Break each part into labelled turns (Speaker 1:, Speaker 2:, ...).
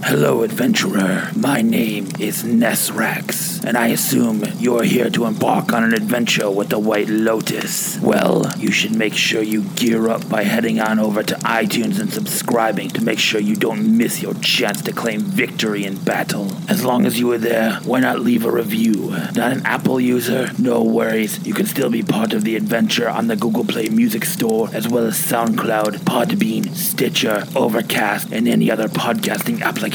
Speaker 1: Hello, adventurer. My name is Nesrax, and I assume you're here to embark on an adventure with the White Lotus. Well, you should make sure you gear up by heading on over to iTunes and subscribing to make sure you don't miss your chance to claim victory in battle. As long as you are there, why not leave a review? Not an Apple user? No worries. You can still be part of the adventure on the Google Play Music Store, as well as SoundCloud, Podbean, Stitcher, Overcast, and any other podcasting application.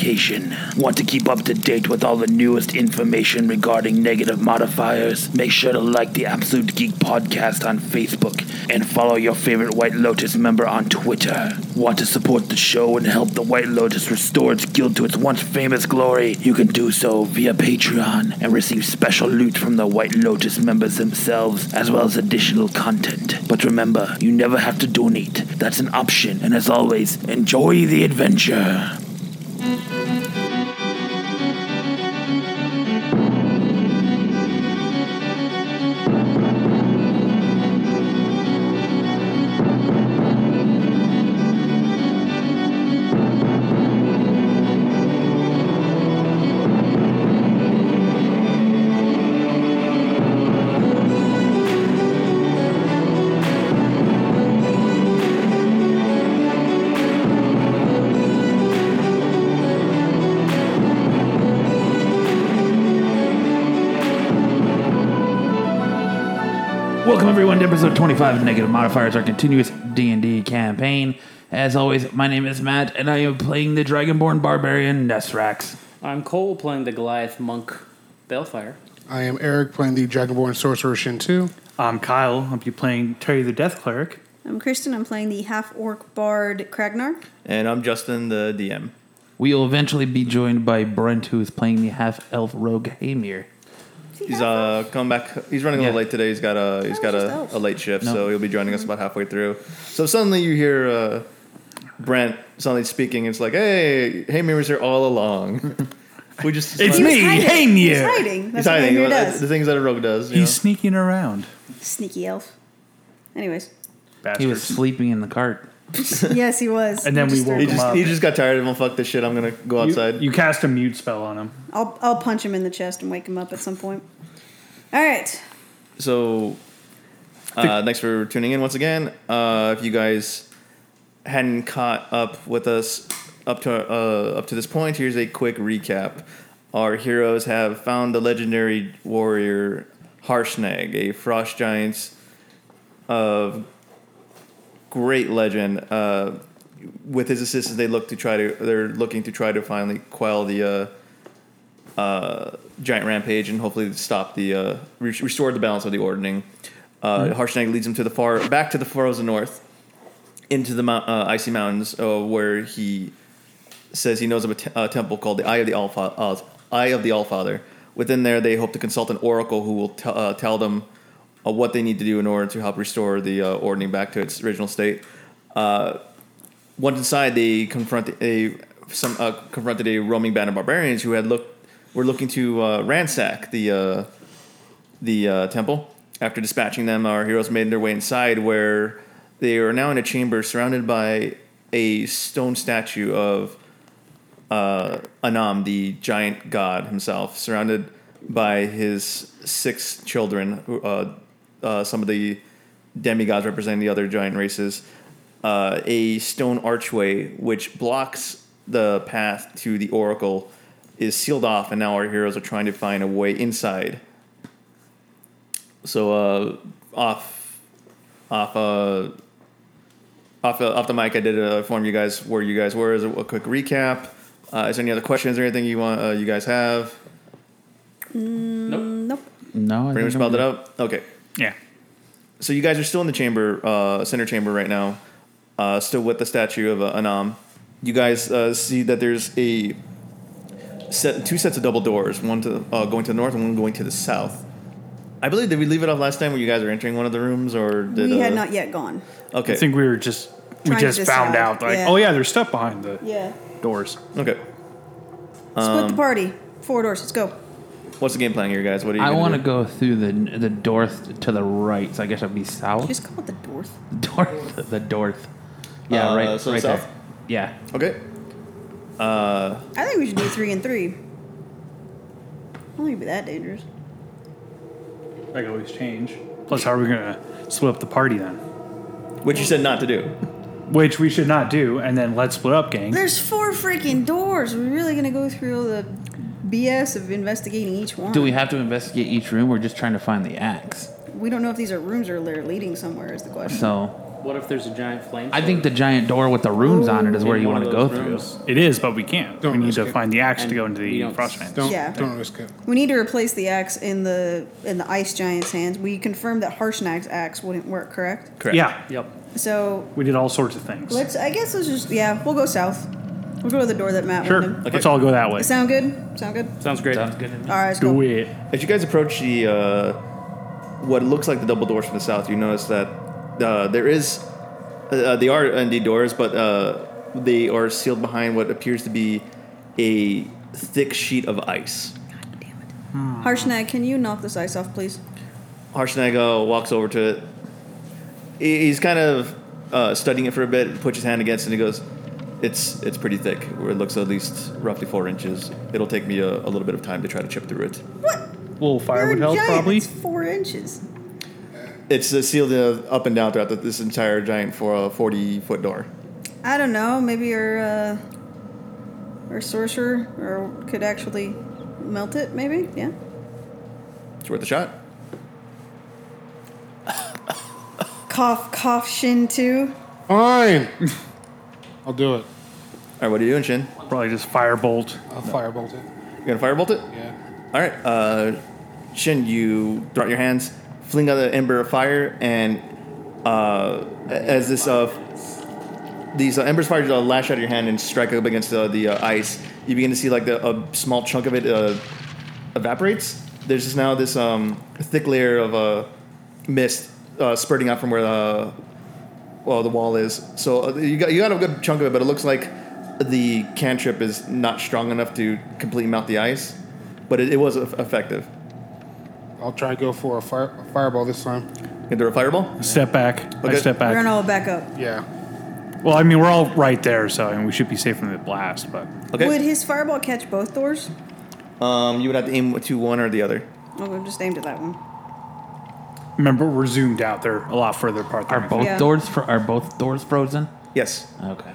Speaker 1: Want to keep up to date with all the newest information regarding negative modifiers? Make sure to like the Absolute Geek Podcast on Facebook and follow your favorite White Lotus member on Twitter. Want to support the show and help the White Lotus restore its guild to its once famous glory? You can do so via Patreon and receive special loot from the White Lotus members themselves, as well as additional content. But remember, you never have to donate. That's an option, and as always, enjoy the adventure.
Speaker 2: Welcome everyone to episode 25 of Negative Modifiers, our continuous D&D campaign. As always, my name is Matt, and I am playing the Dragonborn Barbarian Nesrax.
Speaker 3: I'm Cole playing the Goliath monk Bellfire.
Speaker 4: I am Eric playing the Dragonborn Sorcerer Shin 2.
Speaker 5: I'm Kyle. I'll be playing Terry the Death Cleric.
Speaker 6: I'm Kristen. I'm playing the half orc bard Kragnar.
Speaker 7: And I'm Justin, the DM.
Speaker 2: We will eventually be joined by Brent, who is playing the half-elf rogue Hamir.
Speaker 7: He's uh come back. He's running a little
Speaker 2: Yeah.
Speaker 7: late today. He's got a he's
Speaker 6: Oh,
Speaker 7: got
Speaker 6: just
Speaker 7: a,
Speaker 6: elf.
Speaker 7: a late shift,
Speaker 2: No.
Speaker 7: so he'll be joining us about halfway through. So suddenly you hear uh, Brent suddenly speaking. It's like, hey, hey, mirrors are all along. we just
Speaker 5: It's
Speaker 6: He
Speaker 5: me.
Speaker 6: was hiding.
Speaker 5: Hamir.
Speaker 6: He was hiding. That's
Speaker 7: He's
Speaker 6: what
Speaker 7: hiding
Speaker 6: Hamir
Speaker 7: uh, the
Speaker 6: does.
Speaker 7: things that a rogue does. You
Speaker 5: He's
Speaker 7: know?
Speaker 5: sneaking around.
Speaker 6: Sneaky elf. Anyways,
Speaker 2: He was sleeping in the cart.
Speaker 6: yes, he was.
Speaker 5: And then we woke
Speaker 7: He
Speaker 5: him
Speaker 6: disturbed him.
Speaker 7: just
Speaker 5: up.
Speaker 7: he just got tired of him. Fuck this shit. I'm gonna go outside.
Speaker 5: You, you cast a mute spell on him.
Speaker 6: I'll I'll punch him in the chest and wake him up at some point. All right.
Speaker 7: So, uh, thanks for tuning in once again. Uh, if you guys hadn't caught up with us up to uh, up to this point, here's a quick recap. Our heroes have found the legendary warrior Harshnag, a frost giant's of great legend. Uh, with his assistance, they look to try to they're looking to try to finally quell the. Uh, uh, giant rampage and hopefully stop the uh, re- restore the balance of the ordning. Uh, Harshnag leads him to the far back to the frozen north, into the mount, uh, icy mountains, uh, where he says he knows of a te- uh, temple called the Eye of the All Fa- uh, Eye of the All Father. Within there, they hope to consult an oracle who will t- uh, tell them uh, what they need to do in order to help restore the uh, ordning back to its original state. Uh, once inside, they confront a some uh, confronted a roaming band of barbarians who had looked were looking to uh, ransack the uh, the uh, temple. After dispatching them, our heroes made their way inside, where they are now in a chamber surrounded by a stone statue of uh, Anam, the giant god himself, surrounded by his six children, who, uh, uh, some of the demigods representing the other giant races, uh, a stone archway which blocks the path to the oracle is sealed off, and now our heroes are trying to find a way inside. So uh, off, off, uh, off, uh, off the mic, I did uh, inform you guys where you guys were. As a, a quick recap, uh, is there any other questions or anything you want uh, you guys have?
Speaker 3: Nope.
Speaker 6: Nope.
Speaker 2: No, I
Speaker 7: Pretty much
Speaker 2: think I'm
Speaker 7: spelled it out. Okay,
Speaker 5: Yeah.
Speaker 7: so you guys are still in the chamber, uh, center chamber right now, uh, still with the statue of uh, Anam. You guys uh, see that there's a set, two sets of double doors, one to uh, going to the north and one going to the south. I believe did we leave it off last time when you guys were entering one of the rooms, or did
Speaker 6: we
Speaker 7: uh,
Speaker 6: had not yet gone.
Speaker 7: Okay,
Speaker 5: I think we were just we
Speaker 6: Trying to
Speaker 5: just found
Speaker 6: decide.
Speaker 5: out like
Speaker 6: Yeah.
Speaker 5: oh yeah, there's stuff behind the
Speaker 6: Yeah.
Speaker 5: doors.
Speaker 7: okay.
Speaker 6: Split
Speaker 7: um,
Speaker 6: the party. Four doors. Let's go.
Speaker 7: What's the game plan here, guys? What do you?
Speaker 2: I want
Speaker 7: want
Speaker 2: to go through the the Dorth to the right, so I guess that'd be south.
Speaker 6: Just call it the dwarf.
Speaker 2: Dorth, the Dorth. Yeah,
Speaker 7: Uh,
Speaker 2: right.
Speaker 7: so
Speaker 2: right
Speaker 7: south?
Speaker 2: There. Yeah.
Speaker 7: Okay.
Speaker 6: I think we should do three and three. I don't think it'd be that dangerous.
Speaker 5: Like always change. Plus, how are we gonna split up the party then?
Speaker 7: Which you said not to do.
Speaker 5: Which we should not do. And then let's split up, gang.
Speaker 6: There's four freaking doors. We're really gonna go through all the BS of investigating each one.
Speaker 2: Do we have to investigate each room? We're just trying to find the axe.
Speaker 6: We don't know if these are rooms or they're leading somewhere. Is the question?
Speaker 2: So
Speaker 3: What if there's a giant flame?
Speaker 2: I think the giant door with the runes on it is where you want to go through.
Speaker 5: It is, but we can't.
Speaker 4: Don't
Speaker 5: we need
Speaker 4: risk
Speaker 5: to
Speaker 4: it.
Speaker 5: find the axe
Speaker 3: And
Speaker 5: to go into
Speaker 3: we
Speaker 5: the
Speaker 3: don't-
Speaker 5: frost giants.
Speaker 4: Don't
Speaker 6: Yeah.
Speaker 4: don't risk it.
Speaker 6: we need to replace the axe in the in the ice giant's hands. We confirmed that Harshnag's axe wouldn't work, correct?
Speaker 7: Correct.
Speaker 5: Yeah. Yep.
Speaker 6: So
Speaker 5: We did all sorts of things.
Speaker 6: let's. I guess let's just. Yeah, we'll go south. We'll go to the door that Matt
Speaker 5: sure.
Speaker 6: wanted.
Speaker 5: Let's all go that way.
Speaker 6: Sound good? Sound good?
Speaker 3: sounds great.
Speaker 2: Sounds good to me.
Speaker 6: All right, let's
Speaker 5: Do
Speaker 6: go.
Speaker 5: it.
Speaker 7: As you guys approach the uh, what looks like the double doors from the south, you notice that uh, there is uh, uh, they are indeed doors, but uh, they are sealed behind what appears to be a thick sheet of ice.
Speaker 6: Harshnag, can you knock this ice off, please?
Speaker 7: Harshnag uh, walks over to it. He- He's kind of uh, studying it for a bit, puts his hand against it, and he goes, "It's it's pretty thick. Where it looks at least roughly four inches. It'll take me a, a little bit of time to try to chip through it.
Speaker 5: little fire would
Speaker 6: You're a
Speaker 5: help,
Speaker 6: giant.
Speaker 5: probably.
Speaker 6: It's four inches.
Speaker 7: It's uh, sealed uh, up and down throughout the, this entire giant for, uh, forty foot door."
Speaker 6: I don't know. Maybe your uh, our sorcerer or could actually melt it. Maybe, yeah.
Speaker 7: It's worth a shot.
Speaker 6: Cough, cough, shin too.
Speaker 4: Fine. I'll do it.
Speaker 7: All right, what are you doing, Shin?
Speaker 5: Probably just firebolt.
Speaker 4: I'll firebolt it.
Speaker 7: You're gonna firebolt it?
Speaker 4: Yeah.
Speaker 7: All right, uh, Shin, you throw out your hands, fling out the ember of fire, and uh, as this uh, these uh, embers of fire uh, lash out of your hand and strike up against uh, the uh, ice, you begin to see like the, a small chunk of it uh, evaporates. There's just now this um, thick layer of uh, mist uh, spurting out from where the well the wall is. So uh, you got you got a good chunk of it, but it looks like the cantrip is not strong enough to completely melt the ice. But it, it was eff- effective.
Speaker 4: I'll try to go for a, fire, a fireball this time.
Speaker 7: You gonna throw a fireball?
Speaker 5: Step back. I
Speaker 7: Okay.
Speaker 5: step
Speaker 6: We're
Speaker 5: back.
Speaker 6: gonna all back up.
Speaker 4: Yeah.
Speaker 5: Well, I mean, we're all right there, so I mean, we should be safe from the blast. But
Speaker 7: Okay.
Speaker 6: Would his fireball catch both doors?
Speaker 7: um, you would have to aim to one or the other.
Speaker 6: Oh, we just aimed at that one.
Speaker 5: remember, we're zoomed out there a lot further apart. Than
Speaker 2: Are
Speaker 5: we
Speaker 2: both
Speaker 6: Yeah.
Speaker 2: doors fro- are both doors frozen?
Speaker 7: Yes.
Speaker 2: Okay.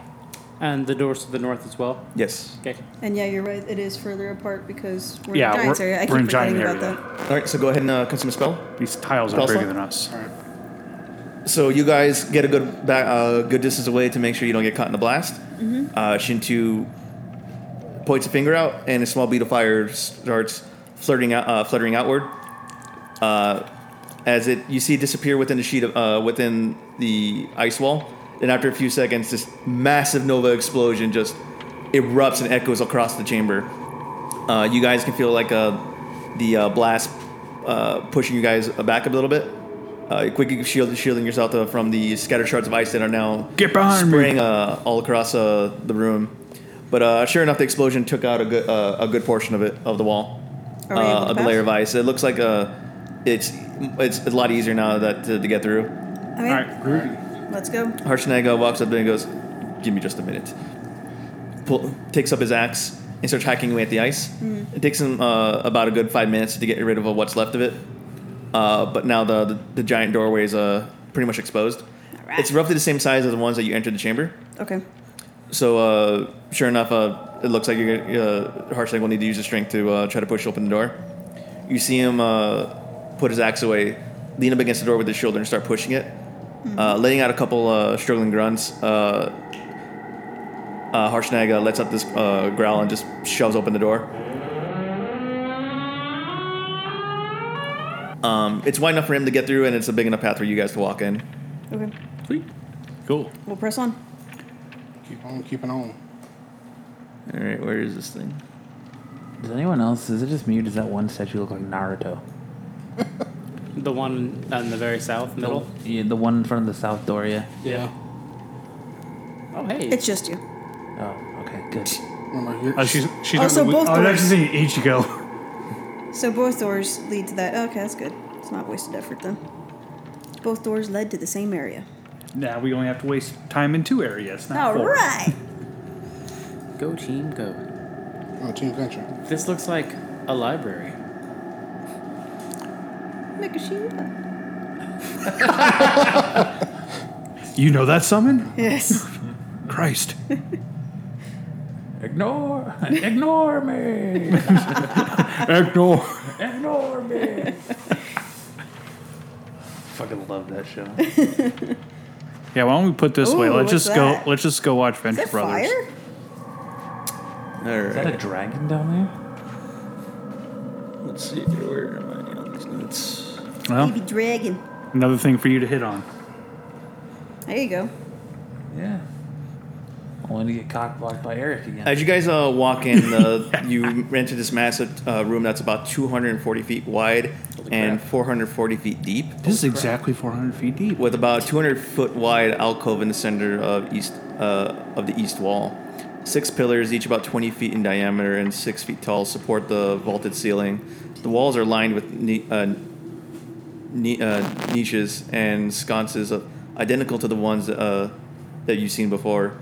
Speaker 3: And the doors to the north as well.
Speaker 7: Yes.
Speaker 3: Okay.
Speaker 6: And yeah, you're right. It is further apart because we're
Speaker 5: Yeah,
Speaker 6: in Giants
Speaker 5: we're-
Speaker 6: area. I keep
Speaker 5: we're in
Speaker 6: forgetting
Speaker 5: giant
Speaker 6: about
Speaker 5: area.
Speaker 6: that.
Speaker 7: All right. So go ahead and uh, consume a spell.
Speaker 5: these tiles are
Speaker 7: Spell
Speaker 5: bigger
Speaker 7: slot?
Speaker 5: than us.
Speaker 7: So you guys get a good ba- uh, good distance away to make sure you don't get caught in the blast. Uh, Shintu points a finger out, and a small bead of fire starts flirting out, uh, fluttering outward. Uh, as it, you see it disappear within the sheet of uh, within the ice wall, and after a few seconds, this massive nova explosion just erupts and echoes across the chamber. Uh, you guys can feel like uh, the uh, blast uh, pushing you guys back a little bit. Uh, quickly shield, shielding yourself uh, from the scattered shards of ice that are now
Speaker 5: Get behind me.
Speaker 7: spraying uh, all across uh, the room. But uh, sure enough, the explosion took out a good uh, a good portion of it of the wall,
Speaker 6: Are we able
Speaker 7: uh,
Speaker 6: to
Speaker 7: of the
Speaker 6: pass?
Speaker 7: layer of ice. It looks like uh it's it's a lot easier now that to, to get through.
Speaker 6: I
Speaker 5: All
Speaker 6: mean,
Speaker 5: right, groovy.
Speaker 6: let's go.
Speaker 7: Harshnag uh, walks up and goes, "Give me just a minute." Pull, takes up his axe and starts hacking away at the ice.
Speaker 6: Mm-hmm.
Speaker 7: It takes him uh, about a good five minutes to get rid of what's left of it. Uh, but now the, the the giant doorway is uh, pretty much exposed.
Speaker 6: Alright.
Speaker 7: It's roughly the same size as the ones that you entered the chamber.
Speaker 6: Okay.
Speaker 7: So uh, sure enough, uh, it looks like you're, gonna- uh, Harshnag will need to use his strength to uh, try to push open the door. You see him uh, put his axe away, lean up against the door with his shoulder, and start pushing it, uh, letting out a couple uh, struggling grunts. Uh, uh, Harshnag uh, lets out this uh, growl and just shoves open the door. Um, it's wide enough for him to get through, and it's a big enough path for you guys to walk in.
Speaker 6: Okay.
Speaker 5: Cool.
Speaker 6: We'll press on.
Speaker 4: Keep on keeping on.
Speaker 7: All right, where is this thing?
Speaker 2: Does anyone else? Does it just me? or Does that one statue look like Naruto?
Speaker 3: The one on the very south middle.
Speaker 2: The, yeah, the one in front of the south door. Yeah.
Speaker 3: Yeah. Oh hey.
Speaker 6: It's just you.
Speaker 2: Oh, okay, good.
Speaker 4: Remember, you're,
Speaker 5: Uh,
Speaker 4: she's, she's
Speaker 6: Also,
Speaker 4: not-
Speaker 6: both
Speaker 5: I was
Speaker 6: doors.
Speaker 5: actually thinking Ichigo.
Speaker 6: So both doors lead to that. Okay, that's good. It's not wasted effort then. Both doors led to the same area.
Speaker 5: now we only have to waste time in two areas, not
Speaker 6: All
Speaker 5: four.
Speaker 6: right.
Speaker 3: Go team, go.
Speaker 4: Oh, Team Venture.
Speaker 3: This looks like a library.
Speaker 6: Make a shield.
Speaker 5: You know that summon?
Speaker 6: Yes.
Speaker 5: Christ.
Speaker 2: Ignore, ignore me,
Speaker 5: Ignore.
Speaker 2: ignore me.
Speaker 3: Fucking love that show.
Speaker 5: Yeah, why don't we put this way?
Speaker 6: Ooh,
Speaker 5: Let's
Speaker 6: what's
Speaker 5: just go.
Speaker 6: that?
Speaker 5: Let's just go watch
Speaker 6: Is
Speaker 5: Venture
Speaker 6: that
Speaker 5: Brothers.
Speaker 6: fire?
Speaker 7: All
Speaker 2: Is that
Speaker 7: right.
Speaker 2: a dragon down
Speaker 7: Let's see. Where am I on these notes?
Speaker 5: Well,
Speaker 6: Baby dragon.
Speaker 5: another thing for you to hit on.
Speaker 6: There you go.
Speaker 2: there? Yeah. Only to get cockblocked by Eric again.
Speaker 7: As you guys uh, walk in, uh, you enter this massive uh, room that's about 240 feet wide and 440 feet deep,
Speaker 5: This is exactly 400 feet deep.
Speaker 7: with about 200 foot wide alcove in the center of east uh, of the east wall. Six pillars, each about 20 feet in diameter and six feet tall, support the vaulted ceiling. The walls are lined with ni- uh, ni- uh, niches and sconces of, identical to the ones uh, that you've seen before.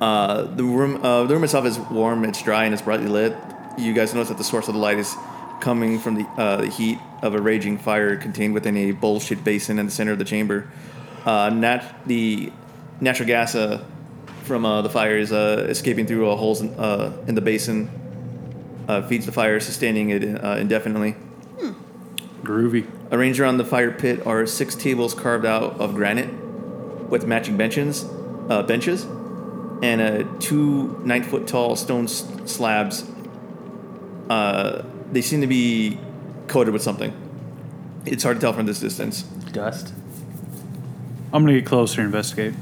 Speaker 7: Uh, the room, uh, the room itself is warm. It's dry and it's brightly lit. You guys notice that the source of the light is coming from the, uh, the heat of a raging fire contained within a bullshit basin in the center of the chamber. Uh, nat- the natural gas uh, from uh, the fire is uh, escaping through uh, holes in, uh, in the basin. Uh, feeds the fire, sustaining it uh, indefinitely.
Speaker 5: Groovy.
Speaker 7: Arranged around the fire pit are six tables carved out of granite with matching benches, uh, benches, and uh, two nine-foot-tall stone s- slabs. Uh, they seem to be coated with something. It's hard to tell from this distance.
Speaker 2: Dust.
Speaker 5: I'm gonna get closer and investigate.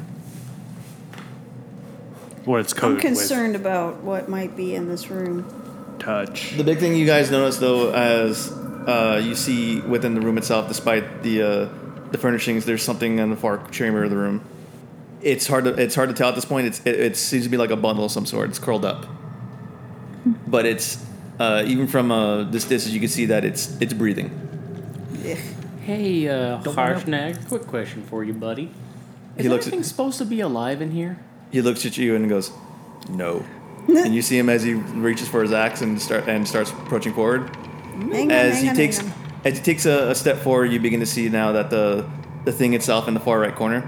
Speaker 5: What it's
Speaker 6: I'm
Speaker 5: coded
Speaker 6: concerned about what might be in this room.
Speaker 5: with. Touch.
Speaker 7: The big thing you guys notice, though, as uh, you see within the room itself, despite the uh, the furnishings, there's something in the far chamber of the room. It's hard to it's hard to tell at this point. It's, it, it seems to be like a bundle of some sort. It's curled up, but it's uh, even from uh, this distance, you can see that it's it's breathing.
Speaker 6: Ugh.
Speaker 3: Hey, uh,
Speaker 2: Don't wanna-
Speaker 3: Harshnag, quick question for you, buddy. Is
Speaker 7: He looks at-
Speaker 3: anything supposed to be alive in here?
Speaker 7: He looks at you and goes, "No," and you see him as he reaches for his axe and start and starts approaching forward.
Speaker 6: Hang on,
Speaker 7: as
Speaker 6: hang
Speaker 7: he
Speaker 6: on,
Speaker 7: takes
Speaker 6: hang on.
Speaker 7: as he takes a, a step forward, you begin to see now that the the thing itself in the far right corner,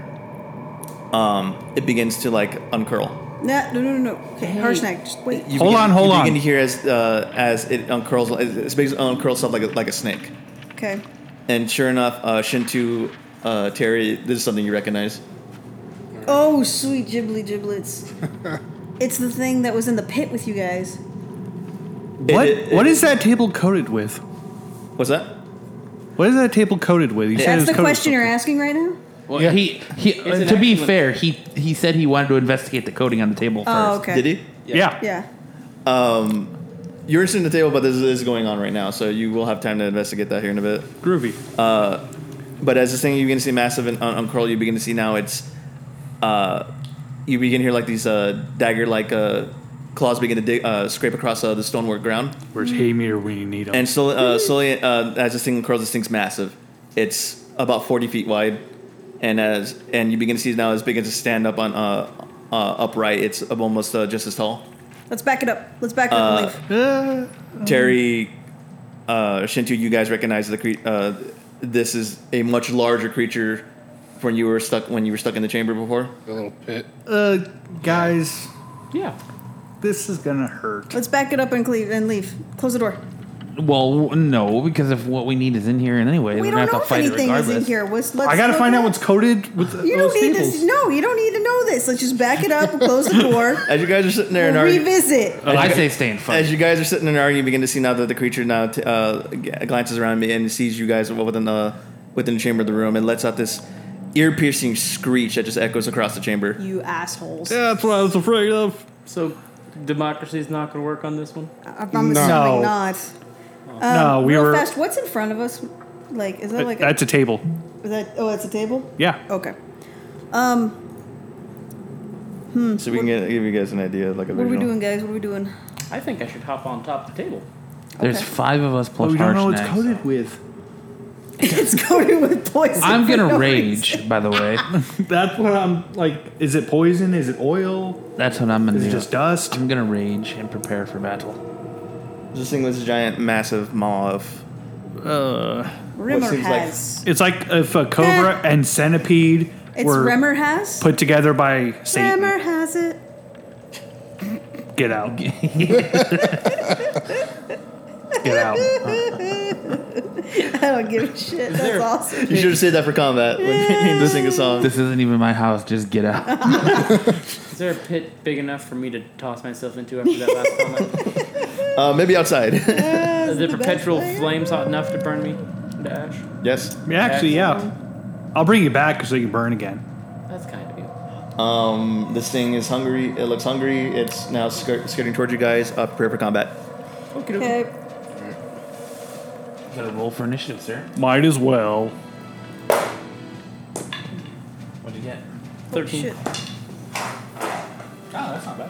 Speaker 7: um, it begins to like uncurl.
Speaker 6: No, no, no, no, no. Okay,
Speaker 3: Hey.
Speaker 6: Harshnag, just wait.
Speaker 7: You
Speaker 5: Hold
Speaker 7: begin-
Speaker 5: on, hold
Speaker 7: you
Speaker 5: on.
Speaker 7: Begin to hear as uh, as it uncurls, it's basically uncurls stuff like a, like a snake.
Speaker 6: Okay.
Speaker 7: And sure enough, uh, Shinto, uh, Terry, this is something you recognize.
Speaker 6: Oh, sweet Ghibli giblets. it's the thing that was in the pit with you guys.
Speaker 5: What?
Speaker 7: it-
Speaker 5: what is that table coated with?
Speaker 7: What's that?
Speaker 5: What is that table coated with? You said it
Speaker 6: That's
Speaker 5: was
Speaker 6: the
Speaker 5: coated with
Speaker 6: question you're
Speaker 5: something.
Speaker 6: asking right now?
Speaker 2: Well, he he.
Speaker 3: Is
Speaker 2: Uh,
Speaker 3: it
Speaker 2: to be
Speaker 3: actually-
Speaker 2: fair, he he said he wanted to investigate the coating on the table first.
Speaker 6: Oh, okay.
Speaker 7: Did he? Um,
Speaker 5: Yeah.
Speaker 6: Yeah.
Speaker 7: You're interested in the table, but this is going on right now, so you will have time to investigate that here in a bit.
Speaker 5: Groovy.
Speaker 7: But as this thing you begin to see massive and un- uncurl, you begin to see now it's, uh, you begin to hear like these uh, dagger-like uh, claws begin to dig, uh, scrape across uh, the stonework ground,
Speaker 5: Where's Haymeter when you need him?
Speaker 7: and slowly, uh, slowly uh, as this thing curls, this thing's massive. It's about forty feet wide, and as and you begin to see now as it begins to stand up on uh, uh, upright, it's almost uh, just as tall.
Speaker 6: Let's back it up. Let's back it up and leave.
Speaker 7: Terry, uh, Shintu, you guys recognize the cre- uh, this is a much larger creature from you were stuck when you were stuck in the chamber before.
Speaker 4: The little pit.
Speaker 5: uh, guys,
Speaker 3: Yeah.
Speaker 5: this is gonna hurt.
Speaker 6: Let's back it up and leave. And leave. Close the door.
Speaker 2: Well, no, because if what we need is in here anyway,
Speaker 6: We
Speaker 2: we're gonna
Speaker 6: don't
Speaker 2: have
Speaker 6: know
Speaker 2: to
Speaker 6: if
Speaker 2: fight it
Speaker 6: anything is in
Speaker 2: regardless.
Speaker 6: here. Let's, let's
Speaker 5: I gotta
Speaker 6: look
Speaker 5: find
Speaker 6: at-
Speaker 5: out what's coated with the,
Speaker 6: You
Speaker 5: those
Speaker 6: don't need
Speaker 5: tables.
Speaker 6: to. No, you don't need to know this. Let's just back it up, close the door,
Speaker 7: As you guys are sitting there and
Speaker 6: we'll
Speaker 7: arguing,
Speaker 6: revisit.
Speaker 2: I say stay in front.
Speaker 7: as you guys are sitting and arguing, you begin to see now that the creature now t- uh, g- glances around me and sees you guys within the within the chamber of the room and lets out this ear-piercing screech that just echoes across the chamber.
Speaker 6: You assholes.
Speaker 5: Yeah, that's what I was afraid of.
Speaker 3: So democracy's not going to work on this one?
Speaker 6: I- I'm
Speaker 4: No.
Speaker 6: assuming not. Um,
Speaker 5: no, we
Speaker 6: Real
Speaker 5: were.
Speaker 6: fast. What's in front of us? Like, is that like a,
Speaker 5: that's a table.
Speaker 6: is that? Oh, it's a table.
Speaker 5: Yeah.
Speaker 6: Okay.
Speaker 7: So we can get, give you guys an idea, like a
Speaker 6: Mm. What are we
Speaker 7: visual.
Speaker 6: doing, guys? What are we doing?
Speaker 3: I think I should hop on top of the table.
Speaker 2: There's
Speaker 6: okay.
Speaker 2: five of us plus
Speaker 5: But we don't know what's
Speaker 2: Harshnag.
Speaker 5: coated with.
Speaker 6: it's coated with poison.
Speaker 2: I'm
Speaker 6: for
Speaker 2: gonna
Speaker 6: no
Speaker 2: rage, by the way.
Speaker 5: That's what I'm like. Is it poison? Is it oil?
Speaker 2: That's what I'm gonna
Speaker 5: Is
Speaker 2: do.
Speaker 5: it just dust?
Speaker 2: I'm gonna rage and prepare for battle.
Speaker 7: This thing was a giant, massive maw of.
Speaker 5: Uh,
Speaker 6: reason. Rimmer
Speaker 7: seems like-
Speaker 6: has.
Speaker 5: it's like if a cobra and centipede
Speaker 6: Eh. it's
Speaker 5: were
Speaker 6: Remmer has.
Speaker 5: put together by Satan.
Speaker 6: Remmer has it.
Speaker 5: Get out. Get out.
Speaker 6: I don't give a shit. That's awesome.
Speaker 7: You should have said that for combat when you came to sing a
Speaker 5: Um,
Speaker 7: song.
Speaker 2: This isn't even my house. Just get out.
Speaker 3: Is there a pit big enough for me to toss myself into after that last comment?
Speaker 7: Uh, maybe outside.
Speaker 3: Is the
Speaker 6: the best
Speaker 3: perpetual
Speaker 6: way.
Speaker 3: flames hot enough to burn me to ash?
Speaker 7: yes.
Speaker 5: Yeah, actually, yeah. I'll bring you back so you can burn again.
Speaker 3: That's kind of you.
Speaker 7: Um, this thing is hungry. It looks hungry. It's now skirt- skirting towards you guys. Uh, prepare for combat.
Speaker 6: Okay.
Speaker 2: Gotta roll for initiative, sir.
Speaker 5: Might as well.
Speaker 2: What'd you get?
Speaker 3: 13.
Speaker 6: Shit.
Speaker 2: Oh, that's not bad.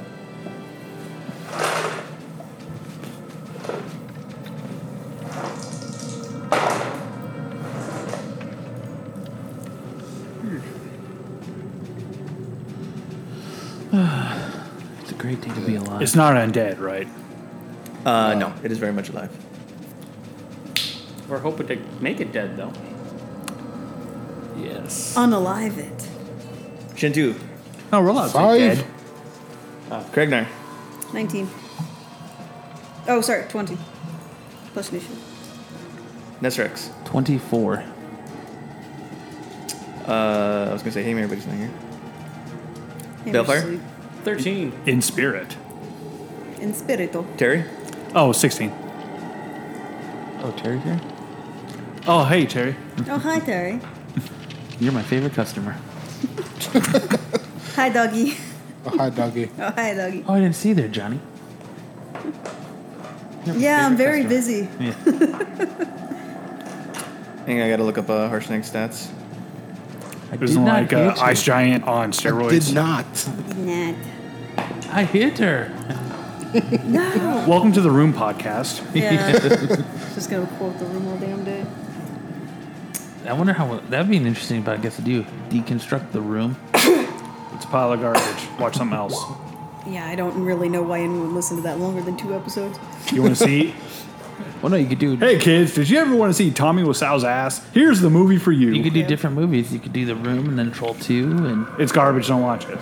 Speaker 2: it's a great day to be alive.
Speaker 5: It's not undead, right?
Speaker 7: Uh, no, it is very much alive.
Speaker 3: We're hoping to make it dead, though.
Speaker 5: Yes.
Speaker 6: Unalive it.
Speaker 7: Shintu,
Speaker 5: No, roll out.
Speaker 4: Five.
Speaker 7: Kregnar,
Speaker 6: 19. Oh, sorry, 20. Plus initiative.
Speaker 7: Nesrex.
Speaker 2: 24.
Speaker 7: Uh, I was gonna say, hey, everybody's not here.
Speaker 6: Hammer
Speaker 7: Bellfire?
Speaker 6: sleep.
Speaker 3: 13.
Speaker 5: In spirit.
Speaker 6: In spirito.
Speaker 7: Terry,
Speaker 5: Oh, 16.
Speaker 2: Oh, Terry here?
Speaker 5: Oh, hey, Terry.
Speaker 6: Oh, hi, Terry.
Speaker 2: You're my favorite customer.
Speaker 6: Hi, doggy.
Speaker 4: A hot doggy.
Speaker 6: Oh, hi, doggy.
Speaker 2: Oh, I didn't see you there, Johnny.
Speaker 6: Yeah, I'm very
Speaker 2: favorite
Speaker 6: busy.
Speaker 7: I think I gotta look up uh, Harshnag stats.
Speaker 2: I
Speaker 5: It was
Speaker 2: did not
Speaker 5: like uh,
Speaker 2: hit you.
Speaker 5: Ice Giant on steroids.
Speaker 4: Did not.
Speaker 6: Nah.
Speaker 2: I hit her.
Speaker 6: No.
Speaker 5: Welcome to the Room Podcast.
Speaker 6: Yeah. Just gonna quote the room all damn day.
Speaker 2: I wonder how that'd be an interesting podcast to do. Deconstruct the room.
Speaker 5: It's a pile of garbage. Watch something else.
Speaker 6: Yeah, I don't really know why anyone would listen to that longer than two episodes.
Speaker 5: You want to see?
Speaker 2: Well, no, you could do.
Speaker 5: hey, kids, did you ever want to see Tommy Wasow's ass? Here's the movie for you.
Speaker 2: You could do different movies. You could do The Room and then Troll Two, and
Speaker 5: it's garbage. Don't watch it.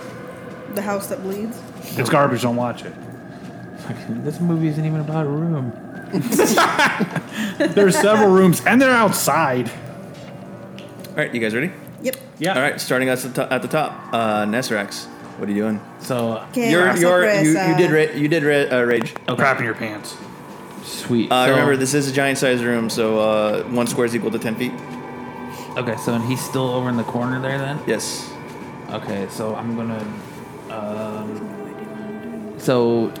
Speaker 6: The house that bleeds.
Speaker 5: It's garbage. Don't watch it.
Speaker 2: fucking, this movie isn't even about a room.
Speaker 5: There's several rooms, and they're outside.
Speaker 7: All right, you guys ready?
Speaker 6: Yep.
Speaker 5: Yeah.
Speaker 7: All right, starting us at the, to- at the top. Uh, Nesrex, what are you doing?
Speaker 2: So
Speaker 6: Okay,
Speaker 7: you're,
Speaker 6: Rosa
Speaker 7: you're, you,
Speaker 6: Presa.
Speaker 7: you did ra- you did ra- uh, rage.
Speaker 5: Okay. Oh, Crap in your pants.
Speaker 2: sweet.
Speaker 7: Uh,
Speaker 2: so,
Speaker 7: remember, this is a giant-sized room, so uh, one square is equal to ten feet.
Speaker 2: Okay, so and he's still over in the corner there. Then
Speaker 7: Yes.
Speaker 2: okay, so I'm gonna. Um, so,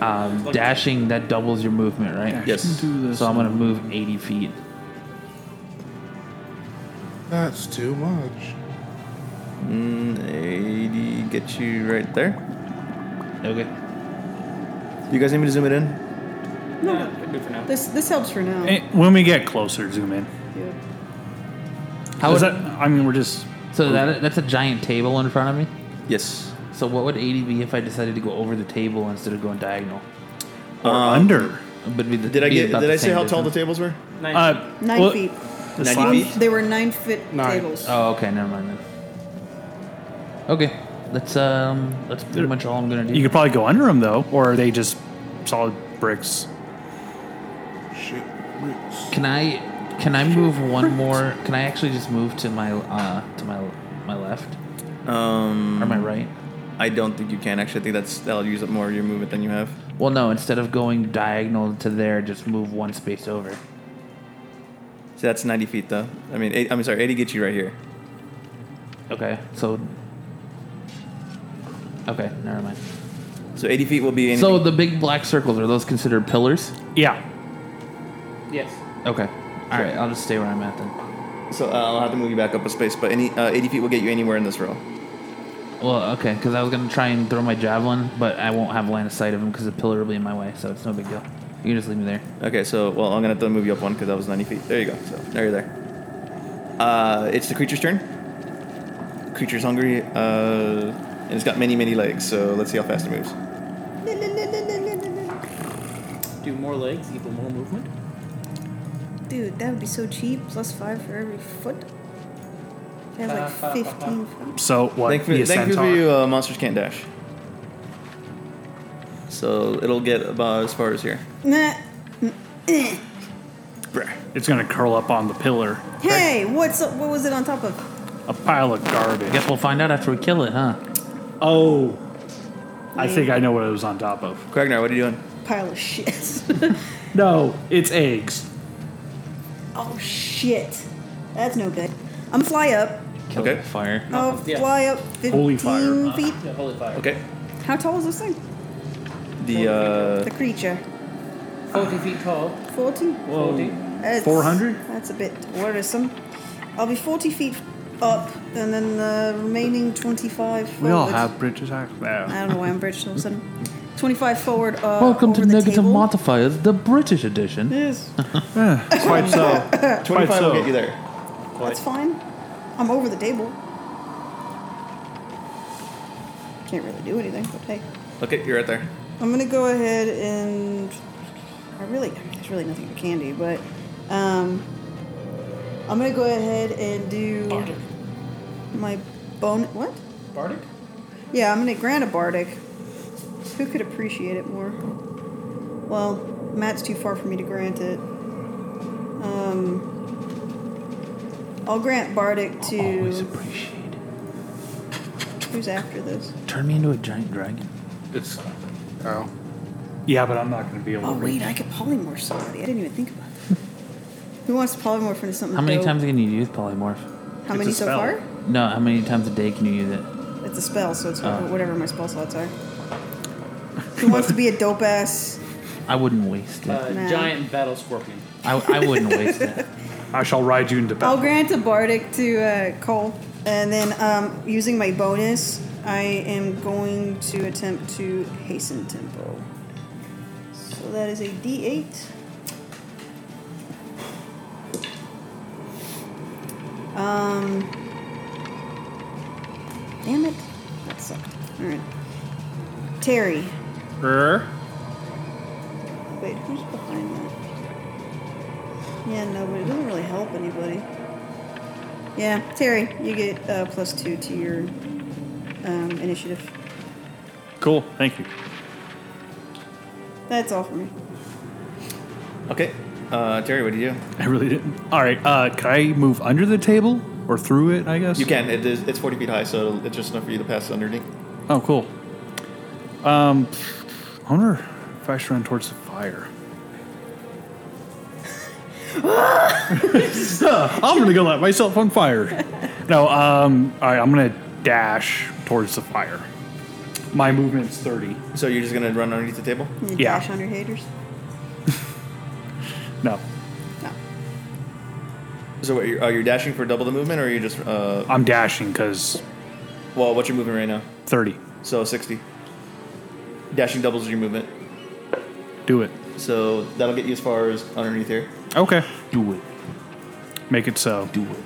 Speaker 2: um, dashing that doubles your movement, right?
Speaker 7: Yes.
Speaker 2: So I'm gonna move 80 feet.
Speaker 4: That's too much.
Speaker 7: Eighty, get you right there.
Speaker 2: Okay.
Speaker 7: You guys need me to zoom it in?
Speaker 3: No, good for now.
Speaker 6: This this helps for now.
Speaker 5: Eh, When we get closer, zoom in.
Speaker 6: Yeah.
Speaker 2: How
Speaker 5: Is
Speaker 2: would,
Speaker 5: that? I mean, we're just.
Speaker 2: so that that's a giant table in front of me.
Speaker 7: Yes.
Speaker 2: So what would 80 be if I decided to go over the table instead of going diagonal?
Speaker 5: Or under.
Speaker 2: But it'd be the,
Speaker 7: Did I
Speaker 2: be
Speaker 7: get?
Speaker 2: about
Speaker 7: Did
Speaker 2: the
Speaker 7: I say
Speaker 2: same
Speaker 7: how tall the
Speaker 2: distance.
Speaker 7: tables were?
Speaker 3: Nine.
Speaker 5: Uh,
Speaker 6: Nine
Speaker 5: well,
Speaker 6: feet.
Speaker 5: the
Speaker 7: Ninety
Speaker 5: slab-
Speaker 7: feet?
Speaker 6: They were nine foot
Speaker 4: Nine.
Speaker 6: tables.
Speaker 2: Oh, okay, never mind then. Okay, that's um, that's pretty much all I'm gonna do.
Speaker 5: You could probably go under them though, or are they just solid bricks?
Speaker 4: Shit. Bricks.
Speaker 2: can I can I move one more? Can I actually just move to my uh to my my left
Speaker 7: Um,
Speaker 2: or my right?
Speaker 7: I don't think you can actually. I think that's that'll use up more of your movement than you have.
Speaker 2: Well, no. Instead of going diagonal to there, just move one space over.
Speaker 7: So that's ninety feet though. I mean, eight, I'm sorry, eighty gets you right here.
Speaker 2: Okay, so. Okay, never mind.
Speaker 7: So eighty feet will be. Anything.
Speaker 2: So the big black circles are those considered pillars?
Speaker 5: Yeah.
Speaker 3: yes.
Speaker 2: Okay. All right, I'll just stay where I'm at then.
Speaker 7: So uh, I'll have to move you back up a space, but any uh, 80 feet will get you anywhere in this row.
Speaker 2: Well, okay, because I was gonna try and throw my javelin, but I won't have line of sight of him because the pillar will be in my way, so it's no big deal. You can just leave me there.
Speaker 7: Okay, so well, I'm gonna have to move you up one because that was 90 feet. There you go. So now you're there. Uh, it's the creature's turn. Creature's hungry, uh, and it's got many, many legs. So let's see how fast it moves.
Speaker 3: Do more legs equal more movement?
Speaker 6: Dude, that would be so cheap. Plus five for every foot. That's like 15 feet.
Speaker 5: So what?
Speaker 7: Thank
Speaker 5: Be
Speaker 7: you,
Speaker 5: a
Speaker 7: thank you for
Speaker 5: centaur.
Speaker 7: you, uh, monsters can't dash. So it'll get about as far as here.
Speaker 6: Nah. Mm. Eh.
Speaker 5: It's gonna curl up on the pillar,
Speaker 6: Hey, what's up? What was it on top of?
Speaker 5: a pile of garbage.
Speaker 2: Guess we'll find out after we kill it, huh?
Speaker 5: Oh, I think I know what it was on top of.
Speaker 7: Kragnar, what are you doing?
Speaker 6: Pile of shit.
Speaker 5: No, it's eggs.
Speaker 6: oh shit. That's no good. I'm fly up.
Speaker 2: Kill
Speaker 7: Okay.
Speaker 2: it with fire.
Speaker 6: I'll
Speaker 3: yeah.
Speaker 6: fly up 15
Speaker 5: Holy fire.
Speaker 6: feet.
Speaker 3: Yeah, holy fire.
Speaker 7: Okay.
Speaker 6: How tall is this thing?
Speaker 7: The uh,
Speaker 6: The creature.
Speaker 3: 40 feet tall.
Speaker 6: 40?
Speaker 3: 40.
Speaker 6: That's-
Speaker 5: 400?
Speaker 6: That's a bit worrisome. I'll be 40 feet up, and then the remaining 25 forward.
Speaker 5: We all have British accent.
Speaker 6: I don't know why I'm British all of a sudden. 25 forward. Uh,
Speaker 2: Welcome
Speaker 6: over
Speaker 2: to
Speaker 6: the
Speaker 2: Negative
Speaker 6: table.
Speaker 2: Modifiers, the British edition.
Speaker 6: Yes,
Speaker 5: Eh. Quite so. Quite
Speaker 7: twenty-five will
Speaker 5: so.
Speaker 7: get you there.
Speaker 6: that's fine. I'm over the table. Can't really do anything, but hey.
Speaker 7: Okay, you're right there.
Speaker 6: I'm gonna go ahead and I really I mean, there's really nothing I can do, but um, I'm gonna go ahead and do my bone. What?
Speaker 3: Bardic?
Speaker 6: Yeah, I'm gonna grant a bardic. Who could appreciate it more? Well, Matt's too far for me to grant it. Um, I'll grant bardic
Speaker 2: Always
Speaker 6: to
Speaker 2: appreciate it.
Speaker 6: who's after this.
Speaker 2: Turn me into a giant dragon.
Speaker 5: It's,
Speaker 4: Oh.
Speaker 5: yeah, but I'm not gonna be able.
Speaker 6: Oh
Speaker 5: to
Speaker 6: wait, I could polymorph somebody. I didn't even think about that. Who wants to polymorph into something?
Speaker 2: How many
Speaker 6: dope?
Speaker 2: times can you use polymorph?
Speaker 6: How
Speaker 5: It's
Speaker 6: many
Speaker 5: a
Speaker 6: so
Speaker 5: spell.
Speaker 6: far?
Speaker 2: No, how many times a day can you use it?
Speaker 6: It's a spell, so it's
Speaker 2: Oh.
Speaker 6: whatever my spell slots are. Who wants to be a dope ass?
Speaker 2: I wouldn't waste it.
Speaker 3: Uh,
Speaker 6: Nah.
Speaker 3: Giant battle scorpion.
Speaker 2: I, I wouldn't waste it.
Speaker 5: I shall ride you into
Speaker 6: I'll
Speaker 5: battle.
Speaker 6: grant a bardic to uh, Cole, and then um, using my bonus, I am going to attempt to hasten tempo. So that is a D8. Um. Damn it, that sucked. All right, Terry.
Speaker 5: Grr.
Speaker 6: Wait, who's behind that? Yeah, no, but it doesn't really help anybody. Yeah, Terry, you get uh, plus two to your um, initiative.
Speaker 5: Cool. Thank you.
Speaker 6: That's all for me.
Speaker 7: Okay. Uh, Terry, what do you do?
Speaker 5: I really didn't. All right. Uh, can I move under the table or through it? I guess
Speaker 7: You can. It is, it's forty feet high, so it's just enough for you to pass underneath.
Speaker 5: Oh, cool. Um, I wonder if I should run towards the fire. I'm gonna go light myself on fire. No, um, all right, I'm gonna dash towards the fire. My movement's 30.
Speaker 7: So you're just gonna run underneath the table.
Speaker 6: And you
Speaker 5: Yeah.
Speaker 6: dash on your haters.
Speaker 5: No,
Speaker 6: No.
Speaker 7: So what, you're, are you dashing for double the movement, or are you just uh,
Speaker 5: I'm dashing because
Speaker 7: well, what's your movement right now?
Speaker 5: 30.
Speaker 7: So sixty. Dashing doubles your movement,
Speaker 5: Do it.
Speaker 7: so that'll get you as far as underneath here.
Speaker 5: Okay,
Speaker 2: Do it.
Speaker 5: make it so.
Speaker 2: Do it.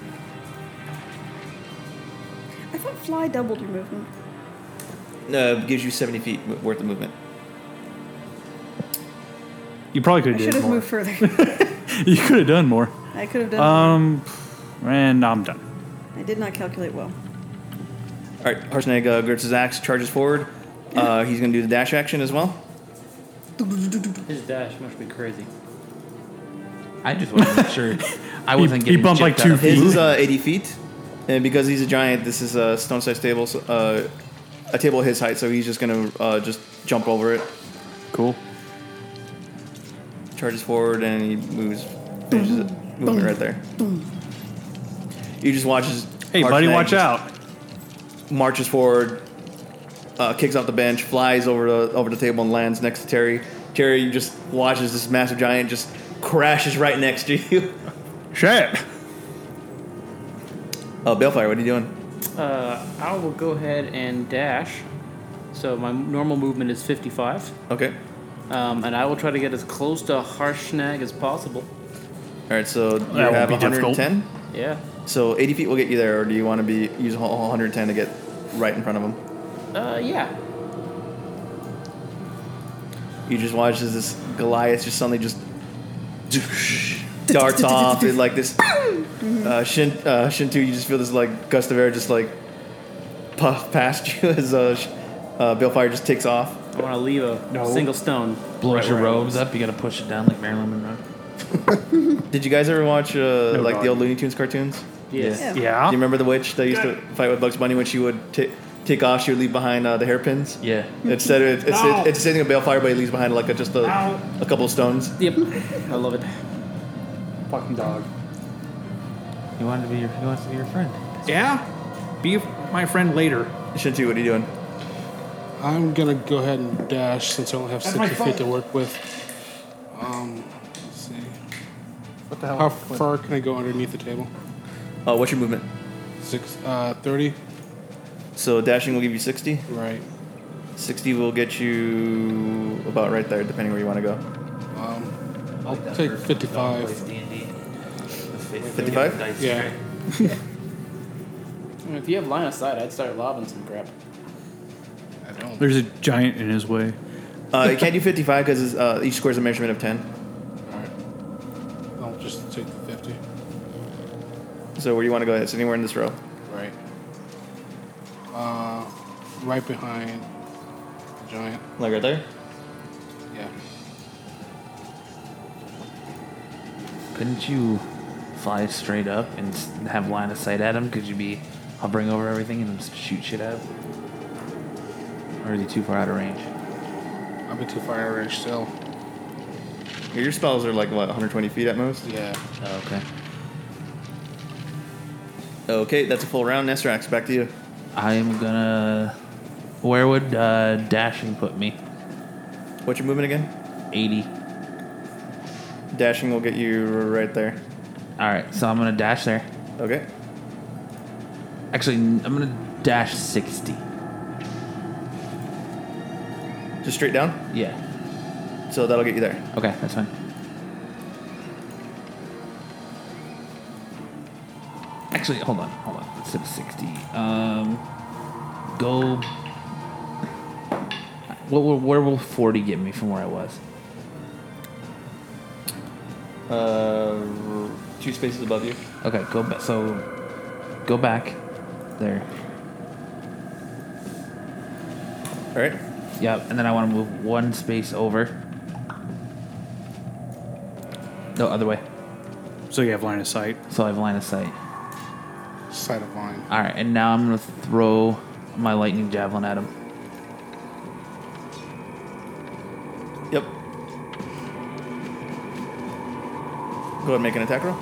Speaker 6: I thought fly doubled your movement.
Speaker 7: Uh, gives you seventy feet mo- worth of movement.
Speaker 5: You probably could
Speaker 6: I
Speaker 5: have done
Speaker 6: should have
Speaker 5: more.
Speaker 6: moved further.
Speaker 5: You could have done more.
Speaker 6: I could have done.
Speaker 5: Um, and I'm done.
Speaker 6: I did not calculate well.
Speaker 7: All right, Harsnag uh, grips his axe, charges forward. Uh, he's gonna do the dash action as well.
Speaker 3: His dash must be crazy.
Speaker 2: I just wasn't sure. I wasn't
Speaker 5: he
Speaker 2: getting
Speaker 5: bumped like
Speaker 2: chipped out
Speaker 5: two
Speaker 2: of
Speaker 5: feet.
Speaker 7: His
Speaker 2: it.
Speaker 7: is uh, eighty feet, and because he's a giant, this is a stone-sized table, so, uh, a table his height. So he's just gonna uh, just jump over it.
Speaker 5: Cool.
Speaker 7: charges forward and he moves, finishes it, movement right there. You just watches.
Speaker 5: Hey, buddy, watch out.
Speaker 7: Marches forward, uh, kicks off the bench, flies over the over the table and lands next to Terry. Terry just watches this massive giant just crashes right next to you.
Speaker 5: Shit.
Speaker 7: Oh, Balefire, what are you doing?
Speaker 3: Uh, I will go ahead and dash. So my normal movement is 55.
Speaker 7: Okay.
Speaker 3: Um, and I will try to get as close to Harshnag as possible.
Speaker 7: All right, so you
Speaker 5: won't
Speaker 7: have
Speaker 5: be difficult.
Speaker 7: 110.
Speaker 3: Yeah.
Speaker 7: So 80 feet will get you there, or do you want to be use all- all 110 to get right in front of him?
Speaker 3: Uh, yeah.
Speaker 7: You just watch as this Goliath just suddenly just darts off and like this. Uh, Shin uh, Shintu, you just feel this like gust of air just like puff past you as uh, Sh- uh, Balefire just takes off.
Speaker 3: I want to leave a single stone.
Speaker 2: Blows your robes up. You got to push it down like Marilyn Monroe.
Speaker 7: Did you guys ever watch uh, like
Speaker 5: God.
Speaker 7: the old Looney Tunes cartoons?
Speaker 3: Yes.
Speaker 6: Yeah.
Speaker 5: Yeah.
Speaker 7: Do you remember the witch that used to fight with Bugs Bunny when she would ta take off? She would leave behind uh, the hairpins.
Speaker 2: Yeah.
Speaker 7: Instead of it's,
Speaker 4: No.
Speaker 7: it's, it's sending a balefire, but he leaves behind like a, just a,
Speaker 4: Ow.
Speaker 7: a couple of stones.
Speaker 3: Yep. I love it.
Speaker 4: Fucking dog.
Speaker 2: He wanted to be your, he wants to be your friend.
Speaker 5: Yeah. Be my friend later.
Speaker 7: Shintu, what are you doing?
Speaker 4: I'm gonna go ahead and dash since I don't have
Speaker 5: my
Speaker 4: 60 feet
Speaker 5: phone.
Speaker 4: to work with. Um, let's see. What the hell? How far can I go underneath the table?
Speaker 7: Uh, what's your movement?
Speaker 4: Six, uh, 30?
Speaker 7: So dashing will give you 60.
Speaker 4: Right.
Speaker 7: 60 will get you about right there, depending where you want to go.
Speaker 4: Um, I'll take 55. Yeah.
Speaker 3: I mean, if you have line of sight, I'd start lobbing some crap.
Speaker 4: I don't.
Speaker 5: There's a giant in his way.
Speaker 7: Uh, you can't do 55 because uh, each square is a measurement of 10.
Speaker 4: Alright. I'll just take the 50.
Speaker 7: So where do you want to go? It's anywhere in this row.
Speaker 4: Right. Uh, right behind the giant.
Speaker 7: Like right there?
Speaker 4: Yeah.
Speaker 2: Couldn't you fly straight up and s- have line of sight at him? Could you be hovering over everything and just shoot shit at him? Or is he too far out of range?
Speaker 4: i will be too far out of range still.
Speaker 7: Your spells are like, what, 120 feet at most?
Speaker 4: Yeah.
Speaker 2: Oh, okay.
Speaker 7: Okay, that's a full round. Nesrax, back to you.
Speaker 2: I am gonna. Where would uh, dashing put me?
Speaker 7: What's your movement again?
Speaker 2: 80.
Speaker 7: Dashing will get you right there.
Speaker 2: Alright, so I'm gonna dash there.
Speaker 7: Okay.
Speaker 2: Actually, n- I'm gonna dash 60.
Speaker 7: Just straight down.
Speaker 2: Yeah.
Speaker 7: So that'll get you there.
Speaker 2: Okay, that's fine. Actually, hold on, hold on. Instead of 60, um, go. What, will- where will 40 get me from where I was?
Speaker 7: Uh, two spaces above you.
Speaker 2: Okay, go back. So, go back there.
Speaker 7: All right.
Speaker 2: Yep, and then I want to move one space over. No, other way.
Speaker 5: So you have line of sight.
Speaker 2: So I have line of sight.
Speaker 4: Sight of line.
Speaker 2: All right, and now I'm gonna throw my lightning javelin at him.
Speaker 7: Yep. Go ahead and make an attack roll.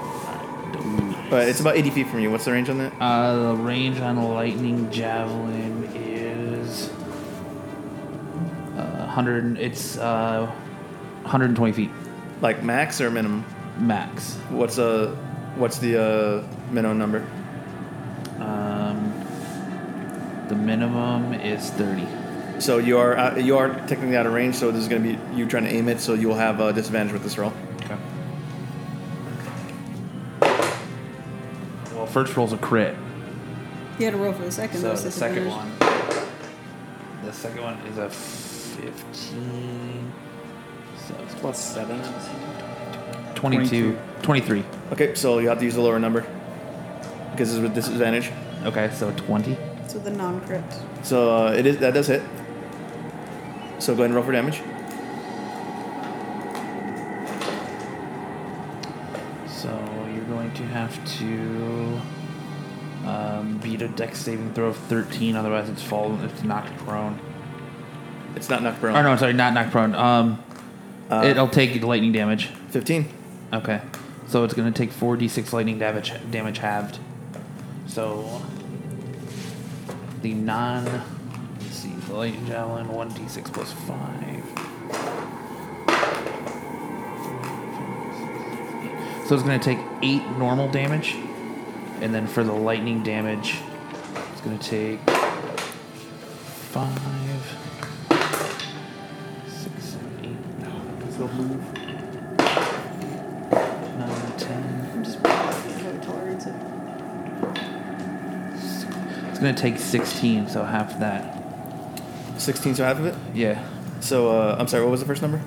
Speaker 7: Uh, it's about 80 feet from you. What's the range on that?
Speaker 2: Uh, the range on a lightning javelin is uh, 100. and- It's uh, 120 feet
Speaker 7: Like max or minimum?
Speaker 2: max.
Speaker 7: What's uh, what's the uh, minimum number?
Speaker 2: Um, the minimum is 30.
Speaker 7: So you are uh, you are technically out of range. So this is going to be you trying to aim it. So you'll have a disadvantage with this roll.
Speaker 2: Okay. Well, first roll's a crit.
Speaker 6: You had to roll for the second.
Speaker 2: So
Speaker 6: though, so
Speaker 2: the
Speaker 6: it's
Speaker 2: second
Speaker 6: advantage.
Speaker 2: one. The second one is a 15. So it's
Speaker 3: Plus seven.
Speaker 2: 22. 23.
Speaker 7: Okay, so you have to use the lower number because it's with disadvantage.
Speaker 2: Okay, so 20.
Speaker 6: So the non-crit.
Speaker 7: So uh, it is that does hit. So go ahead and roll for damage.
Speaker 2: So you're going to have to um, beat a dex saving throw of 13, otherwise it's fallen, it's knocked prone.
Speaker 7: It's not knock prone.
Speaker 2: Or no, sorry, not knocked prone. Um, it'll take lightning damage.
Speaker 7: 15.
Speaker 2: Okay. So it's going to take 4d6 lightning damage, damage halved. So the non. Let's see. The lightning javelin, 1d6 plus 5. So it's going to take 8 normal damage. And then for the lightning damage, it's going to take 5. six, seven, eight, nine,
Speaker 6: I'm just I have a tolerance of
Speaker 2: It's gonna take 16, so half that.
Speaker 7: 16, so half of it.
Speaker 2: Yeah.
Speaker 7: So, uh, I'm sorry, what was the first number?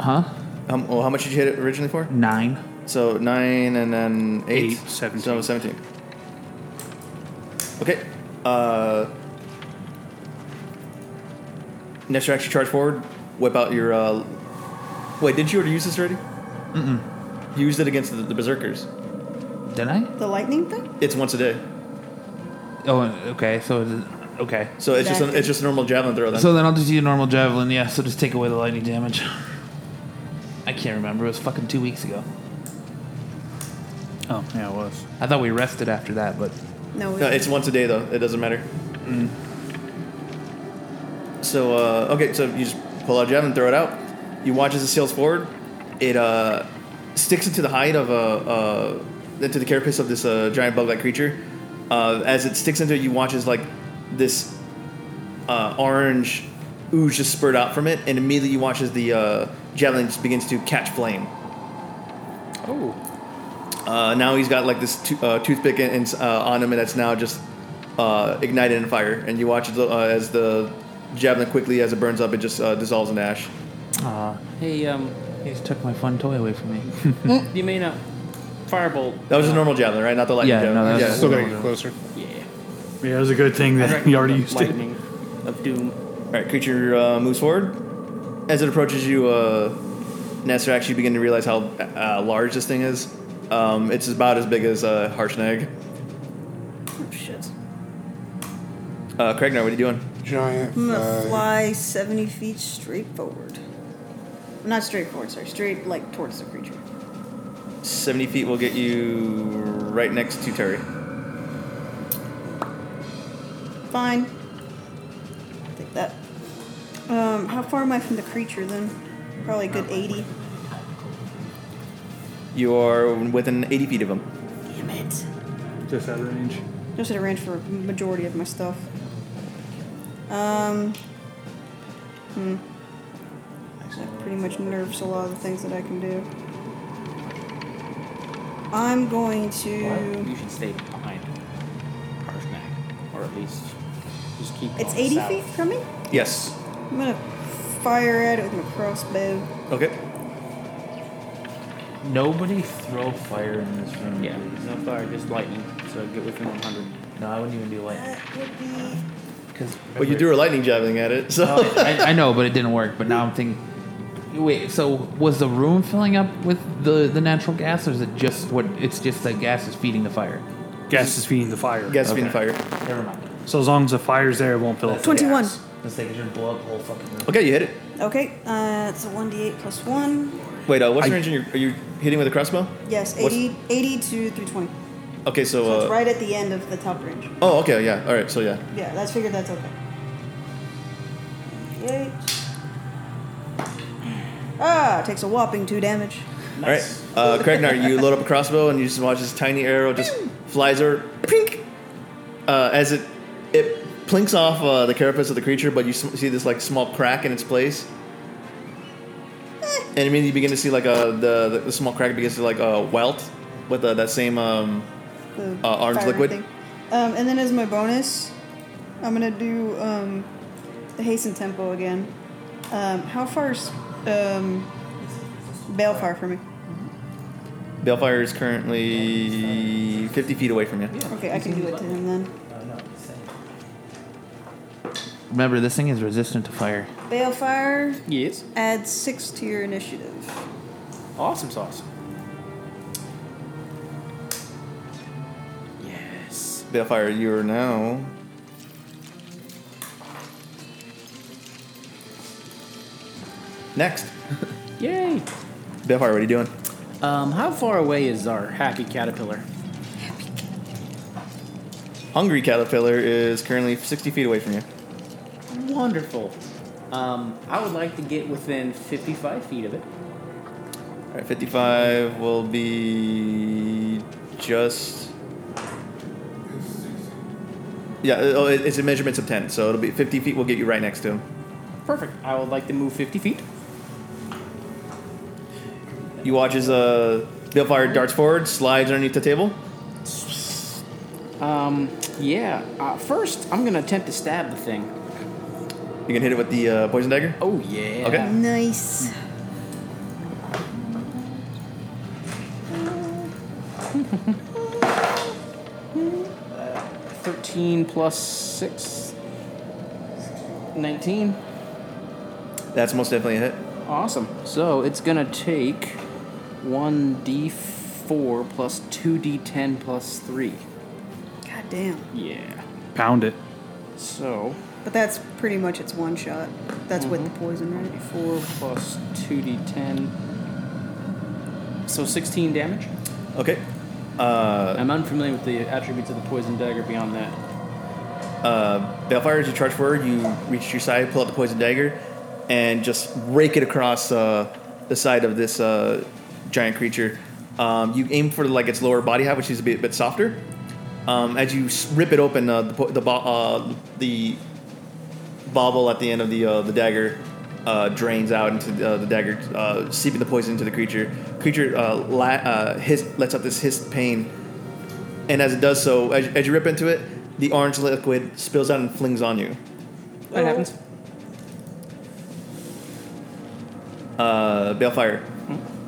Speaker 2: Huh?
Speaker 7: Um, well, how much did you hit it originally for?
Speaker 2: Nine.
Speaker 7: So, 9 and then 8.
Speaker 5: Eight, 17.
Speaker 7: So, 17. Okay. Uh, next your action, charge forward. Whip out your. Uh, wait, did you already use this already? Mm-mm. You used it against the, the Berserkers.
Speaker 2: Did I?
Speaker 6: The lightning thing?
Speaker 7: It's once a day.
Speaker 2: Oh, okay. So it is, okay.
Speaker 7: So, it's just, a,
Speaker 6: Exactly.
Speaker 7: it's just a normal javelin throw then.
Speaker 2: So then I'll just use a normal javelin. Yeah. So just take away the lightning damage. I can't remember. It was fucking two weeks ago.
Speaker 5: Oh, yeah, it was.
Speaker 2: I thought we rested after that, but
Speaker 6: No,
Speaker 7: No, it's once a day though. It doesn't matter. So uh, okay, so you just pull out javelin, throw it out. You watch as it sails forward. It uh, sticks into the hide of a uh, into the carapace of this uh, giant bug-like creature. Uh, as it sticks into it, you watch as like this uh, orange ooze just spurt out from it, and immediately you watch as the uh, javelin just begins to catch flame. Uh, now he's got like this to- uh, toothpick in, in, uh, on him, and that's now just uh, ignited in fire. And you watch it, uh, as the javelin quickly, as it burns up, it just uh, dissolves in ash.
Speaker 2: uh,
Speaker 3: Hey, um,
Speaker 2: he just took my fun toy away from me.
Speaker 3: you may not firebolt.
Speaker 7: That was
Speaker 3: uh,
Speaker 7: a normal javelin, right? Not the lightning
Speaker 2: Yeah, no,
Speaker 7: javelin.
Speaker 2: that was
Speaker 7: yeah,
Speaker 2: just-
Speaker 4: Still gotta get closer.
Speaker 3: Yeah.
Speaker 5: Yeah, it was a good thing
Speaker 3: I
Speaker 5: that
Speaker 3: reckon
Speaker 5: you already
Speaker 3: the
Speaker 5: used it.
Speaker 3: lightning of doom.
Speaker 7: All right, creature uh, moves forward. As it approaches you, uh, Nestor actually begin to realize how uh, large this thing is. Um, it's about as big as uh, Harshnag.
Speaker 6: Oh, shit.
Speaker 7: Uh, Kragnar, what are you doing?
Speaker 4: Giant. uh,
Speaker 6: I'm gonna
Speaker 4: fly.
Speaker 6: fly 70 feet straight forward. Not straight forward, sorry. Straight, like, towards the creature.
Speaker 7: 70 feet will get you right next to Terry.
Speaker 6: Fine. Take that. Um, how far am I from the creature then? Probably a good 80.
Speaker 7: You are within 80 feet of him.
Speaker 6: Damn it.
Speaker 5: Just out of range.
Speaker 6: Just at a range for a majority of my stuff. Um. Hmm. That pretty much nerfs a lot of the things that I can do. I'm going to.
Speaker 3: You should stay behind Harshnag, or at least just keep.
Speaker 6: It's
Speaker 3: going
Speaker 6: 80
Speaker 3: south.
Speaker 6: feet from me?
Speaker 7: Yes.
Speaker 6: I'm gonna fire at it with my crossbow.
Speaker 7: Okay.
Speaker 2: Nobody throw fire in this room,
Speaker 3: Yeah,
Speaker 2: please.
Speaker 3: no fire, just lightning. So get within 100.
Speaker 2: No, I wouldn't even do lightning.
Speaker 6: That would be.
Speaker 2: Because
Speaker 7: Well, you threw a lightning javelin at it, so.
Speaker 2: Oh, I, I know, but it didn't work. But now I'm thinking. Wait, so was the room filling up with the, the natural gas, or is it just what? It's just the gas is feeding the fire.
Speaker 5: Gas is feeding the fire.
Speaker 7: Gas being
Speaker 2: Okay.
Speaker 7: fire.
Speaker 2: Never mind.
Speaker 5: So as long as the fire's there, it won't fill up.
Speaker 6: 21.
Speaker 2: Let's take it and blow up the whole fucking room.
Speaker 7: Okay, you hit it.
Speaker 6: Okay, uh, it's a 1d8 plus 1.
Speaker 7: Wait, uh, what's the
Speaker 5: I-
Speaker 7: range? on your- Are you hitting with a crossbow?
Speaker 6: Yes,
Speaker 7: What's-
Speaker 6: 80, 80 to 320.
Speaker 7: Okay, so.
Speaker 6: So
Speaker 7: Uh,
Speaker 6: it's right at the end of the top range.
Speaker 7: Oh, okay, yeah. All right, so yeah.
Speaker 6: Yeah, that's figured that's okay. Yay. Ah, takes a whopping two damage.
Speaker 7: All right, uh, Kragnar, you load up a crossbow and you just watch this tiny arrow just flies over, pink, uh, as it it plinks off uh, the carapace of the creature, but you s- see this like small crack in its place, and immediately you begin to see like uh, the, the the small crack begins to like uh, welt with uh, that same um,
Speaker 6: The
Speaker 7: Uh, orange
Speaker 6: fire
Speaker 7: liquid?
Speaker 6: thing. Um, and then as my bonus, I'm gonna do um, the hasten tempo again. Um, how far is um, balefire from me?
Speaker 7: Balefire is currently 50 feet away from you.
Speaker 6: Okay, I can do it to him then.
Speaker 2: Remember, this thing is resistant to fire.
Speaker 6: Balefire
Speaker 3: Yes.
Speaker 6: adds six to your initiative.
Speaker 3: Awesome sauce. Yes.
Speaker 7: Balefire, you are now. Next.
Speaker 3: Yay.
Speaker 7: Balefire, what are you doing?
Speaker 3: Um, how far away is our happy caterpillar?
Speaker 7: Hungry Caterpillar is currently 60 feet away from you.
Speaker 3: Wonderful. Um, I would like to get within 55 feet of it.
Speaker 7: All right, 55 will be just. Yeah, oh, it- it's a measurements of 10, so it'll be 50 feet will get you right next to him.
Speaker 3: Perfect. I would like to move 50 feet.
Speaker 7: You watch as uh, Balefire darts forward, slides underneath the table,
Speaker 3: Um, yeah. Uh, first, I'm gonna attempt to stab the thing.
Speaker 7: You can hit it with the uh, poison dagger.
Speaker 3: Oh yeah.
Speaker 7: Okay.
Speaker 6: Nice.
Speaker 3: Thirteen plus six. Nineteen.
Speaker 7: That's most definitely a hit.
Speaker 3: Awesome. So it's gonna take one d four plus two d ten plus three.
Speaker 6: God damn.
Speaker 3: Yeah.
Speaker 5: Pound it.
Speaker 3: So
Speaker 6: But that's pretty much its one shot. That's with
Speaker 7: Mm-hmm.
Speaker 6: the poison, right?
Speaker 3: four plus two d ten. So sixteen damage.
Speaker 7: Okay. Uh,
Speaker 3: I'm unfamiliar with the attributes of the poison dagger beyond that.
Speaker 7: uh, Balefire, as you charge forward, you reach your side, pull out the poison dagger, and just rake it across uh, the side of this uh, giant creature. Um, you aim for like its lower body half, which seems to be a bit softer. Um, as you s- rip it open, uh, the, po- the, bo- uh, the bobble at the end of the uh, the dagger uh, drains out into the, uh, the dagger, uh, seeping the poison into the creature. Creature uh, la- uh, hiss, lets out this hissed pain, and as it does so, as, as you rip into it, the orange liquid spills out and flings on you.
Speaker 3: That happens.
Speaker 7: Uh, Balefire,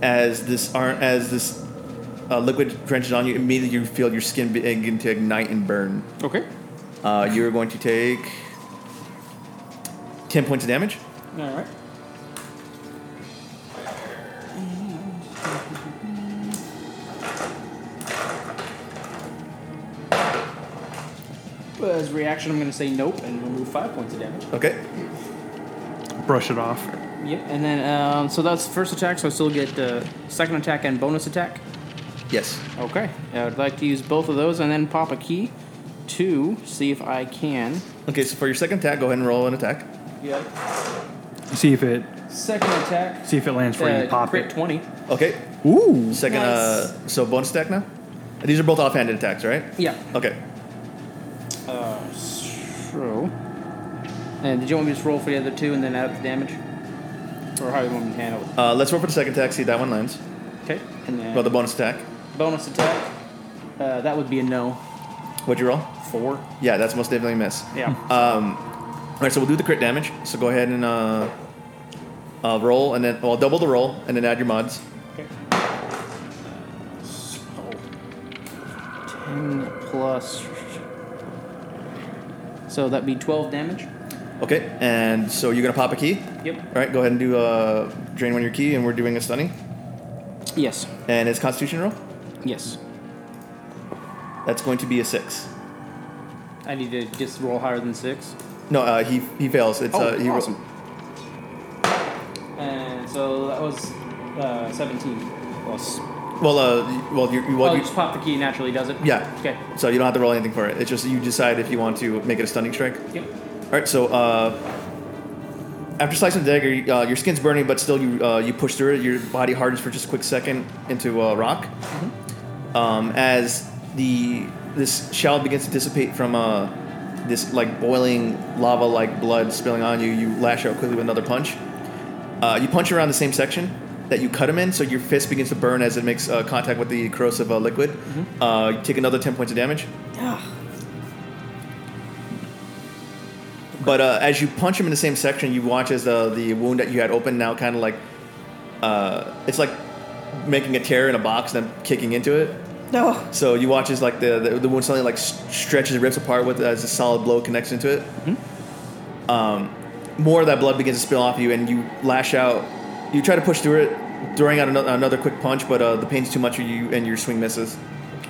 Speaker 7: as this ar- as this uh, liquid drenches on you, immediately you feel your skin begin to ignite and burn.
Speaker 3: Okay.
Speaker 7: Uh, you are going to take ten points of damage.
Speaker 3: All right. As reaction, I'm going to say nope and remove five points of damage.
Speaker 7: Okay.
Speaker 5: Brush it off.
Speaker 3: Yep. And then, um, so that's first attack, so I still get uh, second attack and bonus attack.
Speaker 7: Yes.
Speaker 3: Okay. I would like to use both of those and then pop a key to see if I can.
Speaker 7: Okay. So for your second attack, go ahead and roll an attack.
Speaker 3: Yep.
Speaker 5: See if it
Speaker 3: Second attack.
Speaker 5: see if it lands for you.
Speaker 3: Uh,
Speaker 5: Pop
Speaker 3: crit
Speaker 5: it.
Speaker 3: 20.
Speaker 7: Okay.
Speaker 5: Ooh.
Speaker 7: Second. Uh, so bonus attack now. These are both offhanded attacks, right?
Speaker 3: Yeah.
Speaker 7: Okay.
Speaker 3: Uh, so. And did you want me to just roll for the other two and then add up the damage? Or how you want me to handle it?
Speaker 7: Uh, let's roll for the second attack. See if that one lands.
Speaker 3: Okay. And then
Speaker 7: Roll the bonus attack.
Speaker 3: bonus attack. Uh, that would be a no.
Speaker 7: What'd you roll?
Speaker 3: Four. Hmm.
Speaker 7: Yeah, that's most definitely a miss.
Speaker 3: Yeah.
Speaker 7: All right, so we'll do the crit damage. So go ahead and uh, uh, roll, and then well, double the roll, and then add your mods.
Speaker 3: okay. So, Ten Mm, plus. So that'd be twelve damage.
Speaker 7: Okay, and so you're gonna pop a key.
Speaker 3: Yep.
Speaker 7: All right, go ahead and do uh, drain one of your key, and we're doing a stunning.
Speaker 3: Yes.
Speaker 7: And it's Constitution roll.
Speaker 3: Yes.
Speaker 7: That's going to be a six.
Speaker 3: I need to just roll higher than six.
Speaker 7: No, uh, he he fails. It's
Speaker 3: Oh,
Speaker 7: uh, he ro-
Speaker 3: awesome. And so that was uh, 17 plus.
Speaker 7: Well, uh, y- well, you, you, well,
Speaker 3: oh, you
Speaker 7: you
Speaker 3: just pop the key naturally, does it?
Speaker 7: yeah.
Speaker 3: Okay.
Speaker 7: So you don't have to roll anything for it. It's just you decide if you want to make it a stunning strike.
Speaker 3: Yep.
Speaker 7: All right, so uh, after slicing the dagger, uh, your skin's burning, but still you uh, you push through it. Your body hardens for just a quick second into uh, rock. Um, as the this shell begins to dissipate from uh, this like boiling lava like blood spilling on you, you lash out quickly with another punch. Uh, you punch around the same section that you cut him in, so your fist begins to burn as it makes uh, contact with the corrosive uh, liquid. Uh, you take another ten points of damage.
Speaker 6: Ugh.
Speaker 7: But uh, as you punch him in the same section, you watch as the the wound that you had opened now kind of like uh, it's like making a tear in a box and then kicking into it.
Speaker 6: No.
Speaker 7: So you watch as like the the, the wound suddenly like s- stretches, rips apart with as a solid blow connects into it. Um, more of that blood begins to spill off you, and you lash out. You try to push through it, throwing out another, another quick punch, but uh, the pain's too much, you and your swing misses.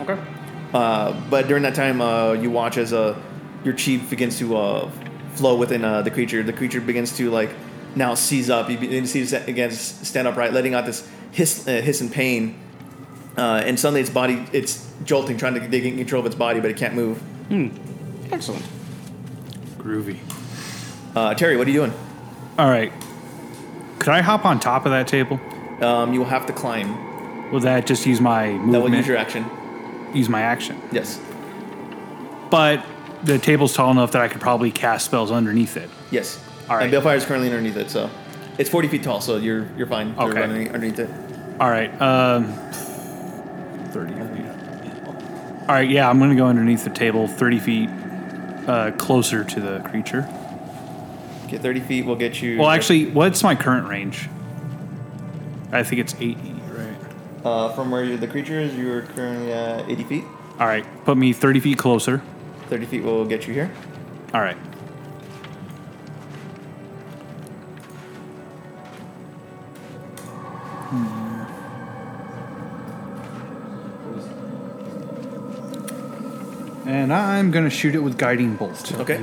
Speaker 3: Okay.
Speaker 7: Uh, but during that time, uh, you watch as uh, your chi begins to uh, flow within uh, the creature. The creature begins to like now seize up. You begin to see it again s- stand upright, letting out this hiss, uh, hiss and pain. Uh, and suddenly, its body it's jolting, trying to get control of its body, but it can't move.
Speaker 3: Excellent.
Speaker 5: Groovy.
Speaker 7: Uh, Terry, what are you doing?
Speaker 5: All right. Could I hop on top of that table?
Speaker 7: Um, you will have to climb.
Speaker 5: Will that just use my
Speaker 7: That will
Speaker 5: movement?
Speaker 7: use your action.
Speaker 5: use my action.
Speaker 7: Yes.
Speaker 5: But the table's tall enough that I could probably cast spells underneath it.
Speaker 7: Yes.
Speaker 5: All right.
Speaker 7: And Balefire is currently underneath it, so it's 40 feet tall, so you're you're fine. You're
Speaker 5: Okay.
Speaker 7: running underneath it.
Speaker 5: All right. Um,
Speaker 7: 30.
Speaker 5: All right, yeah, I'm gonna go underneath the table, 30 feet uh, closer to the creature.
Speaker 7: Get 30 feet will get you.
Speaker 5: Well, actually, what's my current range? I think it's 80, right?
Speaker 7: Uh, from where you, the creature is, you're currently at 80 feet.
Speaker 5: All right, put me 30 feet closer.
Speaker 7: 30 feet will get you here.
Speaker 5: All right. Hmm. And I'm gonna shoot it with guiding bolt
Speaker 7: Okay.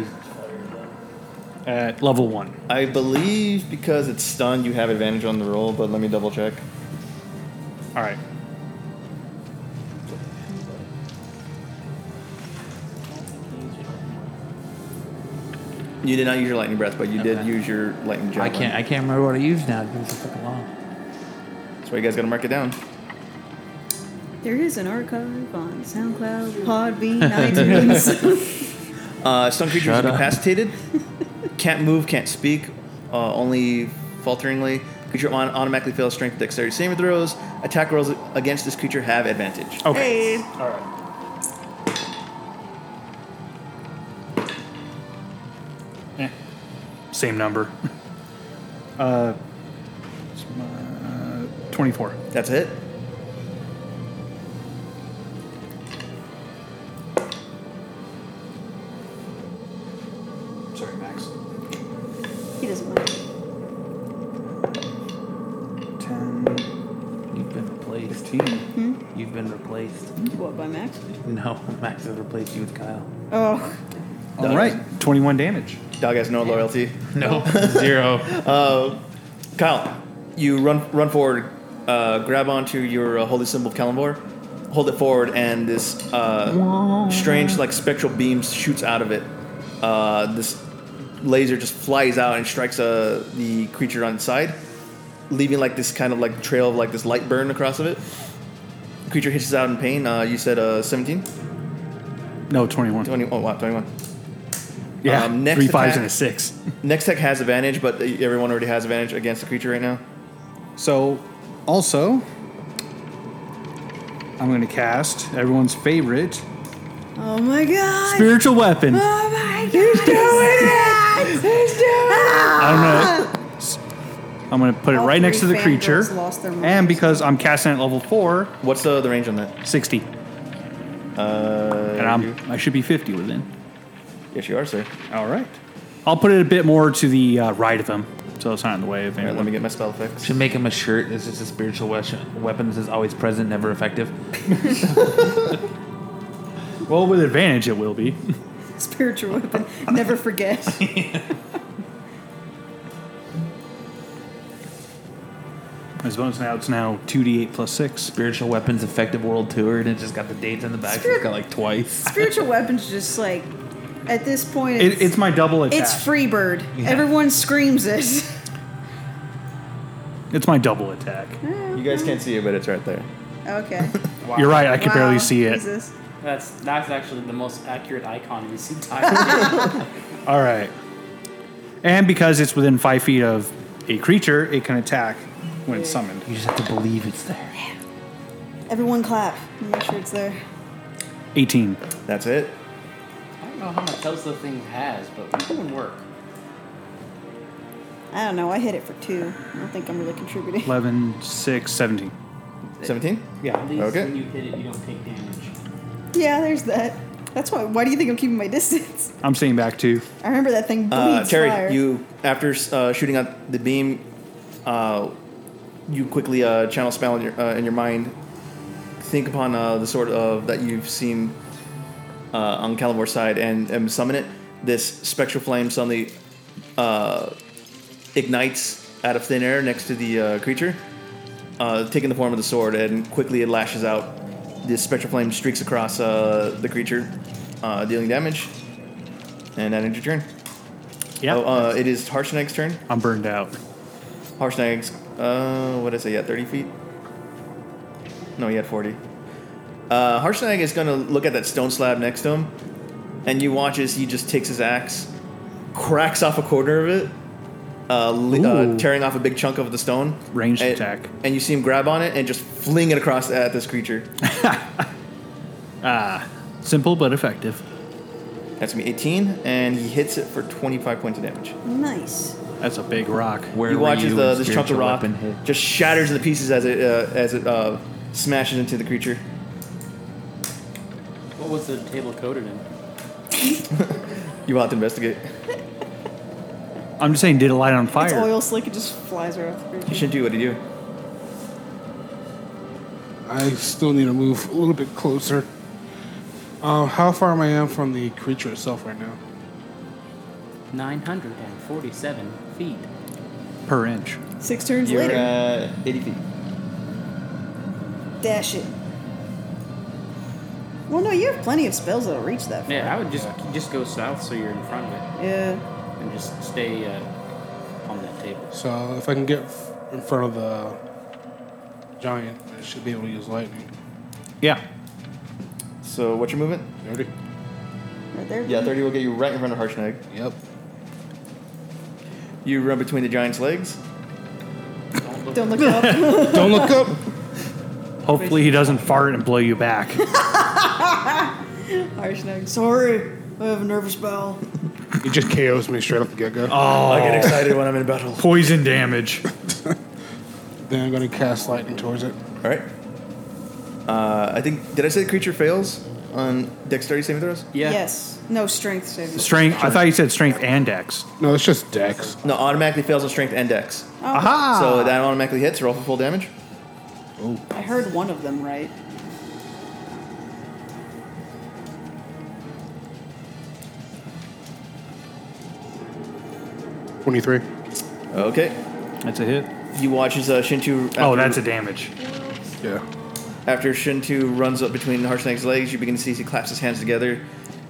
Speaker 5: at level one.
Speaker 7: I believe because it's stunned, you have advantage on the roll, but let me double check.
Speaker 5: All right.
Speaker 7: You did not use your lightning breath, but you did
Speaker 2: Okay.
Speaker 7: use your lightning javelin.
Speaker 2: I can't. I can't remember what I used now. It was so fucking long.
Speaker 7: That's why you guys got to mark it down.
Speaker 6: There is an archive on SoundCloud, Podbean, iTunes.
Speaker 7: Uh, stunned creature is
Speaker 2: Shut up.
Speaker 7: incapacitated. can't move, can't speak, uh, only falteringly. Creature on- automatically fails strength, dexterity, saving throws. Attack rolls against this creature have advantage.
Speaker 5: Okay.
Speaker 6: hey,
Speaker 5: All right. Eh, Same number. Uh, it's my- 24.
Speaker 7: That's it.
Speaker 5: Sorry, Max.
Speaker 6: he doesn't mind.
Speaker 5: 10,
Speaker 2: You've been replaced.
Speaker 5: 15.
Speaker 2: You've been replaced.
Speaker 6: What by Max?
Speaker 2: No, Max has replaced you with Kyle.
Speaker 6: Oh,
Speaker 5: All right, 21 damage.
Speaker 7: Dog has no loyalty.
Speaker 2: No, zero.
Speaker 7: Kyle, you run run forward, uh, grab onto your uh, holy symbol of Kalimbor, hold it forward, and this uh, strange like spectral beam shoots out of it. Uh, this laser just flies out and strikes uh, the creature on its side, leaving like this kind of like trail of like this light burn across of it. The creature hitches out in pain. Uh, you said uh, 17?
Speaker 5: No, 21.
Speaker 7: 20, oh, wow, 21.
Speaker 5: Yeah,
Speaker 7: Um, next
Speaker 5: three fives
Speaker 7: attack.
Speaker 5: and a six.
Speaker 7: Next tech has advantage, but everyone already has advantage against the creature right now.
Speaker 4: So, also,
Speaker 5: I'm going to cast everyone's favorite
Speaker 6: oh my God!
Speaker 5: spiritual weapon.
Speaker 6: Oh my God! He's Ah. doing it! He's doing it!
Speaker 5: I'm gonna, I'm gonna put it
Speaker 6: All
Speaker 5: right next to
Speaker 6: three
Speaker 5: the creature.
Speaker 6: fangirls lost their minds.
Speaker 5: And because I'm casting at level four,
Speaker 7: What's uh, the, the range on that?
Speaker 5: 60.
Speaker 7: Uh,
Speaker 5: And
Speaker 7: you-
Speaker 5: I'm, I should be 50 within.
Speaker 7: Yes, you are, sir.
Speaker 5: All right. I'll put it a bit more to the uh, right of him, so it's not in the way of
Speaker 7: All right,
Speaker 5: anyone.
Speaker 7: let me get my spell fixed.
Speaker 2: Should make him a shirt. It's just a spiritual weapon. Weapon that says always present, never effective.
Speaker 5: well, with advantage, it will be.
Speaker 6: Spiritual weapon. Never forget.
Speaker 5: I suppose now it's now 2d8 plus 6.
Speaker 2: Spiritual weapons effective world tour, and it's just got the dates on the back.
Speaker 6: Spirit-
Speaker 2: It's got like twice.
Speaker 6: Spiritual weapons just like at this point it's
Speaker 5: It, it's my double attack.
Speaker 6: it's Freebird. Everyone screams it.
Speaker 5: It's my double attack.
Speaker 6: Hmm?
Speaker 7: You guys can't see it, but it's right there.
Speaker 6: okay.
Speaker 5: You're right, I can
Speaker 6: Wow,
Speaker 5: barely see it.
Speaker 6: Jesus.
Speaker 3: That's that's actually the most accurate icon in this entire.
Speaker 5: All right. And because it's within 5 feet of a creature, it can attack when it's summoned.
Speaker 2: You just have to believe it's there.
Speaker 6: Everyone clap. Make sure it's there.
Speaker 5: 18.
Speaker 7: That's it.
Speaker 3: I don't know how much else the thing has, but we're doing work.
Speaker 6: I don't know. I hit it for two. I don't think I'm really contributing.
Speaker 5: 11, 6, 17.
Speaker 7: 17?
Speaker 3: Yeah. At least
Speaker 7: Okay.
Speaker 3: when you hit it, you don't take damage.
Speaker 6: yeah, there's that. That's why. Why do you think I'm keeping my distance?
Speaker 5: I'm staying back too.
Speaker 6: I remember that thing bleeds
Speaker 7: Uh, Terry,
Speaker 6: fire.
Speaker 7: you, after uh, shooting out the beam, uh, you quickly uh, channel spell in your, uh, in your mind. Think upon uh, the sort of that you've seen uh, on Calibor's side and, and summon it. This spectral flame suddenly uh, ignites out of thin air next to the uh, creature, uh, taking the form of the sword, and quickly it lashes out. This spectral flame streaks across uh, the creature, uh, dealing damage. And that ends your turn.
Speaker 5: Yeah.
Speaker 7: Oh, uh, it is Harshnag's turn.
Speaker 5: I'm burned out.
Speaker 7: Harshnag's, uh, what did I say? Yeah, 30 feet? No, he had 40. Uh, Harshnag is going to look at that stone slab next to him, and you watch as he just takes his axe, cracks off a corner of it, uh, li- uh,
Speaker 5: Ooh.
Speaker 7: tearing off a big chunk of the stone.
Speaker 5: Ranged
Speaker 7: and,
Speaker 5: attack.
Speaker 7: And you see him grab on it and just fling it across at this creature.
Speaker 5: Ah, simple but effective.
Speaker 7: That's gonna be 18, and he hits it for 25 points of damage.
Speaker 6: Nice.
Speaker 5: That's a big rock.
Speaker 7: he
Speaker 8: were
Speaker 7: watches
Speaker 8: you
Speaker 7: the,
Speaker 8: when
Speaker 7: this chunk of
Speaker 8: spiritual
Speaker 7: rock
Speaker 8: weapon hit?
Speaker 7: just shatters into pieces as it uh, as it uh, smashes into the creature.
Speaker 3: What was the table coded in?
Speaker 7: You will have to investigate.
Speaker 5: I'm just saying, did it light on
Speaker 6: It's
Speaker 5: fire?
Speaker 6: oil slick. It just flies right off the
Speaker 7: You
Speaker 6: creature.
Speaker 7: should do what you do.
Speaker 4: I still need to move a little bit closer. Um, how far am I am from the creature itself right now?
Speaker 3: 947 feet.
Speaker 5: Per inch.
Speaker 6: Six turns
Speaker 7: You're
Speaker 6: later,
Speaker 7: uh, 80 feet.
Speaker 6: dash it. Well, no, you have plenty of spells that'll reach that. Far.
Speaker 3: Yeah, I would just just go south so you're in front of it
Speaker 6: Yeah.
Speaker 3: and just stay uh, on that table.
Speaker 4: So if I can get f- in front of the giant, I should be able to use lightning.
Speaker 5: Yeah.
Speaker 7: So what's your movement?
Speaker 4: Thirty.
Speaker 6: Right there.
Speaker 7: Yeah, 30 will get you right in front of Harshnag.
Speaker 4: Yep.
Speaker 7: You run between the giant's legs.
Speaker 6: Don't look up.
Speaker 4: Don't look up.
Speaker 5: Hopefully he doesn't fart and blow you back.
Speaker 6: Harshnag. Sorry, I have a nervous bowel.
Speaker 4: He just KOs me straight off the get go.
Speaker 6: Oh.
Speaker 7: I get excited when I'm in battle.
Speaker 5: Oh. Poison damage.
Speaker 4: Then I'm going to cast lightning towards it.
Speaker 7: All right. Uh, I think did I say the creature fails on dexterity saving throws?
Speaker 3: Yeah.
Speaker 6: Yes. No strength saving.
Speaker 5: Strength. I thought you said strength and dex.
Speaker 4: No, it's just Dex.
Speaker 7: No, automatically fails on strength and dex.
Speaker 5: Aha!
Speaker 6: Ah.
Speaker 7: So that automatically hits. Roll for full damage.
Speaker 6: Oh, I heard one of them right.
Speaker 4: Twenty-three.
Speaker 7: Okay.
Speaker 5: That's a hit.
Speaker 7: You watch as uh, Shintu.
Speaker 5: Oh,
Speaker 7: after-
Speaker 5: that's a damage.
Speaker 4: Yeah.
Speaker 7: After Shintu runs up between Harshnag's legs, you begin to see as he claps his hands together.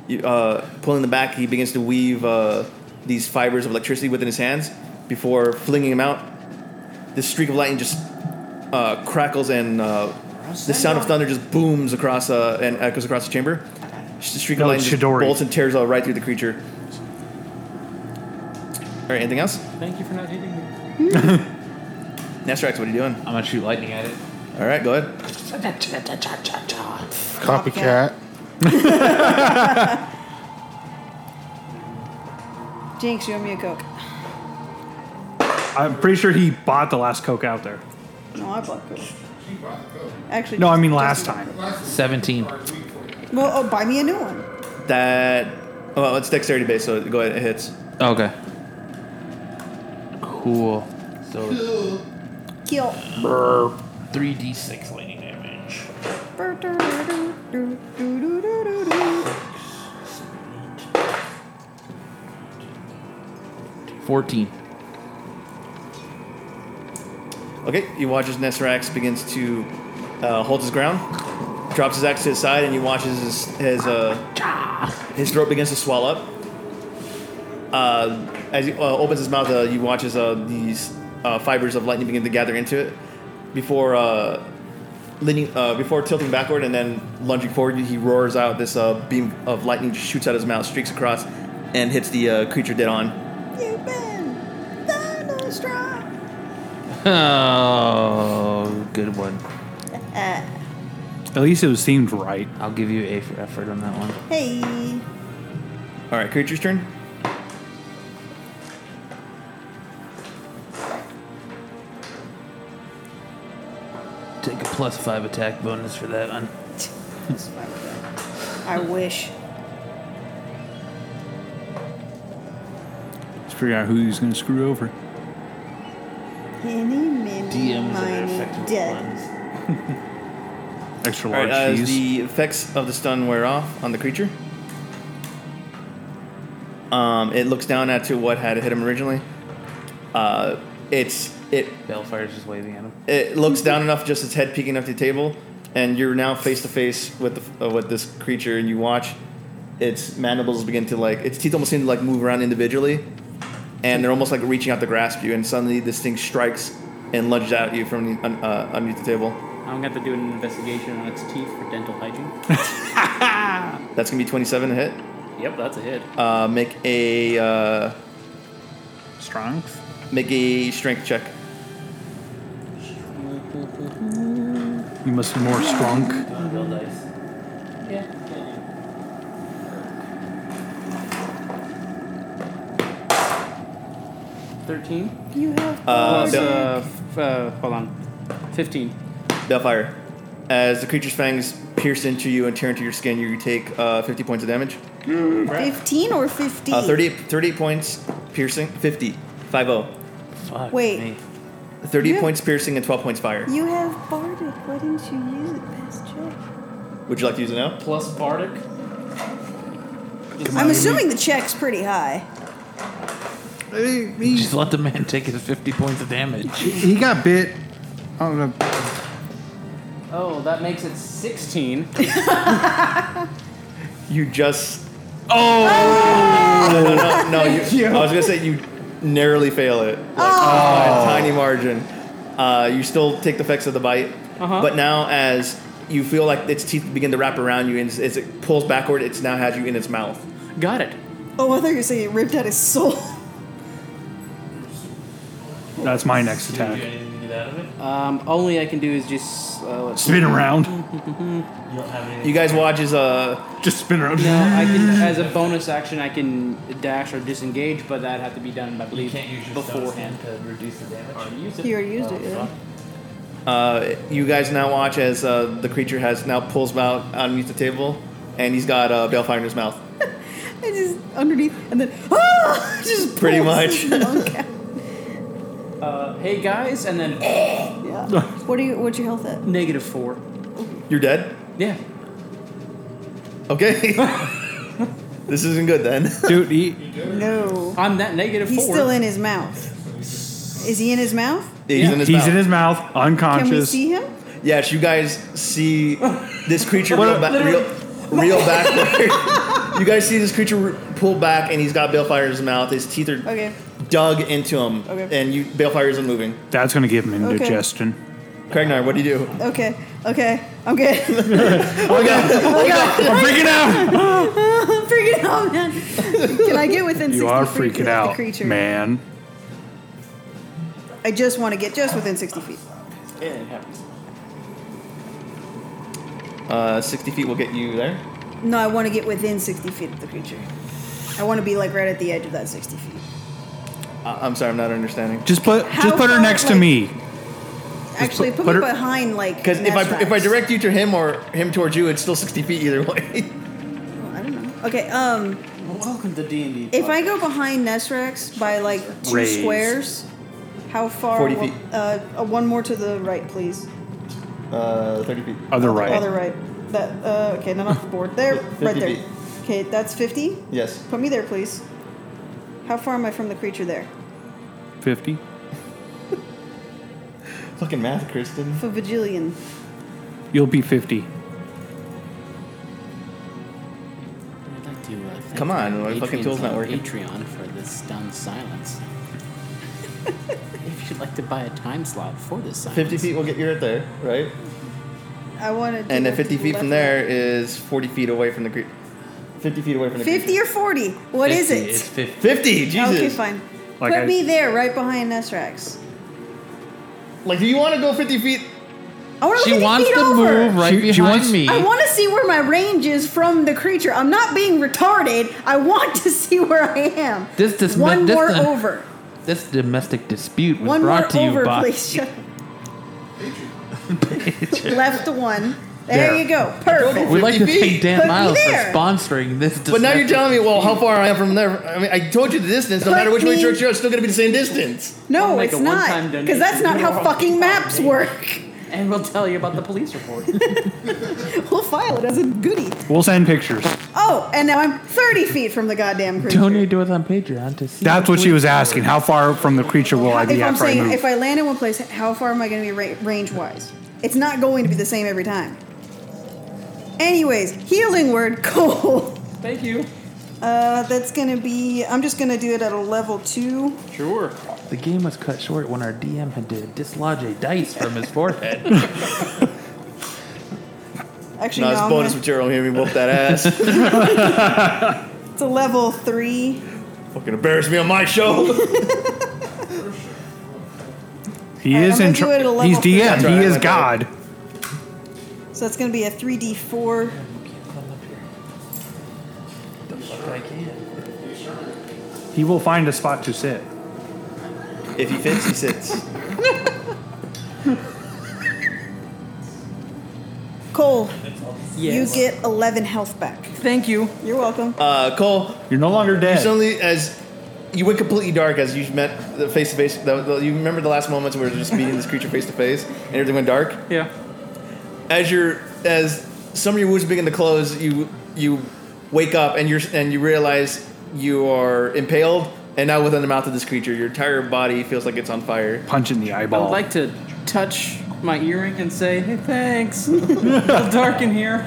Speaker 7: You, uh, pulling them back, he begins to weave uh, these fibers of electricity within his hands before flinging them out. This streak of lightning just uh, crackles and uh, the sound of thunder just booms across uh, and echoes across the chamber. The streak of
Speaker 5: No,
Speaker 7: lightning
Speaker 5: it's
Speaker 7: just
Speaker 5: Chidori.
Speaker 7: bolts and tears uh, right through the creature. All right, anything else?
Speaker 3: Thank you for not hitting me.
Speaker 7: Nasrax, what are you doing?
Speaker 2: I'm gonna shoot lightning at it.
Speaker 7: All right, go ahead.
Speaker 4: Copycat.
Speaker 6: Jinx, you owe me a coke.
Speaker 5: I'm pretty sure he bought the last Coke out there.
Speaker 6: No, I bought coke. Actually,
Speaker 5: No, I
Speaker 6: just-
Speaker 5: mean last
Speaker 6: just-
Speaker 5: time.
Speaker 2: 17.
Speaker 6: Well, oh, buy me a new one.
Speaker 7: That. oh, Well, it's dexterity based, so go ahead. It hits.
Speaker 2: Okay. Cool. So
Speaker 6: Kill.
Speaker 2: 3d6 lightning damage.
Speaker 6: Nice.
Speaker 2: 14.
Speaker 7: Okay, you watch as Nesrax begins to uh, hold his ground, drops his axe to his side, and you watch as his his, uh, his throat begins to swell up. Uh, as he uh, opens his mouth, uh, you watch as uh, these uh, fibers of lightning begin to gather into it. Before uh, leaning, uh, before tilting backward and then lunging forward, he roars out this uh, beam of lightning, just shoots out his mouth, streaks across, and hits the uh, creature dead on.
Speaker 6: You've been thunderstruck.
Speaker 2: Oh, good one.
Speaker 6: Uh,
Speaker 5: At least it was seemed right.
Speaker 2: I'll give you A for effort on that one.
Speaker 6: hey.
Speaker 7: All right, creature's turn.
Speaker 2: Take a plus 5 attack bonus for that one.
Speaker 6: I wish.
Speaker 5: Let's figure out who he's going to screw over.
Speaker 6: Any mini,
Speaker 2: DMs are
Speaker 6: miny,
Speaker 2: effective
Speaker 6: dead.
Speaker 2: ones.
Speaker 5: Extra
Speaker 7: All right,
Speaker 5: large
Speaker 7: as
Speaker 5: cheese.
Speaker 7: the effects of the stun wear off on the creature, um, it looks down at to what had hit him originally. Uh, it's it
Speaker 2: Bellfire's just waving at him.
Speaker 7: it looks down enough, just its head peeking up the table, and you're now face to face with the, uh, with this creature, and you watch its mandibles begin to like its teeth almost seem to like move around individually, and they're almost like reaching out to grasp you, and suddenly this thing strikes and lunges out at you from the, uh, underneath the table.
Speaker 3: I'm gonna have to do an investigation on its teeth for dental hygiene.
Speaker 7: That's gonna be 27 to hit.
Speaker 3: yep, that's a hit.
Speaker 7: Uh, make a uh,
Speaker 5: Strength.
Speaker 7: make a strength check.
Speaker 5: You must be more strong.
Speaker 2: Roll dice. Yeah.
Speaker 3: 13?
Speaker 6: You have
Speaker 7: Uh,
Speaker 6: bardic-
Speaker 7: Bill-
Speaker 3: Uh, f- uh, hold on. 15.
Speaker 7: Bellfire. As the creature's fangs pierce into you and tear into your skin, you take uh, 50 points of damage.
Speaker 6: 15 or 50?
Speaker 7: Uh, 38, 38 points piercing, 50, 50.
Speaker 2: Fuck
Speaker 6: Wait.
Speaker 2: me.
Speaker 7: 30
Speaker 6: Yeah.
Speaker 7: points piercing and 12 points fire.
Speaker 6: You have bardic. Why didn't you use it past check?
Speaker 7: Would you like to use it now?
Speaker 3: Plus Bardic?
Speaker 6: I'm assuming the check's pretty high.
Speaker 2: Just let the man take his 50 points of damage.
Speaker 4: He got bit. I don't know.
Speaker 3: Oh, that makes it 16.
Speaker 7: You just. Oh! No, no, no. no you, Oh. I was going to say you narrowly fail it. Like, by a tiny margin. Uh, you still take the effects of the bite.
Speaker 3: Uh-huh.
Speaker 7: But now, as you feel like its teeth begin to wrap around you and as it pulls backward, it's now has you in its mouth.
Speaker 3: Got it.
Speaker 6: Oh, I thought you were saying it ripped out his soul.
Speaker 5: That's my next attack.
Speaker 3: Um, only I can do is just. Uh, let's
Speaker 5: Spin around.
Speaker 7: You guys watch as uh,
Speaker 5: Just spin around.
Speaker 3: No, Uh, I can. As a bonus action, I can dash or disengage, but that'd have to be done, I believe, beforehand.
Speaker 2: to reduce the damage.
Speaker 6: You already used it, yeah.
Speaker 7: Uh, you guys now watch as uh, the creature has now pulls out underneath the table, and he's got uh, Balefire in his mouth.
Speaker 6: I just underneath and then ah, just
Speaker 7: Pretty
Speaker 6: pulls
Speaker 7: much.
Speaker 6: his lung out.
Speaker 3: Uh, hey guys, and then
Speaker 6: yeah. What do you? What's your health at?
Speaker 3: negative four.
Speaker 7: You're dead.
Speaker 3: Yeah.
Speaker 7: Okay. this isn't good then.
Speaker 5: Dude, he,
Speaker 6: No.
Speaker 3: I'm that negative
Speaker 6: He's
Speaker 3: four.
Speaker 6: still in his mouth. Is he in his mouth?
Speaker 7: He's in his
Speaker 5: he's
Speaker 7: mouth.
Speaker 5: in his mouth,
Speaker 6: Can we
Speaker 5: unconscious.
Speaker 6: see him?
Speaker 7: yes, you guys see this creature reel, ba-
Speaker 3: literally-
Speaker 7: reel, reel backward. you guys see this creature re- pull back, and he's got Balefire in his mouth. His teeth are
Speaker 6: Okay.
Speaker 7: dug into him,
Speaker 6: Okay.
Speaker 7: and you Balefire isn't moving.
Speaker 5: That's gonna give him
Speaker 6: Okay.
Speaker 5: indigestion.
Speaker 7: Kragnar, what do you do?
Speaker 6: Okay. Okay. I'm good.
Speaker 7: Oh my god! Oh my god!
Speaker 5: I'm freaking out.
Speaker 6: I'm freaking out, man. Can I get within?
Speaker 5: You
Speaker 6: 60
Speaker 5: are
Speaker 6: feet of
Speaker 5: freaking
Speaker 6: the
Speaker 5: out,
Speaker 6: creature?
Speaker 5: man.
Speaker 6: I just want to get just within 60 feet.
Speaker 3: Yeah, it happens.
Speaker 7: Uh, Sixty feet will get you there.
Speaker 6: No, I want to get within 60 feet of the creature. I want to be like right at the edge of that 60 feet.
Speaker 7: I- I'm sorry, I'm not understanding.
Speaker 5: Just put,
Speaker 6: How
Speaker 5: just put her
Speaker 6: far,
Speaker 5: next to
Speaker 6: like-
Speaker 5: me.
Speaker 6: Actually, put,
Speaker 5: put her-
Speaker 6: me behind like.
Speaker 7: Because if I
Speaker 6: Nash
Speaker 7: if I
Speaker 6: Max.
Speaker 7: direct you to him or him towards you, it's still sixty feet either way.
Speaker 6: I don't know. Okay. Um.
Speaker 3: Welcome to D and D.
Speaker 6: If I go behind Nesrex by like two
Speaker 5: Raised.
Speaker 6: squares, how far?
Speaker 7: 40
Speaker 6: will-
Speaker 7: feet.
Speaker 6: Uh, uh, one more to the right, please.
Speaker 7: Uh, thirty feet.
Speaker 5: Other right.
Speaker 6: Other right. That. Uh, okay, not off the board. There,
Speaker 7: Fifty
Speaker 6: right there.
Speaker 7: feet.
Speaker 6: Okay, that's fifty.
Speaker 7: Yes.
Speaker 6: Put me there, please. How far am I from the creature there?
Speaker 5: 50.
Speaker 7: Fucking math, Kristen.
Speaker 6: For Vigilian.
Speaker 5: You'll be 50.
Speaker 8: I'd like to. Uh, thank
Speaker 7: Come on, my
Speaker 8: Patreon
Speaker 7: fucking tool's not
Speaker 8: for
Speaker 7: working.
Speaker 8: Patreon for this dumb silence. if you'd like to buy a time slot for this silence,
Speaker 7: Fifty feet will get you right there, right?
Speaker 6: I wanted. to
Speaker 7: And
Speaker 6: go
Speaker 7: then
Speaker 6: to
Speaker 7: fifty
Speaker 6: the
Speaker 7: feet from
Speaker 6: left.
Speaker 7: there is forty feet away from the creature. Fifty feet away from the
Speaker 6: Fifty
Speaker 7: creature.
Speaker 6: or forty? What is
Speaker 2: 50,
Speaker 6: it?
Speaker 2: It's 50.
Speaker 7: Fifty. Jesus.
Speaker 6: Okay, fine.
Speaker 5: Like
Speaker 6: Put
Speaker 5: I-
Speaker 6: me there, right behind Nesrax.
Speaker 7: Like, do you want to go fifty feet?
Speaker 6: I want to look at
Speaker 2: She
Speaker 6: the
Speaker 2: wants
Speaker 6: feet
Speaker 2: to
Speaker 6: over.
Speaker 2: move right
Speaker 5: She-
Speaker 2: behind
Speaker 5: she wants-
Speaker 2: me.
Speaker 6: I want to see where my range is from the creature. I'm not being retarded. I want to see where I am.
Speaker 2: This- this-
Speaker 6: one
Speaker 2: this-
Speaker 6: more
Speaker 2: uh,
Speaker 6: over.
Speaker 2: This domestic dispute was
Speaker 6: One more
Speaker 2: brought to you
Speaker 6: over,
Speaker 2: by.
Speaker 6: please. Shut Left one. There,
Speaker 5: There.
Speaker 6: you go. Perfect.
Speaker 2: We'd like to
Speaker 7: 50
Speaker 2: thank Dan
Speaker 6: Put me
Speaker 2: Miles for
Speaker 6: there.
Speaker 2: sponsoring this.
Speaker 7: But now you're
Speaker 2: discussion.
Speaker 7: telling me, well, how far I am from there? I mean, I told you the distance. No
Speaker 6: Put
Speaker 7: matter which way
Speaker 6: me-
Speaker 7: you are, it's still gonna be the same distance.
Speaker 3: I'll
Speaker 6: No,
Speaker 3: make
Speaker 6: it's
Speaker 3: a one-time
Speaker 6: not. Because that's
Speaker 3: donation.
Speaker 6: not how fucking maps work.
Speaker 3: and we'll tell you about the police report.
Speaker 6: We'll file it as a goodie.
Speaker 5: We'll send pictures.
Speaker 6: Oh, and now I'm 30 feet from the goddamn creature.
Speaker 2: Donate to us on Patreon to see.
Speaker 5: That's what she was asking. How far from the creature will I
Speaker 6: if
Speaker 5: be
Speaker 6: I'm
Speaker 5: after I
Speaker 6: saying, if
Speaker 5: move?
Speaker 6: I land in one place, how far am I going to be ra- range wise? It's not going to be the same every time. Anyways, healing word, cool.
Speaker 3: Thank you.
Speaker 6: Uh, that's going to be. I'm just going to do it at a level two.
Speaker 3: Sure.
Speaker 2: The game was cut short when our DM had to dislodge a dice from his forehead.
Speaker 6: Actually,
Speaker 7: No,
Speaker 6: no,
Speaker 7: it's
Speaker 6: I'm
Speaker 7: bonus
Speaker 6: gonna-
Speaker 7: material here. We whoop that ass.
Speaker 6: it's a level three.
Speaker 7: Fucking embarrass me on my show.
Speaker 5: He
Speaker 6: Alright,
Speaker 5: is
Speaker 6: I'm
Speaker 5: in
Speaker 6: gonna do it at
Speaker 5: charge.
Speaker 6: a level
Speaker 5: He's
Speaker 6: three.
Speaker 5: DM.
Speaker 7: That's right,
Speaker 5: He is
Speaker 7: that's right.
Speaker 5: God.
Speaker 6: So that's going to be a 3d4.
Speaker 5: He will find a spot to sit.
Speaker 7: If he fits, he sits.
Speaker 6: Cole,
Speaker 8: Yes.
Speaker 6: you get 11 health back.
Speaker 3: Thank you.
Speaker 6: You're welcome.
Speaker 7: Uh, Cole,
Speaker 5: You're no longer
Speaker 7: you
Speaker 5: dead.
Speaker 7: suddenly as you went completely dark as you met the face to face. You remember the last moments where we were just meeting this creature face to face, and everything went dark.
Speaker 3: Yeah.
Speaker 7: as your as some of your wounds begin to close, you you wake up and you're and you realize you are impaled, and now within the mouth of this creature, your entire body feels like it's on fire.
Speaker 5: Punch in the
Speaker 3: I
Speaker 5: eyeball.
Speaker 3: would like to touch my earring and say, hey, thanks. a little dark in here.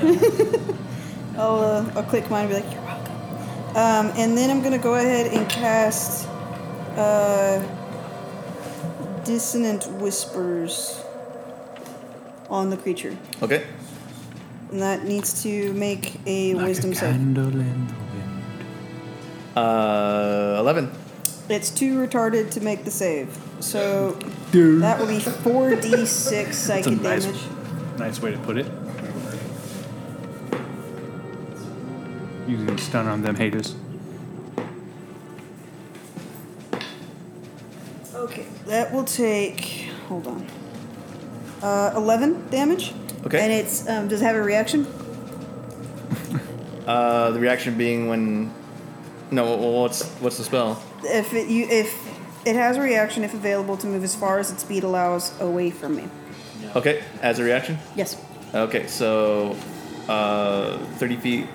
Speaker 6: I'll, uh, I'll click mine and be like, you're welcome. Um, and then I'm going to go ahead and cast uh, Dissonant Whispers on the creature.
Speaker 7: Okay.
Speaker 6: And that needs to make a wisdom save.
Speaker 7: Uh, eleven.
Speaker 6: It's too retarded to make the save. So that will be 4d6 psychic
Speaker 5: nice-
Speaker 6: damage.
Speaker 5: Nice way to put it. Using stun on them haters.
Speaker 6: Okay, that will take. Hold on. Uh, 11 damage.
Speaker 7: Okay.
Speaker 6: And it's um, does it have a reaction?
Speaker 7: Uh, the reaction being when. No, well, what's what's the spell?
Speaker 6: If it you if it has a reaction, if available, to move as far as its speed allows away from me.
Speaker 7: Okay, as a reaction.
Speaker 6: Yes.
Speaker 7: Okay, so uh, thirty feet.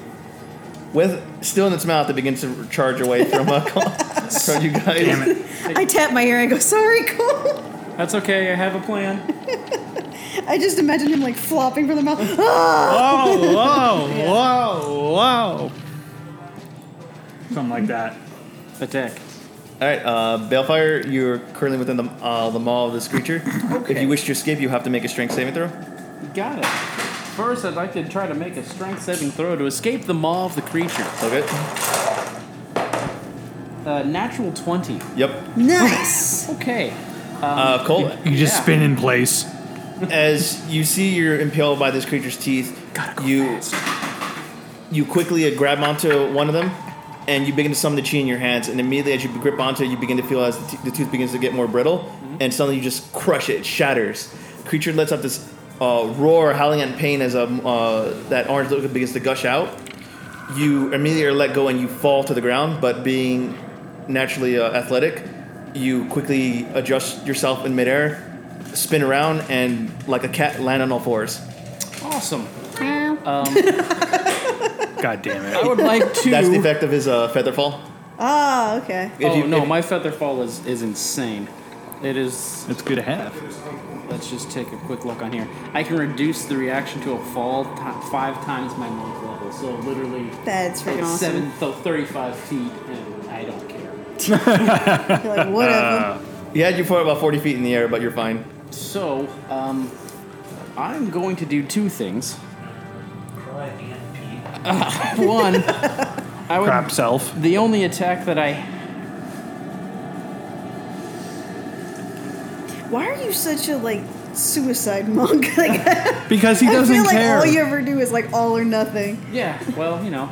Speaker 7: With still in its mouth, it begins to charge away from uh, from you guys. Damn it!
Speaker 6: I tap my ear and go, "Sorry, Cole."
Speaker 3: That's okay. I have a plan.
Speaker 6: I just imagine him like flopping from the mouth. Ah!
Speaker 5: Oh, wow, wow, wow. Something like that.
Speaker 3: Attack.
Speaker 7: All right, uh, Balefire, you're currently within the, uh, the maw of this creature. If you wish to escape, you have to make a strength saving throw.
Speaker 3: Got it. First, I'd like to try to make a strength saving throw to escape the maw of the creature.
Speaker 7: Okay.
Speaker 3: Uh, natural 20.
Speaker 7: Yep.
Speaker 6: Nice.
Speaker 3: Okay.
Speaker 7: Uh, Cole,
Speaker 5: You just
Speaker 3: Yeah.
Speaker 5: spin in place.
Speaker 7: as you see you're impaled by this creature's teeth, you you quickly uh, grab onto one of them, and you begin to summon the chi in your hands. And immediately, as you grip onto it, you begin to feel as the, t- the tooth begins to get more brittle, and suddenly you just crush it. It shatters. creature lets out this uh, roar, howling in pain as um, uh, that orange liquid begins to gush out. You immediately are let go and you fall to the ground, but being naturally uh, athletic, you quickly adjust yourself in midair, spin around, and like a cat, land on all fours.
Speaker 3: Awesome.
Speaker 5: God damn it.
Speaker 3: I would like to.
Speaker 7: That's the effect of his uh, feather fall.
Speaker 6: Ah, okay.
Speaker 7: If
Speaker 3: oh,
Speaker 7: you-
Speaker 3: no,
Speaker 7: if-
Speaker 3: my feather fall is, is insane. It is.
Speaker 5: It's good to have.
Speaker 3: Let's just take a quick look on here. I can reduce the reaction to a fall ti five times my monk level. So literally,
Speaker 6: That's freaking
Speaker 3: it's
Speaker 6: awesome.
Speaker 3: seven, so 35 feet, and I don't care.
Speaker 6: You're like whatever.
Speaker 7: You had you for about 40 feet in the air, but you're fine.
Speaker 3: So, um, I'm going to do two things. Uh, one, I would
Speaker 5: Crap self.
Speaker 3: The only attack that I
Speaker 6: Why are you such a like suicide monk? like
Speaker 5: Because he
Speaker 6: I
Speaker 5: doesn't
Speaker 6: feel like
Speaker 5: care.
Speaker 6: all you ever do is like all or nothing.
Speaker 3: yeah, well, you know,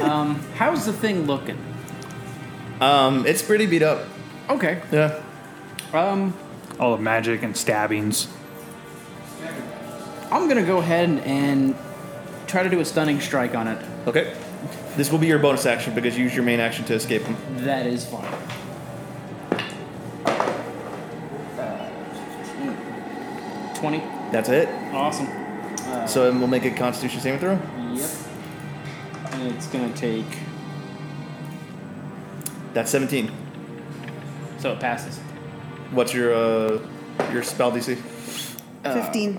Speaker 3: um, how's the thing looking?
Speaker 7: Um, it's pretty beat up.
Speaker 3: Okay.
Speaker 7: Yeah.
Speaker 3: Um,
Speaker 5: All the magic and stabbings.
Speaker 3: I'm gonna go ahead and try to do a stunning strike on it.
Speaker 7: Okay. This will be your bonus action because you use your main action to escape him.
Speaker 3: That is fine. Uh, Twenty.
Speaker 7: That's it.
Speaker 3: Awesome.
Speaker 7: So we'll make a Constitution saving throw.
Speaker 3: Yep. And it's gonna take.
Speaker 7: That's 17.
Speaker 3: So it passes.
Speaker 7: What's your uh, your spell DC? Ah.
Speaker 6: Fifteen.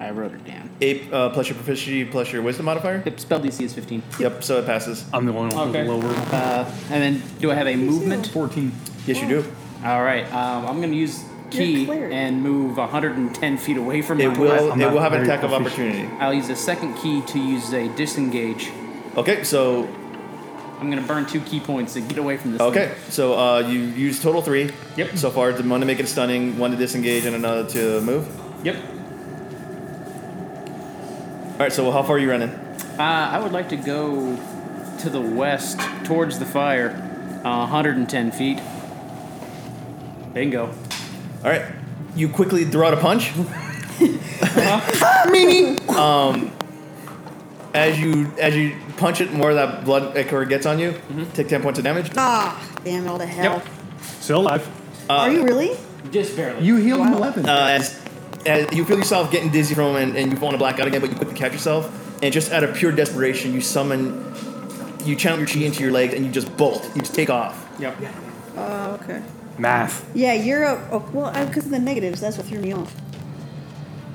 Speaker 3: I wrote it down.
Speaker 7: Eight uh, plus your proficiency plus your wisdom modifier.
Speaker 3: Yep, Spell DC is fifteen.
Speaker 7: Yep. So it passes.
Speaker 5: I'm the one with
Speaker 3: Okay.
Speaker 5: the lower.
Speaker 3: Uh, and then do I have a movement?
Speaker 5: 14.
Speaker 7: Yes, you do.
Speaker 3: All right. Um, I'm gonna use key
Speaker 6: cleared.
Speaker 3: and move 110 feet away from
Speaker 7: It
Speaker 3: my
Speaker 7: will.
Speaker 5: I'm
Speaker 7: it
Speaker 5: not
Speaker 7: will have an
Speaker 5: very
Speaker 7: attack of
Speaker 5: proficient.
Speaker 7: opportunity.
Speaker 3: I'll use the second key to use a disengage.
Speaker 7: Okay. So
Speaker 3: I'm gonna burn two key points to get away from this. thing.
Speaker 7: okay. So uh, you use total three.
Speaker 3: Yep.
Speaker 7: So far, one to make it stunning, one to disengage, and another to move.
Speaker 3: Yep.
Speaker 7: All right. So how far are you running?
Speaker 3: Uh, I would like to go to the west towards the fire, uh, 110 feet. Bingo.
Speaker 7: All right, you quickly throw out a punch. Meaning, um, as you as you punch it, more of that blood liquor gets on you.
Speaker 3: Mm-hmm.
Speaker 7: Take ten points of damage.
Speaker 6: Ah, damn it all to hell.
Speaker 5: Still alive.
Speaker 6: Are you really?
Speaker 3: Just barely.
Speaker 5: You healed him 11.
Speaker 7: Uh, as, as you feel yourself getting dizzy from him and, and you want to black out again, but you quickly catch yourself. And just out of pure desperation, you summon, you channel your chi into your legs, and you just bolt. You just take off.
Speaker 3: Yep.
Speaker 6: Oh, okay.
Speaker 5: Math.
Speaker 6: Yeah, you're up. Oh, well, because of the negatives, that's what threw me off.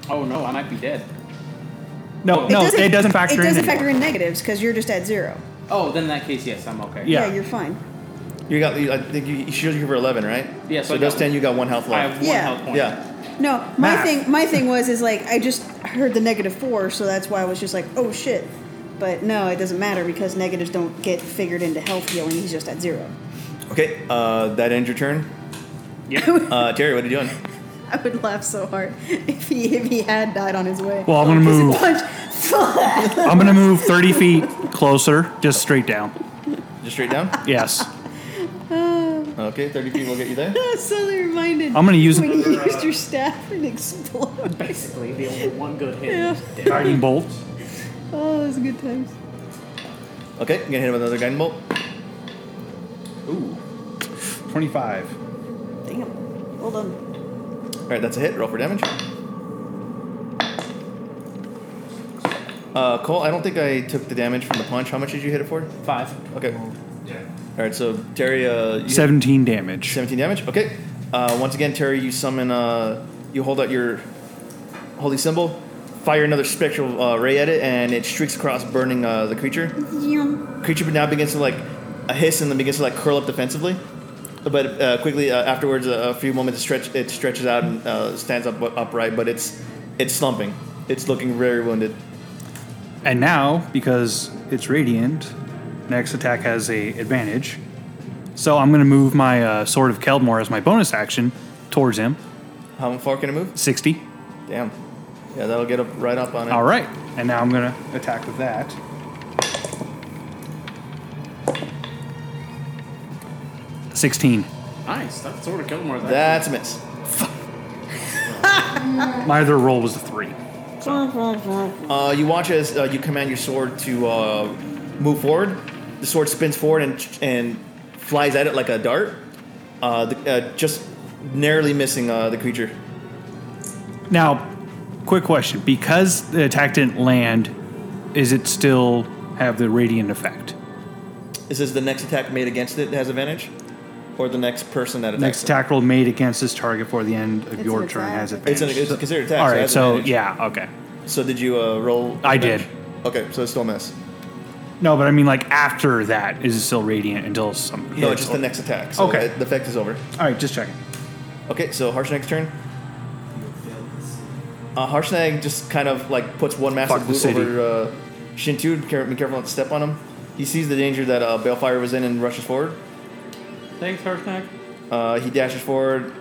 Speaker 3: Oh no, I might be dead.
Speaker 5: No,
Speaker 6: It
Speaker 5: no, it doesn't factor in.
Speaker 6: It doesn't
Speaker 5: anymore.
Speaker 6: factor in negatives because you're just at zero.
Speaker 3: Oh, then in that case, yes, I'm okay.
Speaker 5: Yeah.
Speaker 6: yeah you're fine.
Speaker 7: You got, I think you, you should for eleven, right?
Speaker 3: Yeah, so
Speaker 7: So
Speaker 3: I
Speaker 7: those
Speaker 3: got-
Speaker 7: ten, you got one health
Speaker 3: I
Speaker 7: left.
Speaker 3: have one
Speaker 6: Yeah.
Speaker 3: health point.
Speaker 7: Yeah.
Speaker 6: No, my
Speaker 5: Math.
Speaker 6: thing my thing was is like I just heard the negative four, so that's why I was just like, oh shit. But no, it doesn't matter because negatives don't get figured into health healing. He's just at zero.
Speaker 7: Okay. Uh, that ends your turn.
Speaker 3: Yep.
Speaker 7: Uh, Terry, what are you doing?
Speaker 6: I would laugh so hard if he if he had died on his way.
Speaker 5: Well, I'm gonna
Speaker 6: 'Cause it
Speaker 5: move.
Speaker 6: punched-
Speaker 5: I'm going to move 30 feet closer, just straight down.
Speaker 7: Just straight down.
Speaker 5: Yes.
Speaker 7: Okay, thirty feet will get you there.
Speaker 6: Suddenly reminded.
Speaker 5: I'm gonna use-
Speaker 6: when you used your staff and explode.
Speaker 8: Basically, the only one good hit.
Speaker 6: Yeah.
Speaker 5: Guiding bolts.
Speaker 6: Oh, those are good times.
Speaker 7: Okay, you're gonna hit him with another guiding bolt.
Speaker 5: Ooh. 25.
Speaker 6: Damn. Hold on.
Speaker 7: All right, that's a hit. Roll for damage. Uh, Cole, I don't think I took the damage from the punch. How much did you hit it for?
Speaker 3: Five.
Speaker 7: Okay. All right, so Terry, uh, you hit
Speaker 5: 17 damage.
Speaker 7: 17 damage. Okay. Uh, once again, Terry, you summon. Uh, you hold out your holy symbol, fire another spectral uh, ray at it, and it streaks across, burning uh, the creature.
Speaker 6: Yum.
Speaker 7: Creature now begins to like a hiss and then begins to like curl up defensively. But uh, quickly uh, afterwards, uh, a few moments, it, stretch, it stretches out and uh, stands up upright. But it's it's slumping. It's looking very wounded.
Speaker 5: And now, because it's radiant, next attack has a advantage. So I'm going to move my uh, Sword of Keldmore as my bonus action towards him.
Speaker 7: How far can it move?
Speaker 5: 60.
Speaker 7: Damn. Yeah, that'll get up right up on it.
Speaker 5: All right. And now I'm going to attack with that. Sixteen.
Speaker 8: Nice. That sort of killed more than
Speaker 7: That's a miss.
Speaker 5: My other roll was a three.
Speaker 7: Uh, you watch as uh, you command your sword to uh, move forward. The sword spins forward and and flies at it like a dart, uh, the, uh, just narrowly missing uh, the creature.
Speaker 5: Now, quick question: because the attack didn't land, is it still have the radiant effect?
Speaker 7: This is the next attack made against it has advantage, or the next person that attacks.
Speaker 5: Next
Speaker 7: it?
Speaker 5: attack roll made against this target before the end of
Speaker 6: It's
Speaker 5: your
Speaker 6: an
Speaker 5: turn
Speaker 6: attack.
Speaker 5: has
Speaker 7: It's,
Speaker 5: advantage.
Speaker 7: an, it's considered attack.
Speaker 5: All
Speaker 7: it
Speaker 5: right,
Speaker 7: has
Speaker 5: so
Speaker 7: advantage.
Speaker 5: yeah, okay.
Speaker 7: So did you uh, roll?
Speaker 5: I did.
Speaker 7: Okay, so it's still a miss.
Speaker 5: No, but I mean, like after that, is it still radiant until some?
Speaker 7: No,
Speaker 5: hit
Speaker 7: it's just
Speaker 5: or-
Speaker 7: the next attack. So
Speaker 5: Okay.
Speaker 7: it- the effect is over.
Speaker 5: All right, just checking.
Speaker 7: Okay, so Harshnag's turn. Uh, Harshnag just kind of like puts one massive
Speaker 5: Fuck the
Speaker 7: boot
Speaker 5: city.
Speaker 7: over uh, Shintu. Care- Be careful not to step on him. He sees the danger that uh, Balefire was in and rushes forward.
Speaker 3: Thanks, Harshnag.
Speaker 7: Uh, he dashes forward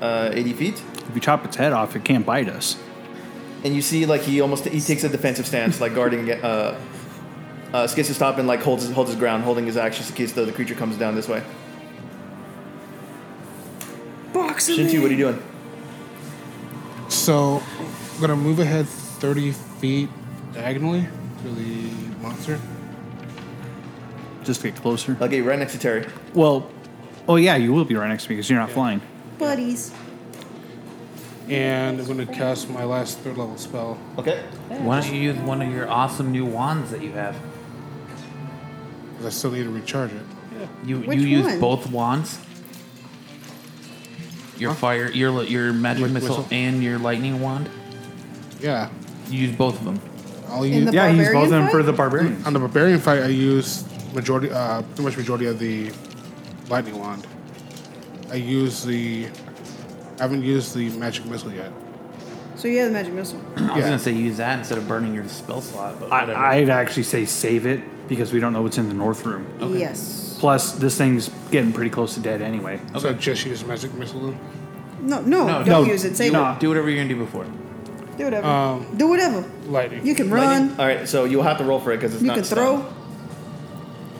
Speaker 7: uh, 80 feet,
Speaker 5: If you chop its head off, it can't bite us.
Speaker 7: and you see like he almost he takes a defensive stance, like guarding. Uh, uh, skits to stop and like holds his, holds his ground, holding his axe just in case the, the creature comes down this way.
Speaker 6: Boxing.
Speaker 7: Shintu, what are you doing?
Speaker 4: So I'm gonna move ahead 30 feet diagonally to the monster.
Speaker 5: Just get closer.
Speaker 7: Okay, right next to Terry.
Speaker 5: Well, oh yeah, you will be right next to me because you're not flying.
Speaker 6: buddies?
Speaker 4: And I'm gonna cast my last third level spell.
Speaker 7: Okay.
Speaker 2: Why don't you use one of your awesome new wands that you have?
Speaker 4: 'cause I still need to recharge it.
Speaker 2: You
Speaker 6: Which
Speaker 2: you use
Speaker 6: one?
Speaker 2: both wands. Your fire, your li- your magic
Speaker 4: Which
Speaker 2: missile,
Speaker 4: whistle?
Speaker 2: and your lightning wand.
Speaker 4: Yeah.
Speaker 2: You use both of them.
Speaker 4: I'll
Speaker 6: In
Speaker 4: use
Speaker 6: the
Speaker 5: yeah, he's both of
Speaker 6: barbarian
Speaker 5: them for
Speaker 6: fight?
Speaker 5: the barbarian.
Speaker 4: on the barbarian fight. I used majority, uh, pretty much majority of the lightning wand. I use the. I haven't used the magic missile yet.
Speaker 6: So you have the magic missile.
Speaker 2: I was
Speaker 4: Yeah.
Speaker 2: gonna say use that instead of burning your spell slot, but whatever.
Speaker 5: I, I'd actually say save it because we don't know what's in the north room.
Speaker 6: Yes.
Speaker 5: Plus, this thing's getting pretty close to dead anyway.
Speaker 4: So I just use magic missile. Then.
Speaker 6: No, no,
Speaker 2: No,
Speaker 6: don't
Speaker 5: no,
Speaker 6: use it. Save
Speaker 5: no.
Speaker 2: do whatever you're gonna do before.
Speaker 6: it. Do whatever.
Speaker 4: Um,
Speaker 6: do whatever.
Speaker 4: Lightning.
Speaker 6: You can
Speaker 7: Lightning?
Speaker 6: run.
Speaker 7: All right, so you'll have to roll for it because it's
Speaker 6: You
Speaker 7: not
Speaker 6: can
Speaker 7: stunned.
Speaker 6: throw.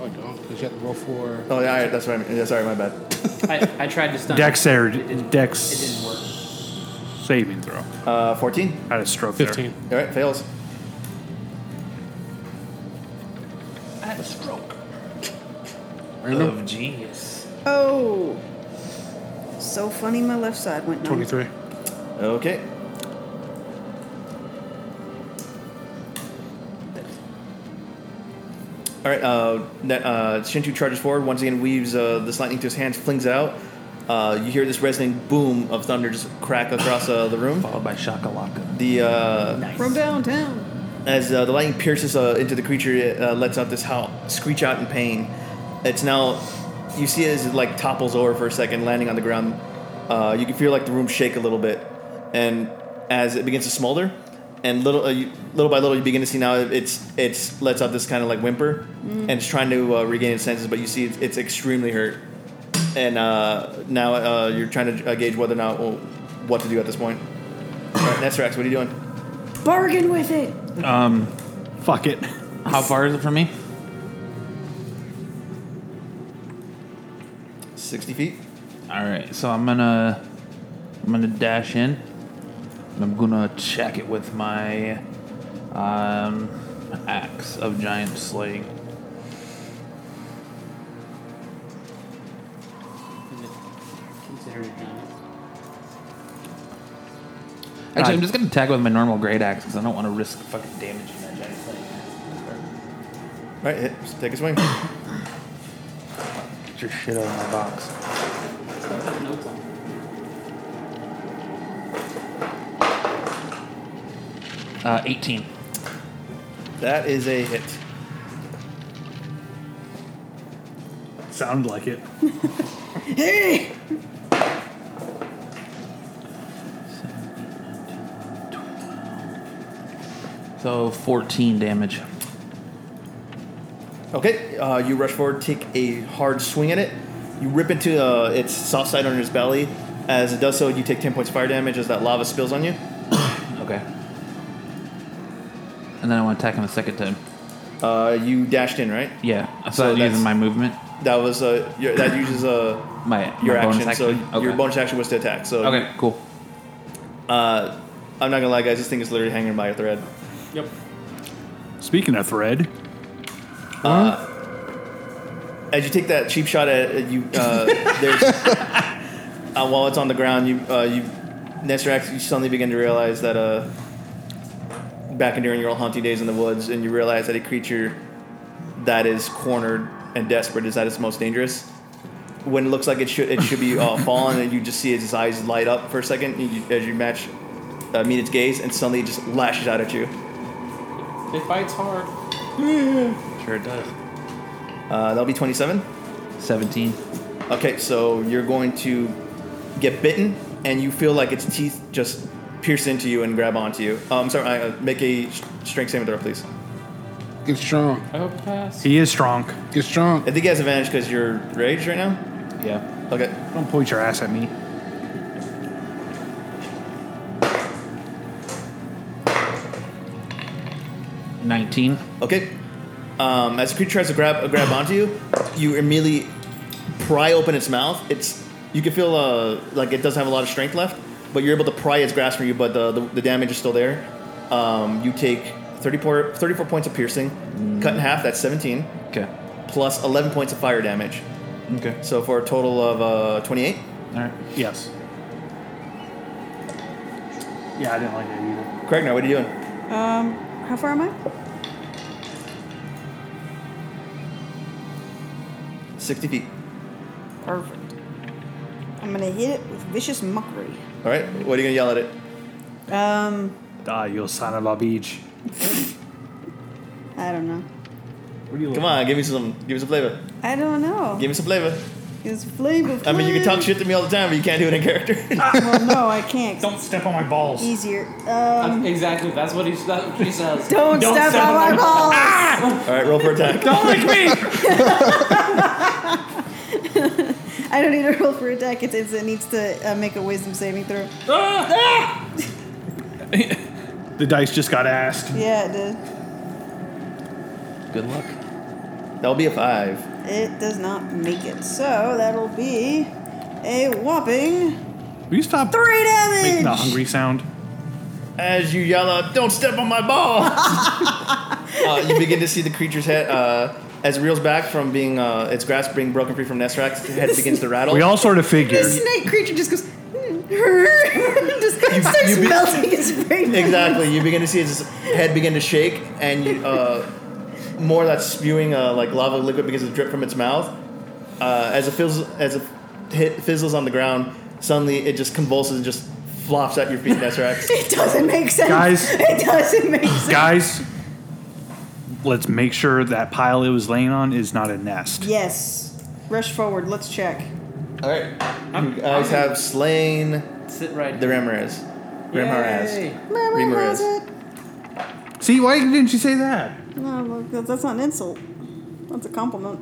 Speaker 4: Oh, I don't because you have to roll for.
Speaker 7: Oh, yeah, all right, that's right. Yeah, sorry, my bad.
Speaker 3: I, I tried to stun.
Speaker 5: Dex,
Speaker 3: It
Speaker 5: air,
Speaker 3: didn't,
Speaker 5: dex
Speaker 3: it didn't work.
Speaker 5: saving throw.
Speaker 7: Uh, 14.
Speaker 5: I had a stroke there.
Speaker 4: Fifteen.
Speaker 7: All right, fails.
Speaker 2: I had a stroke.
Speaker 4: Random?
Speaker 2: Of genius.
Speaker 6: Oh. So funny my left side went numb.
Speaker 4: Twenty-three.
Speaker 7: Okay. All right. Uh, that, uh, Shinchu charges forward once again, weaves uh, this lightning to his hands, flings out. Uh, you hear this resonant boom of thunder just crack across uh, the room.
Speaker 2: Followed by Shakalaka.
Speaker 7: The uh,
Speaker 6: From downtown.
Speaker 7: as uh, the lightning pierces uh, into the creature, it uh, lets out this howl, screech out in pain. It's now, you see it as it like topples over for a second, landing on the ground. Uh, you can feel like the room shake a little bit, and as it begins to smolder, and little uh, you, little by little, you begin to see now it's it's lets out this kind of like whimper, and it's trying to uh, regain its senses, but you see it's, it's extremely hurt, and uh, now uh, you're trying to uh, gauge whether or not well, what to do at this point. All right, Nesterax, what are you doing?
Speaker 6: Bargain with it.
Speaker 5: Fuck it.
Speaker 2: How far is it from me?
Speaker 7: Sixty feet.
Speaker 2: All right, so I'm gonna I'm gonna dash in. And I'm gonna check it with my um, axe of giant slaying.
Speaker 3: Consider it done.
Speaker 2: Actually, I'm just gonna attack with my normal great axe because I don't want to risk fucking damaging that giant slaying.
Speaker 7: All right, hit, take a swing.
Speaker 2: Get your shit out of my box.
Speaker 3: Notes on it.
Speaker 2: Uh, 18.
Speaker 7: That is a hit.
Speaker 5: Sound like it.
Speaker 6: Hey!
Speaker 2: So 14 damage.
Speaker 7: Okay, uh, you rush forward, take a hard swing at it. You rip into uh, its soft side under its belly. As it does so, you take 10 points of fire damage as that lava spills on you.
Speaker 2: Okay. And then I want to attack him a second time.
Speaker 7: Uh, you dashed in, right?
Speaker 2: Yeah. So,
Speaker 7: So
Speaker 2: I'm using
Speaker 7: that's-
Speaker 2: my movement.
Speaker 7: That was uh, your, that uses uh,
Speaker 2: My,
Speaker 7: your
Speaker 2: my
Speaker 7: action.
Speaker 2: bonus action.
Speaker 7: So your bonus action was to attack. So
Speaker 2: Okay, cool.
Speaker 7: uh, I'm not gonna lie, guys. This thing is literally hanging by a thread.
Speaker 3: Yep.
Speaker 5: Speaking of thread,
Speaker 7: As you take that cheap shot at at you, uh, there's uh, while it's on the ground, you uh, you Nesterax, you suddenly begin to realize that uh, back in during your old hunting days in the woods, and you realize that a creature that is cornered and desperate is at its most dangerous. When it looks like it should it should be uh, fallen, and you just see its eyes light up for a second and you, as you match uh, meet its gaze, and suddenly it just lashes out at you.
Speaker 3: It bites hard.
Speaker 2: Sure it does.
Speaker 7: Uh, that'll be twenty-seven.
Speaker 2: 17.
Speaker 7: Okay, so you're going to get bitten, and you feel like its teeth just pierce into you and grab onto you. Um, sorry, I, uh, make a s- strength saving throw, please.
Speaker 4: Get strong.
Speaker 3: I hope it passed.
Speaker 5: he is strong.
Speaker 4: Get strong.
Speaker 7: I think he has advantage because you're raged right now.
Speaker 2: Yeah.
Speaker 7: Okay,
Speaker 5: Don't point your ass at me.
Speaker 2: Nineteen.
Speaker 7: okay. Um, as the creature tries to grab uh, grab onto you, you immediately pry open its mouth. It's you can feel uh, like it doesn't have a lot of strength left, but you're able to pry its grasp from you, but the, the, the damage is still there. Um, you take 34, 34 points of piercing, cut in half. That's seventeen.
Speaker 2: Okay.
Speaker 7: plus 11 points of fire damage.
Speaker 2: Okay.
Speaker 7: So for a total of uh, 28.
Speaker 2: All right.
Speaker 5: Yes. Yeah, I didn't like it either.
Speaker 7: Craig, now what are you doing?
Speaker 6: Um, how far am I?
Speaker 7: 60 feet.
Speaker 6: Perfect. I'm gonna hit it with vicious muckery.
Speaker 7: All right. What are you gonna yell at it?
Speaker 6: Um,
Speaker 5: Ah, you son of a beach.
Speaker 6: I don't know.
Speaker 7: Come on, give me some, give me some flavor.
Speaker 6: I don't know.
Speaker 7: Give me some flavor.
Speaker 6: It's flavor.
Speaker 7: I mean, you can talk
Speaker 6: flavor.
Speaker 7: shit to me all the time, but you can't do it in character.
Speaker 6: Well, no, I can't.
Speaker 5: Don't step on my balls.
Speaker 6: Easier.
Speaker 3: That's-
Speaker 6: Um,
Speaker 3: exactly. That's what he, that's what he says.
Speaker 6: don't, step, on my balls.
Speaker 7: all right, roll for attack.
Speaker 5: Don't lick me!
Speaker 6: I don't need to roll for attack. It's, it's, it needs to uh, make a wisdom saving throw.
Speaker 5: the dice just got asked.
Speaker 6: Yeah, it did.
Speaker 2: Good luck.
Speaker 7: That'll be a five.
Speaker 6: It does not make it. So that'll be a whopping
Speaker 5: Will you stop
Speaker 6: three damage.
Speaker 5: making the hungry sound?
Speaker 7: As you yell out, "Don't step on my ball!" uh, you begin to see the creature's head uh, as it reels back from being uh, its grasp being broken free from Nesrax. The head begins to rattle.
Speaker 5: We all sort of
Speaker 6: The
Speaker 5: figured.
Speaker 6: snake creature just goes. just starts
Speaker 7: you be-
Speaker 6: melting his brain.
Speaker 7: exactly. You begin to see its head begin to shake, and you, uh, more of that spewing uh, like lava liquid begins to drip from its mouth. Uh, as it fizzles, as it hit, fizzles on the ground, suddenly it just convulses and just flops at your feet, Nesrax.
Speaker 6: It doesn't make sense.
Speaker 5: Guys.
Speaker 6: It doesn't make sense.
Speaker 5: Guys, let's make sure that pile it was laying on is not a nest.
Speaker 6: Yes. Rush forward. Let's check.
Speaker 7: all right, you guys have slain
Speaker 3: Sit right
Speaker 7: the Ramirez. Ramirez.
Speaker 3: Yay.
Speaker 6: Mama
Speaker 7: Ramirez.
Speaker 6: has it.
Speaker 5: See, why didn't you say that?
Speaker 6: No, well, 'cause that's not an insult. That's a compliment.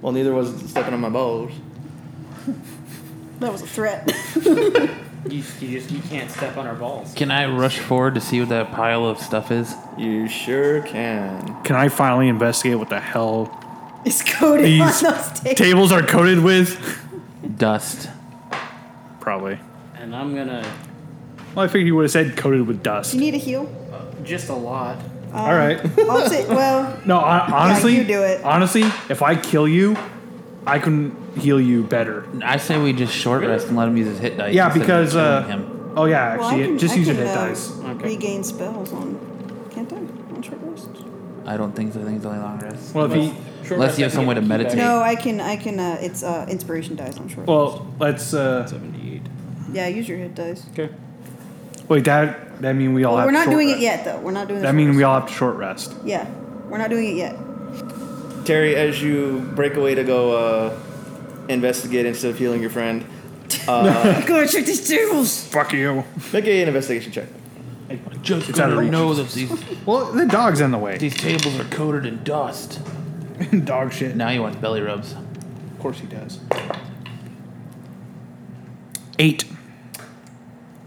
Speaker 7: Well, neither was stepping on my balls.
Speaker 6: That was a threat.
Speaker 3: You, you just you can't step on our balls.
Speaker 2: Can I rush forward to see what that pile of stuff is?
Speaker 7: You sure can.
Speaker 5: Can I finally investigate what the hell
Speaker 6: it's coded
Speaker 5: these
Speaker 6: on those tables.
Speaker 5: tables are coated with?
Speaker 2: Dust.
Speaker 5: Probably.
Speaker 3: And I'm gonna
Speaker 5: Well, I figured you would have said coated with
Speaker 6: Do
Speaker 5: dust.
Speaker 6: you need a heal?
Speaker 3: just a lot.
Speaker 5: All right.
Speaker 6: I'll say, well,
Speaker 5: No, I, honestly,
Speaker 6: you do it.
Speaker 5: Honestly, if I kill you, I can heal you better.
Speaker 2: I say we just short rest and let him use his hit dice.
Speaker 5: Yeah,
Speaker 2: instead of
Speaker 5: because
Speaker 2: killing
Speaker 5: uh,
Speaker 2: him.
Speaker 5: oh yeah, actually,
Speaker 6: well I can,
Speaker 5: just
Speaker 6: I
Speaker 5: use
Speaker 6: can,
Speaker 5: your hit
Speaker 6: uh,
Speaker 5: dice.
Speaker 3: Okay.
Speaker 6: Regain spells on can't I? On short rest.
Speaker 2: I don't think so. I think it's only long rest.
Speaker 5: Well, if he,
Speaker 3: Short
Speaker 2: Unless
Speaker 3: rest,
Speaker 2: you
Speaker 3: I
Speaker 2: have
Speaker 3: can
Speaker 2: some way
Speaker 3: get a
Speaker 2: to
Speaker 3: key back.
Speaker 2: meditate.
Speaker 6: No, I can. I can. Uh, it's uh, inspiration dice on short.
Speaker 5: well, let's. Uh,
Speaker 6: rest. Yeah, use your hit dice.
Speaker 5: wait, that that mean we all.
Speaker 6: Well,
Speaker 5: have
Speaker 6: we're
Speaker 5: to
Speaker 6: not
Speaker 5: short
Speaker 6: doing
Speaker 5: rest.
Speaker 6: it yet, though. We're not doing. the
Speaker 5: That
Speaker 6: short
Speaker 5: mean
Speaker 6: rest.
Speaker 5: we all have to short rest.
Speaker 6: Yeah, we're not doing it yet.
Speaker 7: Terry, as you break away to go uh, investigate instead of healing your friend,
Speaker 6: Go check these tables.
Speaker 5: Fuck you.
Speaker 7: make an investigation check.
Speaker 2: Just
Speaker 5: It's out of reach.
Speaker 2: know that these
Speaker 5: Well, the dog's in the way.
Speaker 2: these tables are coated in dust.
Speaker 5: Dog shit.
Speaker 2: Now you want belly rubs.
Speaker 5: Of course he does. Eight.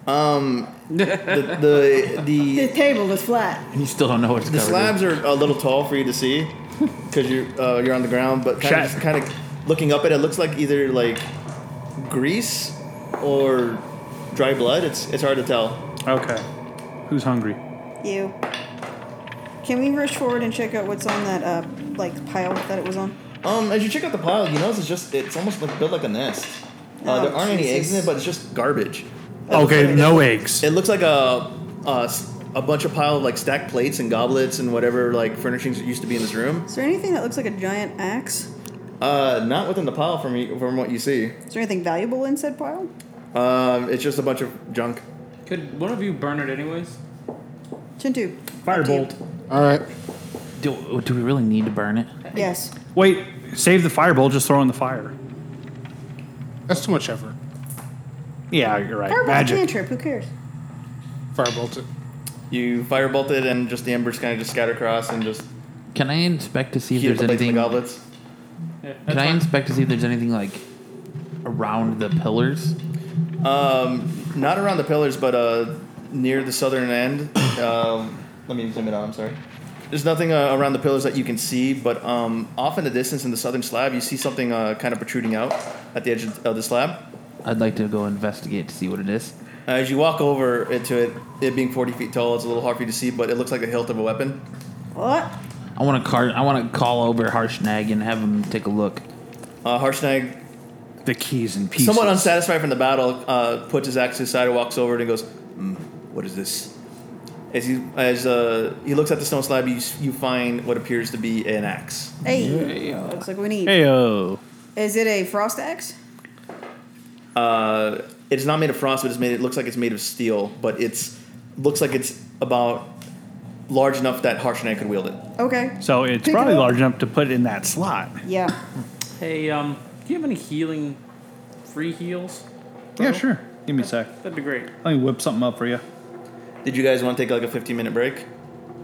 Speaker 7: Um, The the the,
Speaker 6: The table is flat.
Speaker 2: You still don't know what's
Speaker 7: the
Speaker 2: covered.
Speaker 7: slabs are a little tall for you to see because you're uh, you're on the ground, but kind
Speaker 5: Chat.
Speaker 7: of, just kind of looking up at it, it looks like either like grease or dry blood. It's it's hard to tell.
Speaker 5: Okay. Who's hungry?
Speaker 6: You. Can we rush forward and check out what's on that uh, like pile that it was on?
Speaker 7: Um, as you check out the pile, you notice it's just it's almost like built like a nest. Uh,
Speaker 6: Oh,
Speaker 7: there aren't any eggs in
Speaker 6: Jesus.
Speaker 7: it, but it's just garbage.
Speaker 5: Okay, no eggs.
Speaker 7: It looks like a, a s- a bunch of pile of like stacked plates and goblets and whatever like furnishings that used to be in this room.
Speaker 6: Is there anything that looks like a giant axe?
Speaker 7: Uh, not within the pile from you, from what you see.
Speaker 6: Is there anything valuable in said pile?
Speaker 7: Um, it's just a bunch of junk.
Speaker 3: Could one of you burn it anyways?
Speaker 6: Chintu.
Speaker 5: Firebolt.
Speaker 4: All right.
Speaker 2: Do, do we really need to burn it?
Speaker 6: Yes.
Speaker 5: Wait, save the firebolt. Just throw it in the fire.
Speaker 4: That's too much effort.
Speaker 5: Yeah, you're right.
Speaker 6: Or was a
Speaker 5: Magic.
Speaker 6: cantrip? Who cares?
Speaker 4: Firebolt it.
Speaker 7: You firebolt it, and just the embers kind of just scatter across and just
Speaker 2: Can I inspect to see if
Speaker 7: heat up
Speaker 2: there's
Speaker 7: the plates and
Speaker 2: anything?
Speaker 7: the
Speaker 2: Can
Speaker 7: goblets.
Speaker 3: Yeah, that's
Speaker 2: I
Speaker 3: fine.
Speaker 2: inspect to see if there's anything like around the pillars?
Speaker 7: Um, not around the pillars, but uh, near the southern end. Um, let me zoom it out. I'm sorry. There's nothing uh, around the pillars that you can see, but um, off in the distance in the southern slab, you see something uh, kind of protruding out at the edge of of the slab. Uh,
Speaker 2: I'd like to go investigate to see what it is.
Speaker 7: As you walk over into it, it being 40 feet tall, it's a little hard for you to see, but it looks like the hilt of a weapon.
Speaker 6: What?
Speaker 2: I want to car. I want to call over Harshnag and have him take a look.
Speaker 7: Uh, Harshnag,
Speaker 5: The keys and pieces.
Speaker 7: somewhat unsatisfied from the battle, uh, puts his axe aside and walks over and goes, "Hmm, "What is this?" As he as uh, he looks at the stone slab, you s- you find what appears to be an axe.
Speaker 6: Hey. Looks like we need.
Speaker 5: Heyo.
Speaker 6: Is it a frost axe?
Speaker 7: Uh, it's not made of frost, but it's made. It looks like it's made of steel, but it's looks like it's about large enough that Harshnag could wield it.
Speaker 6: Okay.
Speaker 5: So it's
Speaker 6: Pick it
Speaker 5: probably
Speaker 6: up.
Speaker 5: large enough to put in that slot.
Speaker 6: Yeah.
Speaker 3: Hey, um, do you have any healing, free heals?
Speaker 5: Yeah, sure. Give me a sec.
Speaker 3: That'd be great.
Speaker 5: Let me whip something up for you.
Speaker 7: Did you guys want to take like a 15 minute break?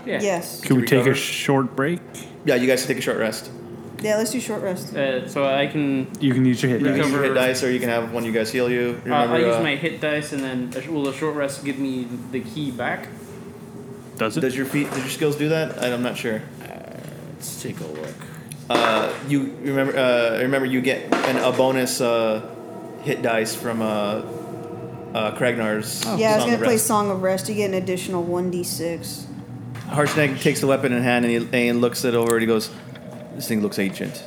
Speaker 3: Yeah.
Speaker 6: Yes.
Speaker 5: Can we take
Speaker 7: recover?
Speaker 5: a short break?
Speaker 7: Yeah, you guys can take a short rest.
Speaker 6: Yeah. Let's do short rest.
Speaker 3: Uh, so I can.
Speaker 5: You can use your hit
Speaker 7: You
Speaker 5: dice.
Speaker 7: can use your
Speaker 3: Recover-
Speaker 7: hit dice, or you can have one of you guys heal you.
Speaker 3: Uh, I
Speaker 7: Remember,
Speaker 3: use
Speaker 7: uh,
Speaker 3: my hit dice, and then a sh- will a short rest give me the key back?
Speaker 5: Does it?
Speaker 7: Does your feet? Does your skills do that? I- I'm not sure.
Speaker 2: Uh, Let's take a look.
Speaker 7: Uh, you remember? Uh, remember, you get an, a bonus uh, hit dice from uh, uh, Kragnar's.
Speaker 6: yeah, I was
Speaker 7: Song
Speaker 6: gonna
Speaker 7: of
Speaker 6: play
Speaker 7: Rest.
Speaker 6: Song of Rest. You get an additional one d six.
Speaker 7: Harshnag takes the weapon in hand and he and looks it over and he goes, "This thing looks ancient.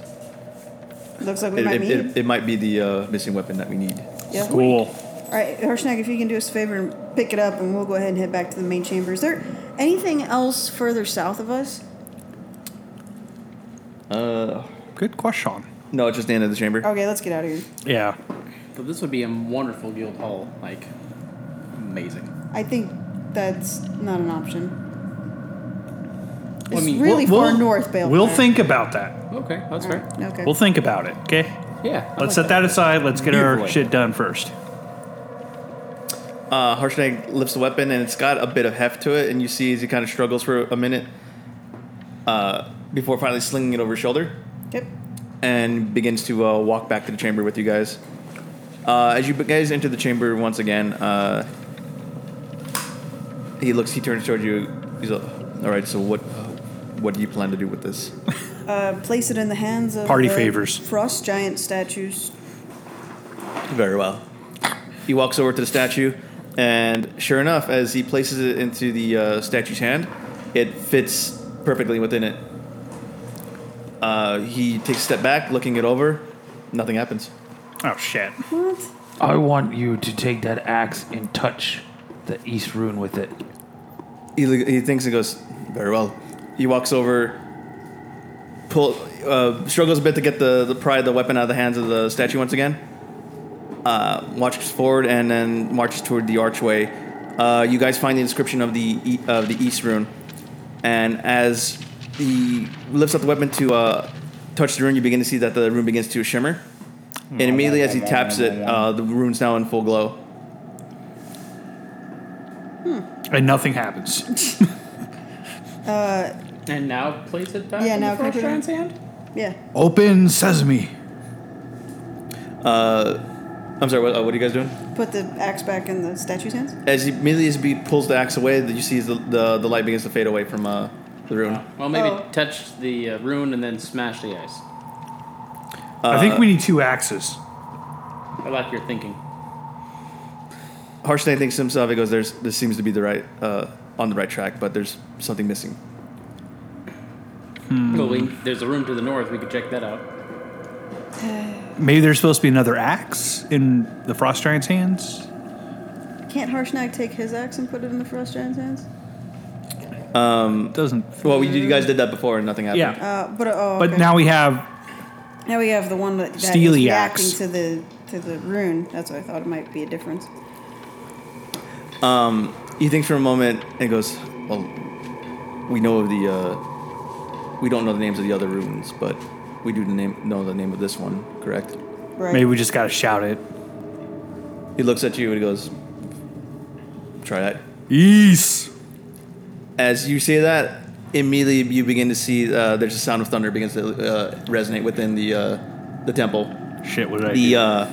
Speaker 6: Looks like we
Speaker 7: It,
Speaker 6: might
Speaker 7: it,
Speaker 6: need.
Speaker 7: it, it might be the uh, missing weapon that we need."
Speaker 6: yeah.
Speaker 5: Cool.
Speaker 6: All right, Harshnag, if you can do us a favor and pick it up, and we'll go ahead and head back to the main chamber. Is there anything else further south of us?
Speaker 5: Good question.
Speaker 7: No, it's just the end of the chamber.
Speaker 6: Okay, let's get out of here.
Speaker 5: Yeah.
Speaker 3: So this would be a wonderful guild hall. Like, amazing.
Speaker 6: I think that's not an option. It's
Speaker 3: I mean,
Speaker 6: really
Speaker 5: We'll-
Speaker 6: far
Speaker 5: we'll-
Speaker 6: north, Bale.
Speaker 5: We'll think about that.
Speaker 3: Okay, that's fair.
Speaker 6: Okay.
Speaker 5: We'll think about it. Okay.
Speaker 6: Mm.
Speaker 3: Yeah. I
Speaker 5: Let's
Speaker 3: like
Speaker 5: set that aside. Let's get our
Speaker 7: Beautifully.
Speaker 5: shit done first.
Speaker 7: Uh, Harshnag lifts the weapon and it's got a bit of heft to it, and you see as he kind of struggles for a minute uh, before finally slinging it over his shoulder
Speaker 6: yep.
Speaker 7: and begins to uh, walk back to the chamber with you guys. Uh, as you guys enter the chamber once again, uh, he looks. He turns towards you. He's like, "All right, so what? What do you plan to do with this?"
Speaker 6: Uh, place it in the hands of
Speaker 5: Party
Speaker 6: the
Speaker 5: favors.
Speaker 6: frost giant statues.
Speaker 7: Very well. He walks over to the statue, and sure enough, as he places it into the uh, statue's hand, it fits perfectly within it. Uh, he takes a step back, looking it over. Nothing happens.
Speaker 5: Oh shit.
Speaker 6: What?
Speaker 2: I want you to take that axe and touch the East Rune with it.
Speaker 7: He, he thinks and goes, Very well. He walks over, pull, uh, struggles a bit to get the, the pry the weapon out of the hands of the statue once again. Uh, marches forward and then marches toward the archway. Uh, you guys find the inscription of the e- of the East Rune, and as he lifts up the weapon to uh, touch the rune, you begin to see that the rune begins to shimmer. And immediately, as he taps it, uh, the rune's now in full glow.
Speaker 5: And nothing happens.
Speaker 3: that. And now place it back.
Speaker 6: Yeah,
Speaker 3: in
Speaker 6: now
Speaker 3: the Frost
Speaker 6: can I
Speaker 3: Giant's
Speaker 6: put
Speaker 3: hand.
Speaker 6: Yeah.
Speaker 5: Open sesame.
Speaker 7: I'm sorry, what, uh, what are you guys doing?
Speaker 6: Put the axe back in the statue's hands.
Speaker 7: As he immediately as he pulls the axe away, that you see the, the the light begins to fade away from uh, the rune.
Speaker 3: Well, maybe
Speaker 6: Oh.
Speaker 3: touch the uh, rune and then smash the ice.
Speaker 5: I think we need two axes.
Speaker 3: I like your thinking.
Speaker 7: Harshnay thinks to himself, he goes, "There's this seems to be the right uh, on the right track, but there's something missing."
Speaker 3: Well, we, there's a room to the north. We could check that out.
Speaker 5: Maybe there's supposed to be another axe in the frost giant's hands.
Speaker 6: Can't Harshnag take his axe and put it in the frost giant's hands?
Speaker 5: Doesn't.
Speaker 7: Well, we, you guys did that before, and nothing happened.
Speaker 5: Yeah.
Speaker 6: Uh, but oh,
Speaker 5: But
Speaker 6: okay.
Speaker 5: now we have.
Speaker 6: Now we have the one that, that is
Speaker 5: Steely
Speaker 6: reacting
Speaker 5: axe.
Speaker 6: to the to the rune. That's what I thought it might be a difference.
Speaker 7: He thinks for a moment and goes, "Well, we know of the uh, we don't know the names of the other runes, but we do the name know the name of this one, correct?"
Speaker 6: Right.
Speaker 5: Maybe we just gotta shout it.
Speaker 7: He looks at you and he goes, "Try that."
Speaker 5: Yes.
Speaker 7: As you say that, immediately you begin to see uh, there's a sound of thunder begins to uh, resonate within the uh, the temple.
Speaker 5: Shit. What did I do?
Speaker 7: The uh,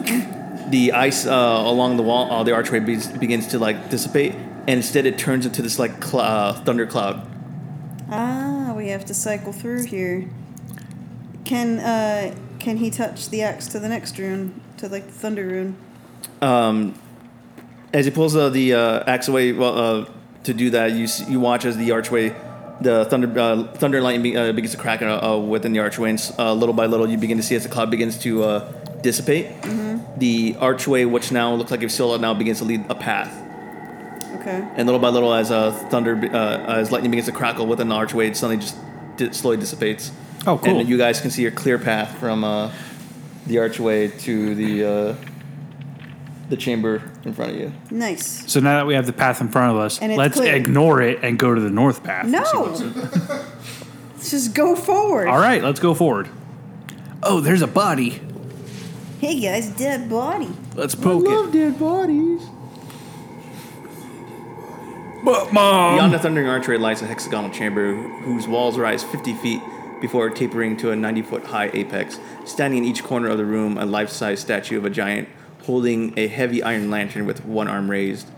Speaker 7: the ice uh, along the wall, uh, the archway be- begins to like dissipate, and instead it turns into this like cl- uh, thunder cloud.
Speaker 6: Ah, we have to cycle through here. Can uh can he touch the axe to the next rune to like the thunder rune?
Speaker 7: As he pulls uh, the uh, axe away well, uh, to do that, you s- you watch as the archway. The thunder, uh, thunder and lightning be- uh, begins to crack uh, uh, within the archway, and s- uh, little by little, you begin to see as the cloud begins to uh, dissipate. The archway, which now looks like it's still now begins to lead a path.
Speaker 6: Okay.
Speaker 7: And little by little, as uh, thunder, uh, as lightning begins to crackle within the archway, it suddenly just di- slowly dissipates.
Speaker 5: Oh, cool.
Speaker 7: And you guys can see a clear path from uh, the archway to the uh, the chamber in front of you.
Speaker 6: Nice.
Speaker 5: So now that we have the path in front of us,
Speaker 6: And it's
Speaker 5: let's
Speaker 6: clear.
Speaker 5: ignore it and go to the north path. and see
Speaker 6: No.
Speaker 5: what's-
Speaker 6: Let's just go forward.
Speaker 5: All right, let's go forward. Oh, there's a body.
Speaker 6: Hey guys, dead body.
Speaker 5: Let's poke it.
Speaker 3: dead bodies.
Speaker 5: But mom.
Speaker 7: Beyond the thundering archway lies a hexagonal chamber whose walls rise 50 feet before tapering to a 90 foot high apex. Standing in each corner of the room, a life size statue of a giant holding a heavy iron lantern with one arm raised.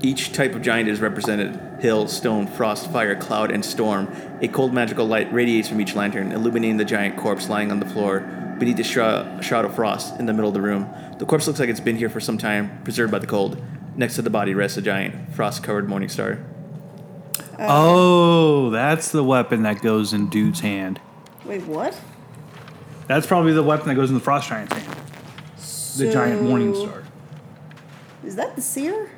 Speaker 7: Each type of giant is represented hill, stone, frost, fire, cloud, and storm. A cold magical light radiates from each lantern, illuminating the giant corpse lying on the floor, beneath a shroud, shroud of frost in the middle of the room. The corpse looks like it's been here for some time, preserved by the cold. Next to the body rests a giant, frost covered morning star.
Speaker 5: oh, that's the weapon that goes in dude's hand.
Speaker 6: Wait, what?
Speaker 5: That's probably the weapon that goes in the frost giant's hand. The giant morning
Speaker 6: So,
Speaker 5: star.
Speaker 6: Is that the seer?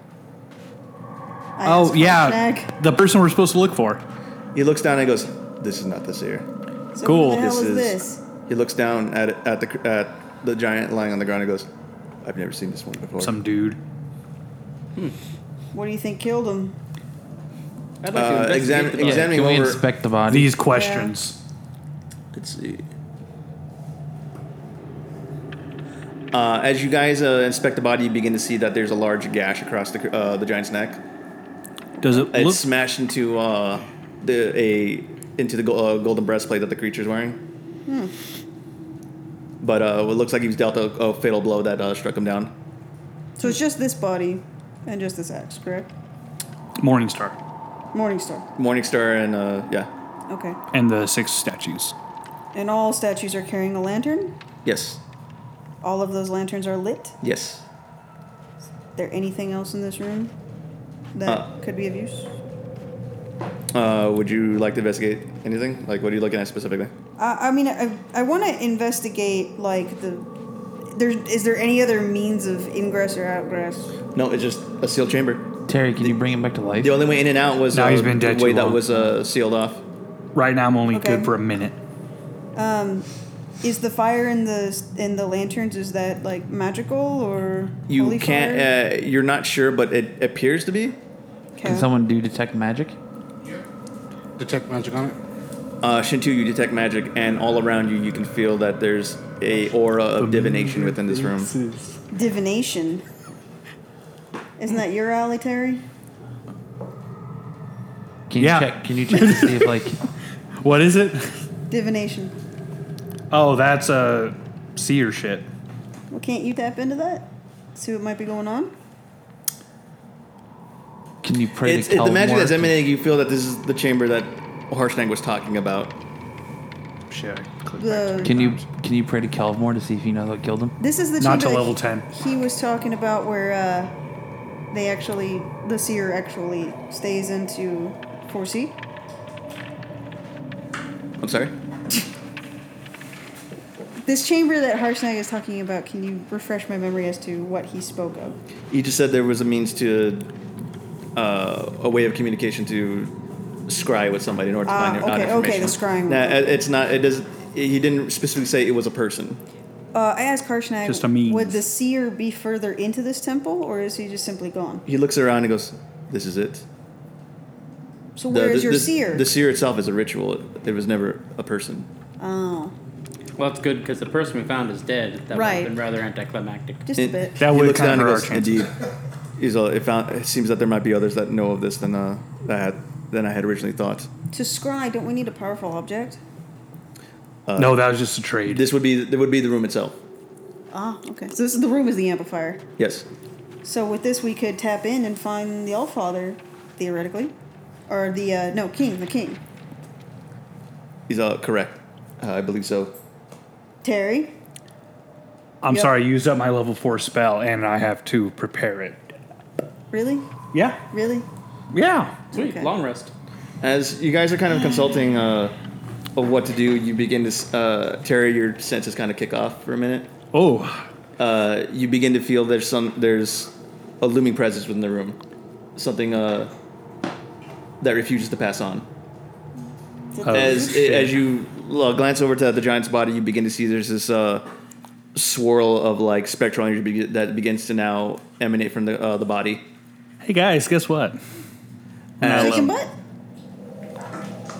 Speaker 6: I
Speaker 5: Oh
Speaker 6: asked Flashback.
Speaker 5: yeah, the person we're supposed to look for.
Speaker 7: He looks down and goes, This is not the seer.
Speaker 6: So
Speaker 5: Cool.
Speaker 6: Who the hell
Speaker 7: This
Speaker 6: is,
Speaker 7: is-
Speaker 6: this?
Speaker 7: He looks down at, at, the, at the giant lying on the ground and goes, I've never seen this one before.
Speaker 5: Some dude.
Speaker 6: What do you think killed him?
Speaker 3: I'd like
Speaker 7: Uh,
Speaker 3: to investigate
Speaker 7: exam-
Speaker 3: the body.
Speaker 2: Yeah,
Speaker 7: examining
Speaker 2: can we
Speaker 7: over-
Speaker 2: inspect the body?
Speaker 5: These questions.
Speaker 7: Let's see. Uh, as you guys uh, inspect the body, you begin to see that there's a large gash across the, uh, the giant's neck.
Speaker 5: Does it
Speaker 7: It's
Speaker 5: look?
Speaker 7: smashed into uh, the a into the go- uh, golden breastplate that the creature's wearing. But uh, it looks like he was dealt a, a fatal blow that uh, struck him down.
Speaker 6: So it's just this body and just this axe, correct?
Speaker 5: Morning star
Speaker 6: Morningstar.
Speaker 7: Morningstar and uh, yeah,
Speaker 6: Okay.
Speaker 5: and the six statues.
Speaker 6: And all statues are carrying a lantern.
Speaker 7: yes,
Speaker 6: All of those lanterns are lit.
Speaker 7: yes.
Speaker 6: Is there anything else in this room that
Speaker 7: Uh.
Speaker 6: could be of use?
Speaker 7: Uh, would you like to investigate anything? Like, what are you looking at specifically?
Speaker 6: Uh, I mean, I, I want to investigate like the. There's is there any other means of ingress or outgress?
Speaker 7: No, it's just a sealed chamber.
Speaker 2: Terry, can you bring him back to life?
Speaker 7: The only way in and out was
Speaker 5: No,
Speaker 7: uh,
Speaker 5: he's been dead
Speaker 7: the way
Speaker 5: too
Speaker 7: that
Speaker 5: long.
Speaker 7: was uh, sealed off.
Speaker 5: Right now, I'm only
Speaker 6: Okay.
Speaker 5: good for a minute.
Speaker 6: Is the fire in the in the lanterns is that like magical or
Speaker 7: You
Speaker 6: holy Fire?
Speaker 7: can't. Uh, you're not sure, but it appears to be.
Speaker 6: Okay.
Speaker 2: Can someone do detect magic?
Speaker 4: Detect magic on it.
Speaker 7: Uh, Shintu, you detect magic, and all around you, you can feel that there's a aura of divination within this room.
Speaker 6: divination. Isn't that your alley, Terry?
Speaker 2: Can you
Speaker 5: Yeah.
Speaker 2: check? Can you check to see if like
Speaker 5: What is it?
Speaker 6: Divination.
Speaker 5: Oh, that's a seer shit.
Speaker 6: Well, can't you tap into that? See what might be going on.
Speaker 2: can you pray
Speaker 7: It's,
Speaker 2: to
Speaker 7: it's the magic that's
Speaker 2: Kelmore?
Speaker 7: emanating. You feel that this is the chamber that Harshnag was talking about.
Speaker 5: Shit. I clicked back.
Speaker 6: The,
Speaker 2: Can you can you pray to Kelmore to see if you know what killed him?
Speaker 6: This is the
Speaker 5: Not
Speaker 6: chamber
Speaker 5: till
Speaker 6: that
Speaker 5: level
Speaker 6: he-
Speaker 5: 10.
Speaker 6: He was talking about where uh, they actually, the seer actually stays into 4C.
Speaker 7: I'm sorry.
Speaker 6: This chamber that Harsnag is talking about, can you refresh my memory as to what he spoke of?
Speaker 7: You just said there was a means to uh, a way of communication to scry with somebody in order to
Speaker 6: Ah,
Speaker 7: find out
Speaker 6: okay, okay,
Speaker 7: information.
Speaker 6: the scrying.
Speaker 7: Now, it- it's not. It does. He didn't specifically say it was a person.
Speaker 6: Uh, I asked Harsnag,
Speaker 5: Just a means.
Speaker 6: would the seer be further into this temple, or is he just simply gone?
Speaker 7: He looks around and goes, "This is it."
Speaker 6: So
Speaker 7: The-
Speaker 6: where is
Speaker 7: the-
Speaker 6: your
Speaker 7: this-
Speaker 6: seer?
Speaker 7: The seer itself is a ritual. It, it was never a person.
Speaker 6: oh,
Speaker 3: Well, that's good because the person we found is dead. That would
Speaker 6: Right.
Speaker 3: have been rather anticlimactic.
Speaker 6: just a
Speaker 7: And
Speaker 6: bit.
Speaker 5: That
Speaker 7: he
Speaker 5: would
Speaker 7: looks
Speaker 5: kinda
Speaker 7: down and
Speaker 5: hurt our
Speaker 7: goes,
Speaker 5: chances.
Speaker 7: Indeed. He's all, it, found, it seems that there might be others that know of this than uh, that I had, than I had originally thought.
Speaker 6: to scry, don't we need a powerful object?
Speaker 5: no, that was just a trade.
Speaker 7: This would be that would be the room itself.
Speaker 6: Ah, okay. So this is the room is the amplifier.
Speaker 7: Yes.
Speaker 6: So with this, we could tap in and find the Allfather, theoretically, or the uh, no king, the king.
Speaker 7: He's all, correct. Uh, I believe so.
Speaker 6: Terry,
Speaker 5: I'm
Speaker 6: Yep.
Speaker 5: sorry, I used up my level four spell, and I have to prepare it.
Speaker 6: really,
Speaker 5: Yeah,
Speaker 6: really?
Speaker 5: yeah.
Speaker 3: Sweet,
Speaker 6: Okay.
Speaker 3: long rest.
Speaker 7: As you guys are kind of consulting uh, of what to do, you begin to s- uh, Terry, your senses kind of kick off for a minute.
Speaker 5: Oh,
Speaker 7: Uh, you begin to feel there's some there's a looming presence within the room, something uh, that refuses to pass on.
Speaker 6: Is it
Speaker 5: Oh.
Speaker 6: the-
Speaker 7: as
Speaker 5: shit.
Speaker 7: as you uh, glance over to the giant's body, you begin to see there's this uh, swirl of like spectral energy be- that begins to now emanate from the uh, the body.
Speaker 5: hey guys, guess what?
Speaker 7: And
Speaker 6: chicken butt?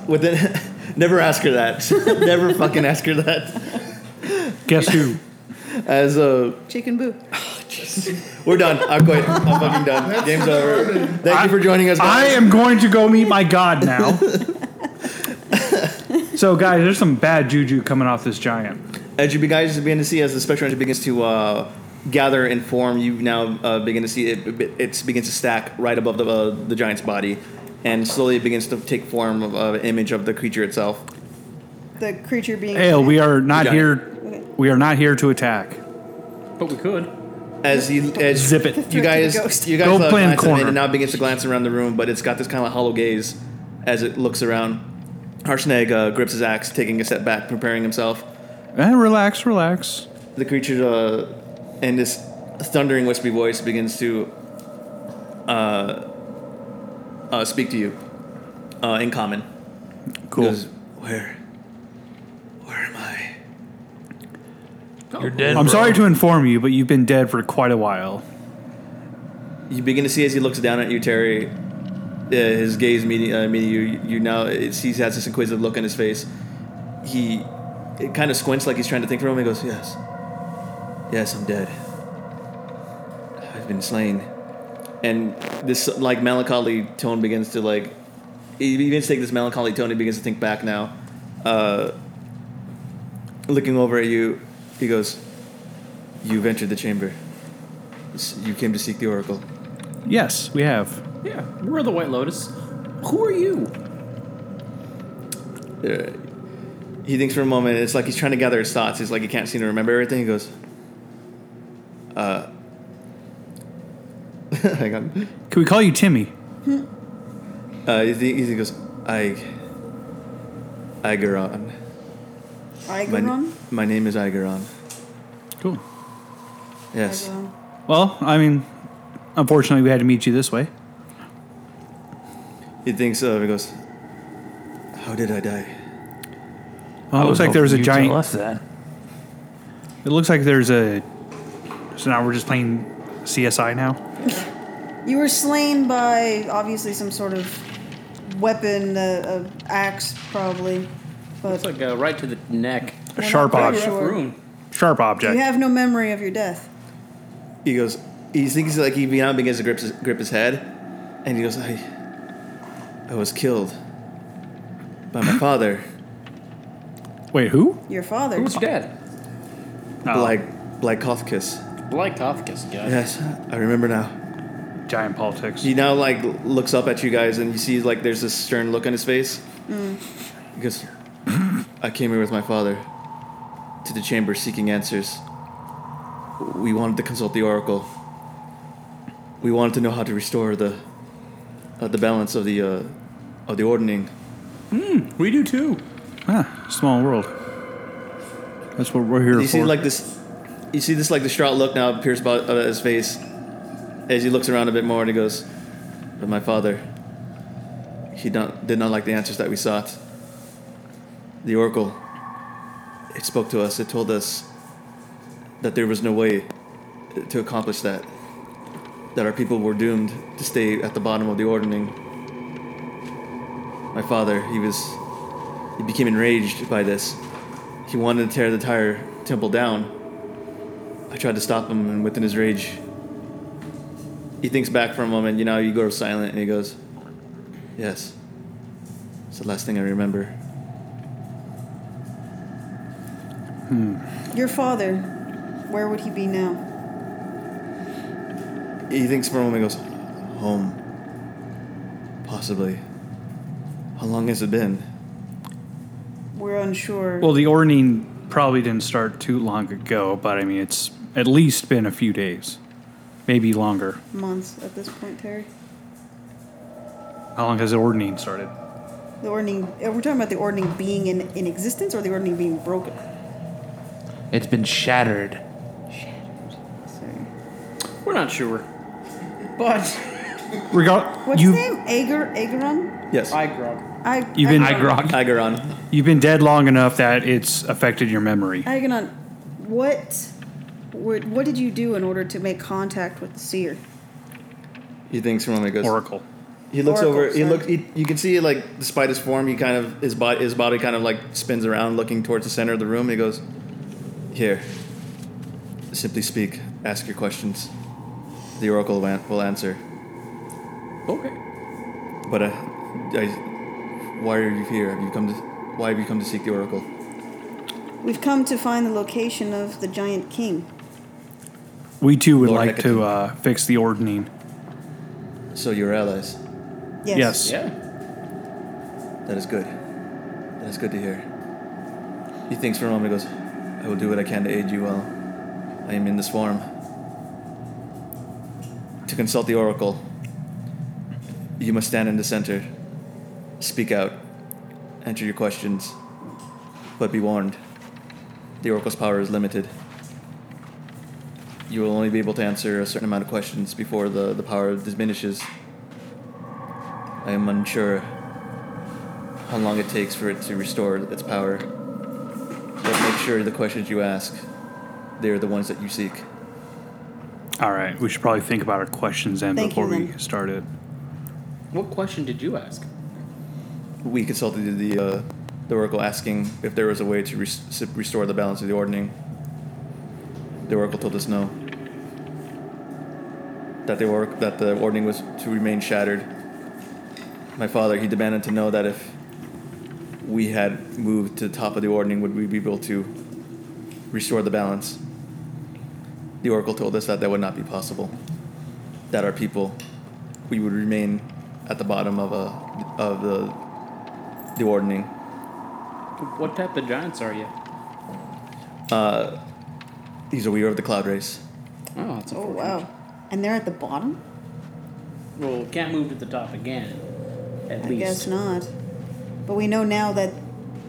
Speaker 7: within, never ask her that. never fucking ask her that.
Speaker 5: Guess who?
Speaker 7: As uh,
Speaker 6: Chicken boo.
Speaker 7: we're done. I'm quit. I'm fucking done. Game's over. Thank you for joining us.
Speaker 5: I
Speaker 7: guys.
Speaker 5: am going to go meet my god now. so, guys, there's some bad juju coming off this giant.
Speaker 7: As you be- guys begin to see, as the spectral energy begins to uh, gather and form, you now uh, begin to see it, it, it begins to stack right above the, uh, the giant's body, and slowly it begins to take form uh, of an image of the creature itself.
Speaker 6: The creature being.
Speaker 5: Ale, we are not
Speaker 7: Giant.
Speaker 5: here
Speaker 6: Okay.
Speaker 5: We are not here to attack.
Speaker 3: But we could.
Speaker 7: As you as
Speaker 5: Zip it.
Speaker 7: you guys you guys
Speaker 5: Go
Speaker 7: all
Speaker 5: play in the
Speaker 7: glance at it
Speaker 5: corner.
Speaker 7: and now begins to glance around the room, but it's got this kind of hollow gaze as it looks around. Harshnag uh, grips his axe, taking a step back, preparing himself.
Speaker 5: Eh, relax, relax.
Speaker 7: The creature uh, in this thundering, wispy voice begins to uh, uh, speak to you uh, in common.
Speaker 5: Cool.
Speaker 7: Goes, Where? Where am I?
Speaker 2: You're dead.
Speaker 5: Oh, I'm
Speaker 2: bro.
Speaker 5: sorry to inform you, but you've been dead for quite a while.
Speaker 7: You begin to see as he looks down at you, Terry. Uh, his gaze meeting, uh, meeting you. You now it sees has this inquisitive look on his face. He it kind of squints like he's trying to think for a moment. He goes, "Yes, yes, I'm dead. I've been slain." And this like melancholy tone begins to like. He begins to take this melancholy tone. He begins to think back now. Uh, looking over at you, he goes, "You've entered the chamber. You came to seek the oracle."
Speaker 5: Yes, we have.
Speaker 8: Yeah, we're the White Lotus. Who are you?
Speaker 7: Uh, he thinks for a moment. It's like he's trying to gather his thoughts. He's like he can't seem to remember everything. He goes, "Uh, hang on."
Speaker 5: Can we call you Timmy?
Speaker 7: Uh, he, thi- he goes, "I, Igaron. My,
Speaker 6: Igaron?
Speaker 7: my name is Igaron.
Speaker 5: Cool.
Speaker 7: Yes,
Speaker 6: Igaron.
Speaker 5: Well, I mean, unfortunately, we had to meet you this way.
Speaker 7: he thinks of. He goes, "How did I die?
Speaker 5: Well,
Speaker 2: I
Speaker 5: it looks
Speaker 2: was
Speaker 5: like there was a
Speaker 2: hoping you'd
Speaker 5: giant.
Speaker 2: Tell us that.
Speaker 5: It looks like there's a. So now we're just playing CSI now.
Speaker 6: You were slain by obviously some sort of weapon, uh, uh, axe, probably. But
Speaker 3: It's like uh, right to the neck.
Speaker 5: A sharp
Speaker 6: not
Speaker 5: object.
Speaker 6: quite sure.
Speaker 3: Rune.
Speaker 5: Sharp
Speaker 6: You
Speaker 5: object.
Speaker 6: have no memory of your death.
Speaker 7: He goes. He thinks like he now begins to grip his, grip his head, and he goes, "I, I was killed by my father,
Speaker 5: Wait, who?
Speaker 6: Your father.
Speaker 3: Who was your dad?
Speaker 5: Oh,
Speaker 7: Blag Blagkothkis."
Speaker 8: Blykofkus, guy.
Speaker 7: Yes, I remember now.
Speaker 5: Oh, giant politics.
Speaker 7: He now like looks up at you guys, and you see like there's this stern look on his face. He goes, "I came here with my father to the chamber seeking answers. We wanted to consult the oracle. We wanted to know how to restore the uh, the balance of the uh, of the ordaining.
Speaker 8: We do too.
Speaker 5: Ah, small world. That's what we're here
Speaker 7: You
Speaker 5: for.
Speaker 7: see like this, you see this like distraught look now appears about uh, his face as he looks around a bit more, and he goes, "But my father, he not, did not like the answers that we sought. The oracle, it spoke to us. It told us that there was no way to accomplish that. That our people were doomed to stay at the bottom of the ordaining. My father, he was, he became enraged by this." He wanted to tear the entire temple down. I tried to stop him, and within his rage, he thinks back for a moment. You know, you go silent, and he goes, "Yes, it's the last thing I remember."
Speaker 6: Your father. Where would he be now?
Speaker 7: He thinks for a moment, and goes, "Home, possibly." How long has it been?
Speaker 6: We're unsure.
Speaker 5: well, the ordaining probably didn't start too long ago, but I mean, it's at least been a few days, maybe longer.
Speaker 6: months at this point, Terry.
Speaker 5: How long has the ordaining started?
Speaker 6: The ordaining. uh, We're talking about the ordaining being in, in existence or the ordaining being broken.
Speaker 2: It's been shattered.
Speaker 6: Sorry.
Speaker 3: We're not sure.
Speaker 5: Regard
Speaker 6: What's
Speaker 5: you.
Speaker 6: his name? Agar Agaron.
Speaker 7: Yes,
Speaker 3: I grog.
Speaker 6: I.
Speaker 5: You've been
Speaker 7: Igrog. Igaron.
Speaker 5: You've been dead long enough that it's affected your memory.
Speaker 6: Agaron. What? What what did you do in order to make contact with the seer?
Speaker 7: He thinks for a moment, and goes,
Speaker 5: Oracle.
Speaker 7: He looks
Speaker 6: Oracle,
Speaker 7: over. He
Speaker 6: sorry.
Speaker 7: look. He, you can see like, despite his form, he kind of his body his body kind of like spins around, looking towards the center of the room. And he goes, "Here, simply speak. Ask your questions. The oracle will an- will answer."
Speaker 3: Okay.
Speaker 7: But uh, I, why are you here? Have you come to? Why have you come to seek the oracle?
Speaker 6: We've come to find the location of the giant king.
Speaker 5: We too would
Speaker 7: Lord
Speaker 5: like to uh, fix the ordaining.
Speaker 7: So you're allies.
Speaker 5: Yes.
Speaker 6: Yes.
Speaker 8: Yeah.
Speaker 7: That is good. That is good to hear. He thinks for a moment. He goes, I will do what I can to aid you while I am in this form. To consult the oracle, you must stand in the center, speak out, answer your questions, but be warned the oracle's power is limited. You will only be able to answer a certain amount of questions before the, the power diminishes. I am unsure how long it takes for it to restore its power. But make sure the questions you ask, they're the ones that you seek.
Speaker 5: All right, we should probably think about our questions then
Speaker 6: Thank
Speaker 5: before
Speaker 6: you,
Speaker 5: we
Speaker 6: then.
Speaker 5: start it.
Speaker 8: What question did you ask?
Speaker 7: We consulted the uh, the oracle, asking if there was a way to res- restore the balance of the ordning. The oracle told us no. That the or- that the ordning was to remain shattered. My father, he demanded to know that if we had moved to the top of the ordning, would we be able to restore the balance? The oracle told us that that would not be possible. That our people, we would remain at the bottom of a of the the ordning.
Speaker 8: What type of giants are you?
Speaker 7: Uh, he's a weaver of the cloud race.
Speaker 8: Oh, that's
Speaker 6: Oh,
Speaker 8: unfortunate.
Speaker 6: wow. And they're at the bottom?
Speaker 8: Well, can't move to the top again. At
Speaker 6: I
Speaker 8: least.
Speaker 6: guess not. But we know now that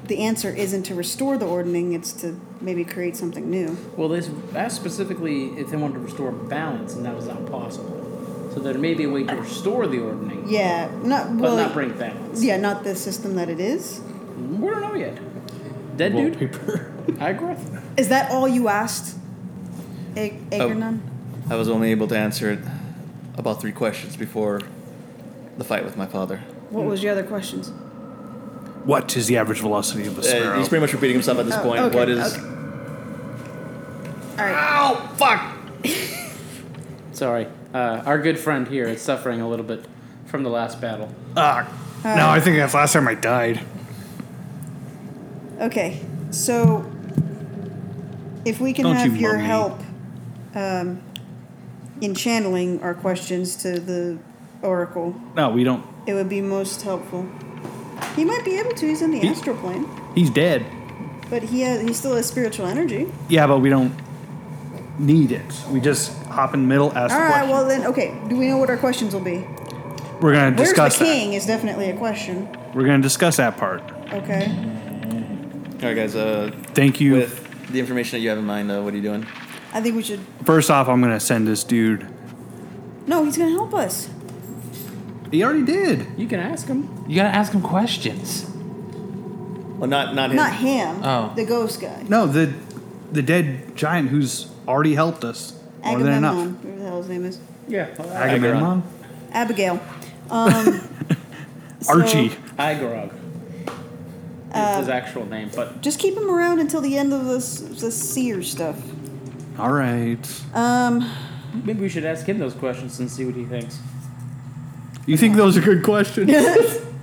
Speaker 6: the answer isn't to restore the ordning, it's to maybe create something new.
Speaker 8: Well, they asked specifically if they wanted to restore balance, and that was not possible. So there may be a way to restore the ordning,
Speaker 6: Yeah, not
Speaker 8: but
Speaker 6: well,
Speaker 8: not bring balance.
Speaker 6: Yeah, not the system that it is.
Speaker 8: We don't know yet. Dead dude? Agrath?
Speaker 6: Is that all you asked, Ag-
Speaker 7: Oh.
Speaker 6: Agernon?
Speaker 7: I was only able to answer it about three questions before the fight with my father. Uh,
Speaker 6: What was your other questions?
Speaker 5: What is the average velocity of a
Speaker 7: Uh,
Speaker 5: sparrow?
Speaker 7: he's pretty much repeating himself at this
Speaker 6: Oh,
Speaker 7: point.
Speaker 6: okay,
Speaker 7: what is?
Speaker 6: okay. All right.
Speaker 7: Ow! Fuck!
Speaker 8: Sorry. Uh, our good friend here is suffering a little bit from the last battle.
Speaker 5: Ah, no, I think that's last time I died.
Speaker 6: Okay. So, if we can
Speaker 5: Don't
Speaker 6: have
Speaker 5: you
Speaker 6: your
Speaker 5: mummy.
Speaker 6: help um, in channeling our questions to the oracle,
Speaker 5: No, we don't.
Speaker 6: it would be most helpful. He might be able to. He's in the
Speaker 5: He-
Speaker 6: astral plane,
Speaker 5: He's dead.
Speaker 6: but he has, he still has spiritual energy.
Speaker 5: Yeah, but we don't need it. We just hop in the middle, ask
Speaker 6: All
Speaker 5: the
Speaker 6: right.
Speaker 5: question.
Speaker 6: Well, then, okay. Do we know what our questions will be?
Speaker 5: We're gonna
Speaker 6: Where's
Speaker 5: discuss
Speaker 6: the king is definitely a question.
Speaker 5: that. We're gonna discuss that part.
Speaker 6: Okay.
Speaker 7: All right, guys. Uh,
Speaker 5: Thank you.
Speaker 7: with the information that you have in mind, uh, what are you doing?
Speaker 6: I think we should.
Speaker 5: First off, I'm gonna send this dude.
Speaker 6: No, he's gonna help us.
Speaker 5: He already did.
Speaker 8: You can ask him.
Speaker 2: You gotta ask him questions.
Speaker 7: Well, not not him.
Speaker 6: Not him.
Speaker 2: Oh.
Speaker 6: The ghost guy.
Speaker 5: No, the the dead giant who's already helped us more than
Speaker 6: Agamemnon.
Speaker 5: enough.
Speaker 6: Whatever the hell his name is.
Speaker 8: Yeah.
Speaker 5: Agamemnon,
Speaker 6: Abigail. Um, so
Speaker 5: Archie.
Speaker 8: Agrog. is
Speaker 6: Uh,
Speaker 8: his actual name, but
Speaker 6: just keep him around until the end of this the seer stuff.
Speaker 5: All right.
Speaker 6: Um,
Speaker 8: maybe we should ask him those questions and see what he thinks.
Speaker 5: You think those are good questions?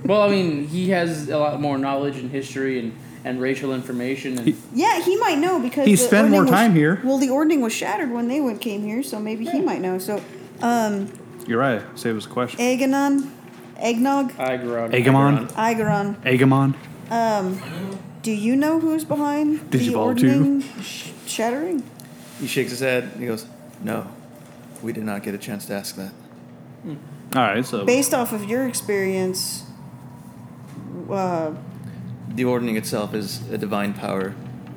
Speaker 8: Well, I mean, he has a lot more knowledge in history and, and racial information. And,
Speaker 6: yeah, he might know because
Speaker 5: He
Speaker 6: the
Speaker 5: spent more
Speaker 6: ordning was-
Speaker 5: time here.
Speaker 6: Well, the ordning was shattered when they went came here, so maybe he might know. So, um,
Speaker 5: You're right. Say it was a question.
Speaker 6: Aganon, Eggnog,
Speaker 8: Agrog.
Speaker 5: Agamon.
Speaker 6: Igaron.
Speaker 5: Agamon.
Speaker 6: Um, do you know who's behind the
Speaker 5: Digivolve too.
Speaker 6: ordning sh- shattering?
Speaker 7: He shakes his head. and He goes, "No, we did not get a chance to ask that."
Speaker 5: All right. So
Speaker 6: Based off of your experience, uh,
Speaker 7: The ordning itself is a divine power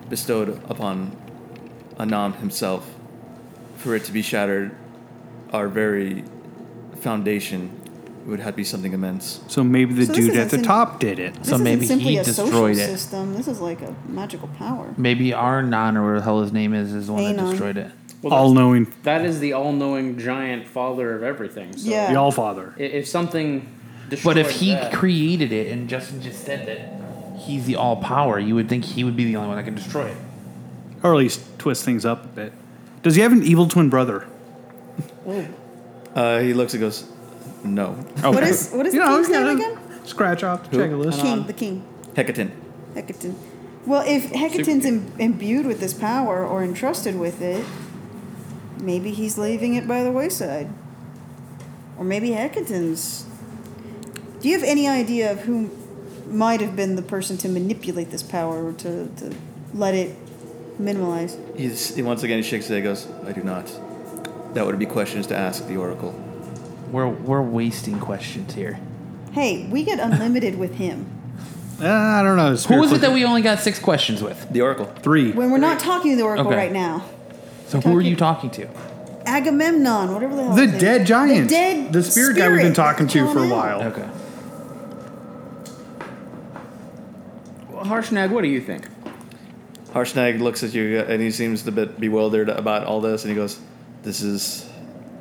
Speaker 7: bestowed upon Anam himself. For it to be shattered, our very foundation would have to be something immense.
Speaker 5: so maybe the
Speaker 6: So this
Speaker 5: dude at
Speaker 6: isn't
Speaker 5: the
Speaker 6: sin-
Speaker 5: top did it.
Speaker 6: this
Speaker 2: So
Speaker 6: isn't
Speaker 2: maybe
Speaker 6: simply
Speaker 2: he
Speaker 6: a social
Speaker 2: destroyed it.
Speaker 6: system. This is like a magical power.
Speaker 2: Maybe our non or whatever the hell his name is is the one that
Speaker 6: Anon.
Speaker 2: destroyed it.
Speaker 8: Well,
Speaker 5: All knowing,
Speaker 8: That is the all-knowing giant father of everything. So
Speaker 6: Yeah.
Speaker 5: the All Father.
Speaker 8: i- If something destroyed
Speaker 2: But if he
Speaker 8: that,
Speaker 2: created it and Justin just said that he's the all power, you would think he would be the only one that can destroy it.
Speaker 5: or at least twist things up a bit. Does he have an evil twin brother?
Speaker 7: Uh, he looks and goes, "No,
Speaker 5: Oh,
Speaker 6: What is- what is the king's name again?
Speaker 5: Scratch off the checklist.
Speaker 6: King, the king,
Speaker 7: Hecaton."
Speaker 6: Hecaton. Well, if Hecaton's Im- imbued with this power or entrusted with it, maybe he's leaving it by the wayside, or maybe Hecaton's. Do you have any idea of who might have been the person to manipulate this power or to, to let it Minimalize.
Speaker 7: He's, he- once again, he shakes his head. Goes, I do not. That would be questions to ask the oracle.
Speaker 2: We're we're wasting questions here.
Speaker 6: Hey, we get unlimited with him.
Speaker 5: Uh, I don't know.
Speaker 2: Who was it that we only got six questions with?
Speaker 7: The oracle.
Speaker 5: Three.
Speaker 6: When we're not talking to the Oracle
Speaker 2: Okay.
Speaker 6: right now.
Speaker 2: So who are you talking to?
Speaker 6: Agamemnon, whatever the hell.
Speaker 5: The
Speaker 6: his name
Speaker 5: dead
Speaker 6: is.
Speaker 5: giant.
Speaker 6: The dead
Speaker 5: The spirit, guy we've been talking to
Speaker 6: Calling
Speaker 5: for a
Speaker 6: out.
Speaker 5: while.
Speaker 2: Okay.
Speaker 3: Harshnag, what do you think?
Speaker 7: Harshnag looks at you and he seems a bit bewildered about all this and he goes, This is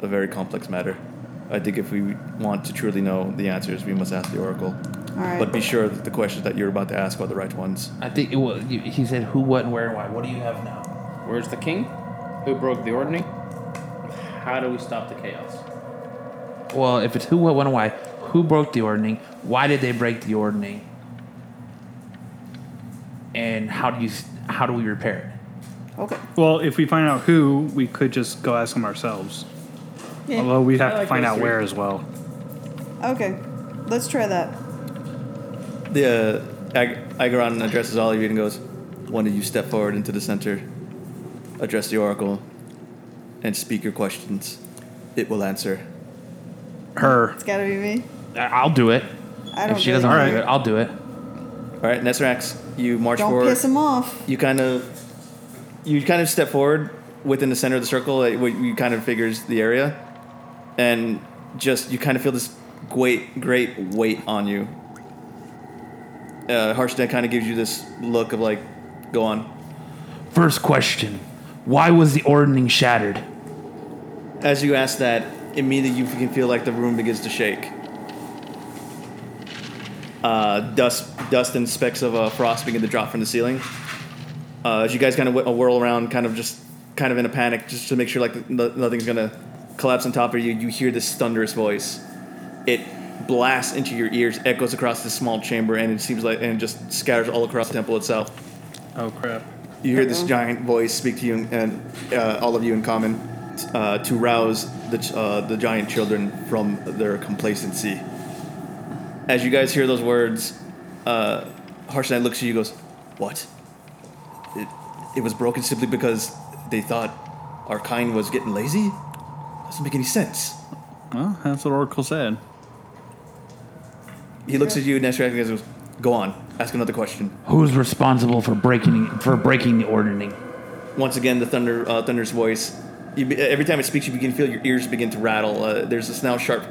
Speaker 7: a very complex matter. I think if we want to truly know the answers, we must ask the Oracle.
Speaker 6: right.
Speaker 7: But be sure that the questions that you're about to ask are the right ones.
Speaker 2: I think it was, you- he said who, what, and where, and why. What do you have now?
Speaker 8: Where's the king? Who broke the ordning? How do we stop the chaos?
Speaker 2: Well, if it's who, what, when, and why, who broke the ordning? Why did they break the ordning? And how do you s- how do we repair
Speaker 6: Okay.
Speaker 5: Well, if we find out who, we could just go ask them ourselves. Although we'd have
Speaker 8: I
Speaker 5: to
Speaker 8: like
Speaker 5: find
Speaker 8: those
Speaker 5: out
Speaker 8: three.
Speaker 5: where as well.
Speaker 6: Okay. Let's try that.
Speaker 7: The uh, Ag- Agaron addresses all of you and goes, One of you step forward into the center, address the Oracle, and speak your questions. It will answer.
Speaker 5: Her.
Speaker 6: It's gotta be me.
Speaker 2: it? I- I'll do it.
Speaker 6: I don't
Speaker 2: If she
Speaker 6: really
Speaker 2: doesn't
Speaker 6: care.
Speaker 2: want to do it, I'll do it.
Speaker 7: All right, Nesrax, you march
Speaker 6: Don't
Speaker 7: forward.
Speaker 6: piss him off.
Speaker 7: you kind of you kind of step forward within the center of the circle like, what you kind of figures the area and just you kind of feel this great great weight on you uh, Harshnag kind of gives you this look of like go on
Speaker 2: First question: Why was the ordning shattered?
Speaker 7: as you ask that immediately you can feel like the room begins to shake uh, dust dust and specks of uh, frost begin to drop from the ceiling uh, as you guys kind of wh- whirl around, kind of just kind of in a panic, just to make sure like no- nothing's gonna collapse on top of you. You hear this thunderous voice. It blasts into your ears, echoes across this small chamber, and it seems like and just scatters all across the temple itself.
Speaker 5: Oh, crap.
Speaker 7: You hear this giant voice speak to you and, and uh, all of you in common uh, to rouse the ch- uh, the giant children from their complacency. As you guys hear those words, uh, Harshnag looks at you and goes, What? It, it was broken simply because they thought our kind was getting lazy? Doesn't make any sense.
Speaker 5: Well, that's what Oracle said.
Speaker 7: He looks at you, Neshrak, and goes, Go on, ask another question.
Speaker 2: Who's responsible for breaking for breaking the ordning?
Speaker 7: once again the thunder uh, thunder's voice you, be- every time it speaks you begin to feel your ears begin to rattle uh, there's this now sharp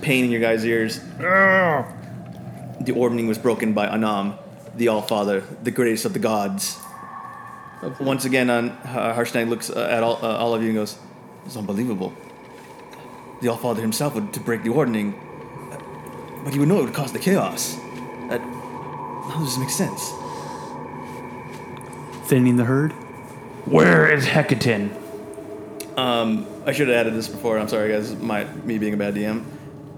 Speaker 7: pain in your guys ears the ordning was broken by anam the all-father the greatest of the gods once again on uh, harshnag looks uh, at all, uh, all of you and goes it's unbelievable the all-father himself would to break the ordning uh, but he would know it would cause the chaos that how does this make sense
Speaker 5: Thinning the herd.
Speaker 2: Where is Hecaton?
Speaker 7: Um, I should have added this before. I'm sorry, guys. My me being a bad DM.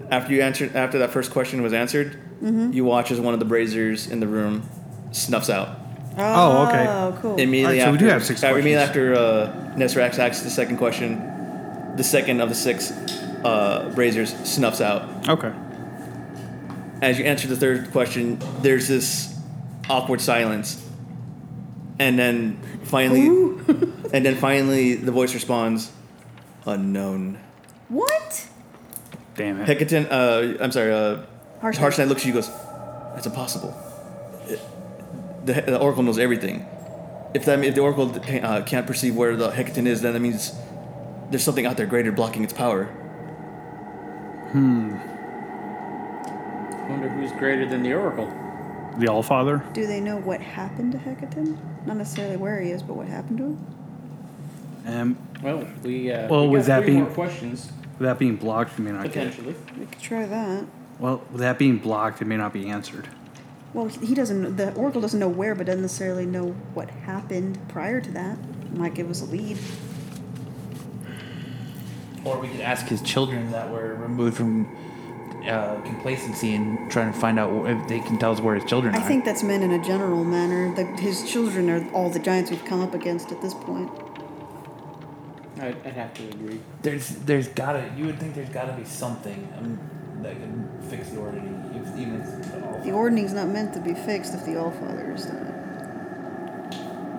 Speaker 7: After you answered, after that first question was answered, you watch as one of the braziers in the room snuffs out.
Speaker 5: Oh, okay.
Speaker 6: Oh, cool.
Speaker 5: Alright,
Speaker 7: Immediately
Speaker 5: so we
Speaker 7: after,
Speaker 5: do have six
Speaker 7: uh, immediately after uh, Nesrax asks the second question, the second of the six uh, braziers snuffs out.
Speaker 5: Okay.
Speaker 7: As you answer the third question, there's this awkward silence, and then finally, and then finally, the voice responds, "Unknown."
Speaker 6: What?
Speaker 5: Damn it.
Speaker 7: Hecaton, uh, I'm sorry, uh,
Speaker 6: Harshnag.
Speaker 7: Harshnag looks at you and goes, That's impossible. The, the Oracle knows everything. If that, if the Oracle uh, can't perceive where the Hecaton is, then that means there's something out there greater blocking its power.
Speaker 8: I wonder who's greater than the oracle.
Speaker 5: The All Father.
Speaker 6: Do they know what happened to Hecaton? Not necessarily where he is, but what happened to him?
Speaker 5: Um,
Speaker 8: Well, we. Uh,
Speaker 5: Well,
Speaker 8: we
Speaker 5: with
Speaker 8: got
Speaker 5: that
Speaker 8: three more
Speaker 5: being-
Speaker 8: questions
Speaker 5: that being blocked, we may not get.
Speaker 8: potentially.
Speaker 6: We could try that.
Speaker 5: Well, with that being blocked, it may not be answered.
Speaker 6: Well, he doesn't. The Oracle doesn't know where, but doesn't necessarily know what happened prior to that. Might give us a lead.
Speaker 2: Or we could ask his children that were removed from uh, complacency and trying to find out wh- if they can tell us where his children
Speaker 6: I
Speaker 2: are.
Speaker 6: think that's meant in a general manner. That his children are all the giants we've come up against at this point.
Speaker 8: I'd, I'd have to agree.
Speaker 2: there's there's gotta you would think there's gotta be something um, that can fix the ordering, if, even if it's all.
Speaker 6: The ordning's not meant to be fixed if the Allfather is done it.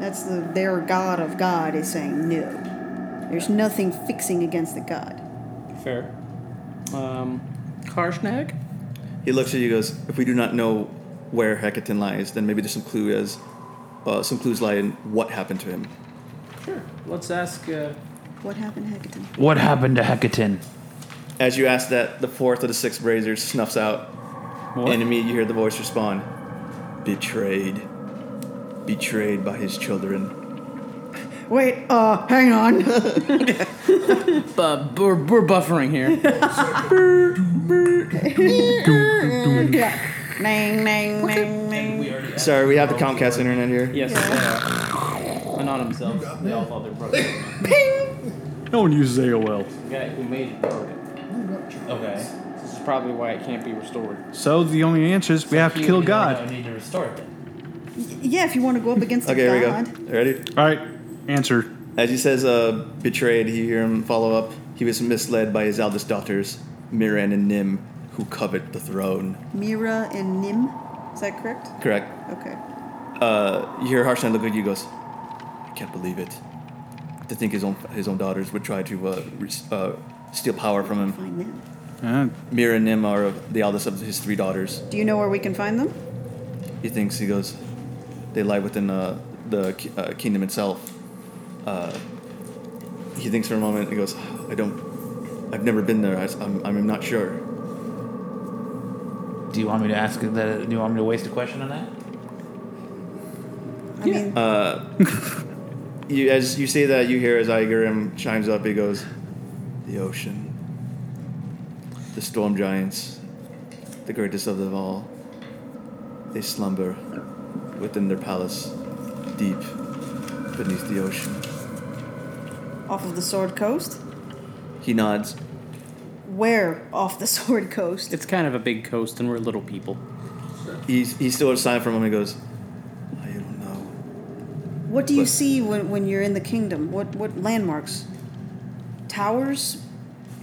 Speaker 6: That's the their God of God is saying no. There's nothing fixing against the God.
Speaker 8: Fair. Um, Karshnag?
Speaker 7: He looks at you. and Goes, if we do not know where Hecaton lies, then maybe there's some clue as uh, some clues lie in what happened to him.
Speaker 8: Sure. Let's ask. Uh,
Speaker 6: What happened, Hecaton?
Speaker 2: What happened to Hecaton?
Speaker 7: As you ask that, the fourth of the six braziers snuffs out, and immediately you hear the voice respond, "Betrayed, betrayed by his children."
Speaker 6: Wait, uh, hang on.
Speaker 8: bu- we're, we're buffering here.
Speaker 6: yeah. Nang, nang, nang, nang.
Speaker 7: Sorry, we have the Comcast internet here.
Speaker 8: yes. uh, and on themselves. They all thought they broke it.
Speaker 5: No one uses AOL.
Speaker 8: The guy who made it broke it.
Speaker 2: Okay.
Speaker 8: This is probably why it can't be restored.
Speaker 5: So the only answer is we have to kill God.
Speaker 2: need to restore it then.
Speaker 6: Yeah, if you want to go up against
Speaker 7: Okay,
Speaker 6: the
Speaker 7: here we
Speaker 6: God.
Speaker 7: go. Ready?
Speaker 5: All right, answer.
Speaker 7: As he says, uh, betrayed, you hear him follow up. He was misled by his eldest daughters, Miran and Nim, who covet the throne.
Speaker 6: Mira and Nim. Is that correct?
Speaker 7: Correct.
Speaker 6: Okay.
Speaker 7: Uh, you hear Harshan look at you and goes, I can't believe it. To think his own his own daughters would try to uh, re- uh, steal power from him.
Speaker 6: Find them.
Speaker 5: Uh,
Speaker 7: Mira and Nim are the eldest of his three daughters.
Speaker 6: Do you know where we can find them?
Speaker 7: He thinks, he goes, they lie within uh, the ki- uh, kingdom itself. Uh, he thinks for a moment and goes, I don't, I've never been there. I, am I'm not sure.
Speaker 2: Do you want me to ask that? Do you want me to waste a question on that?
Speaker 6: I mean,
Speaker 7: Uh, you, as you say that, you hear as Igerim chimes up, he goes, The ocean, the storm giants, the greatest of them all, they slumber within their palace, deep beneath the ocean.
Speaker 6: off of the Sword Coast?
Speaker 7: He nods.
Speaker 6: Where off the Sword Coast?
Speaker 8: It's kind of a big coast, and we're little people.
Speaker 7: He, he still has sign from him and goes, I don't know.
Speaker 6: What do you
Speaker 7: But-
Speaker 6: see when, when you're in the kingdom? What what landmarks? Towers?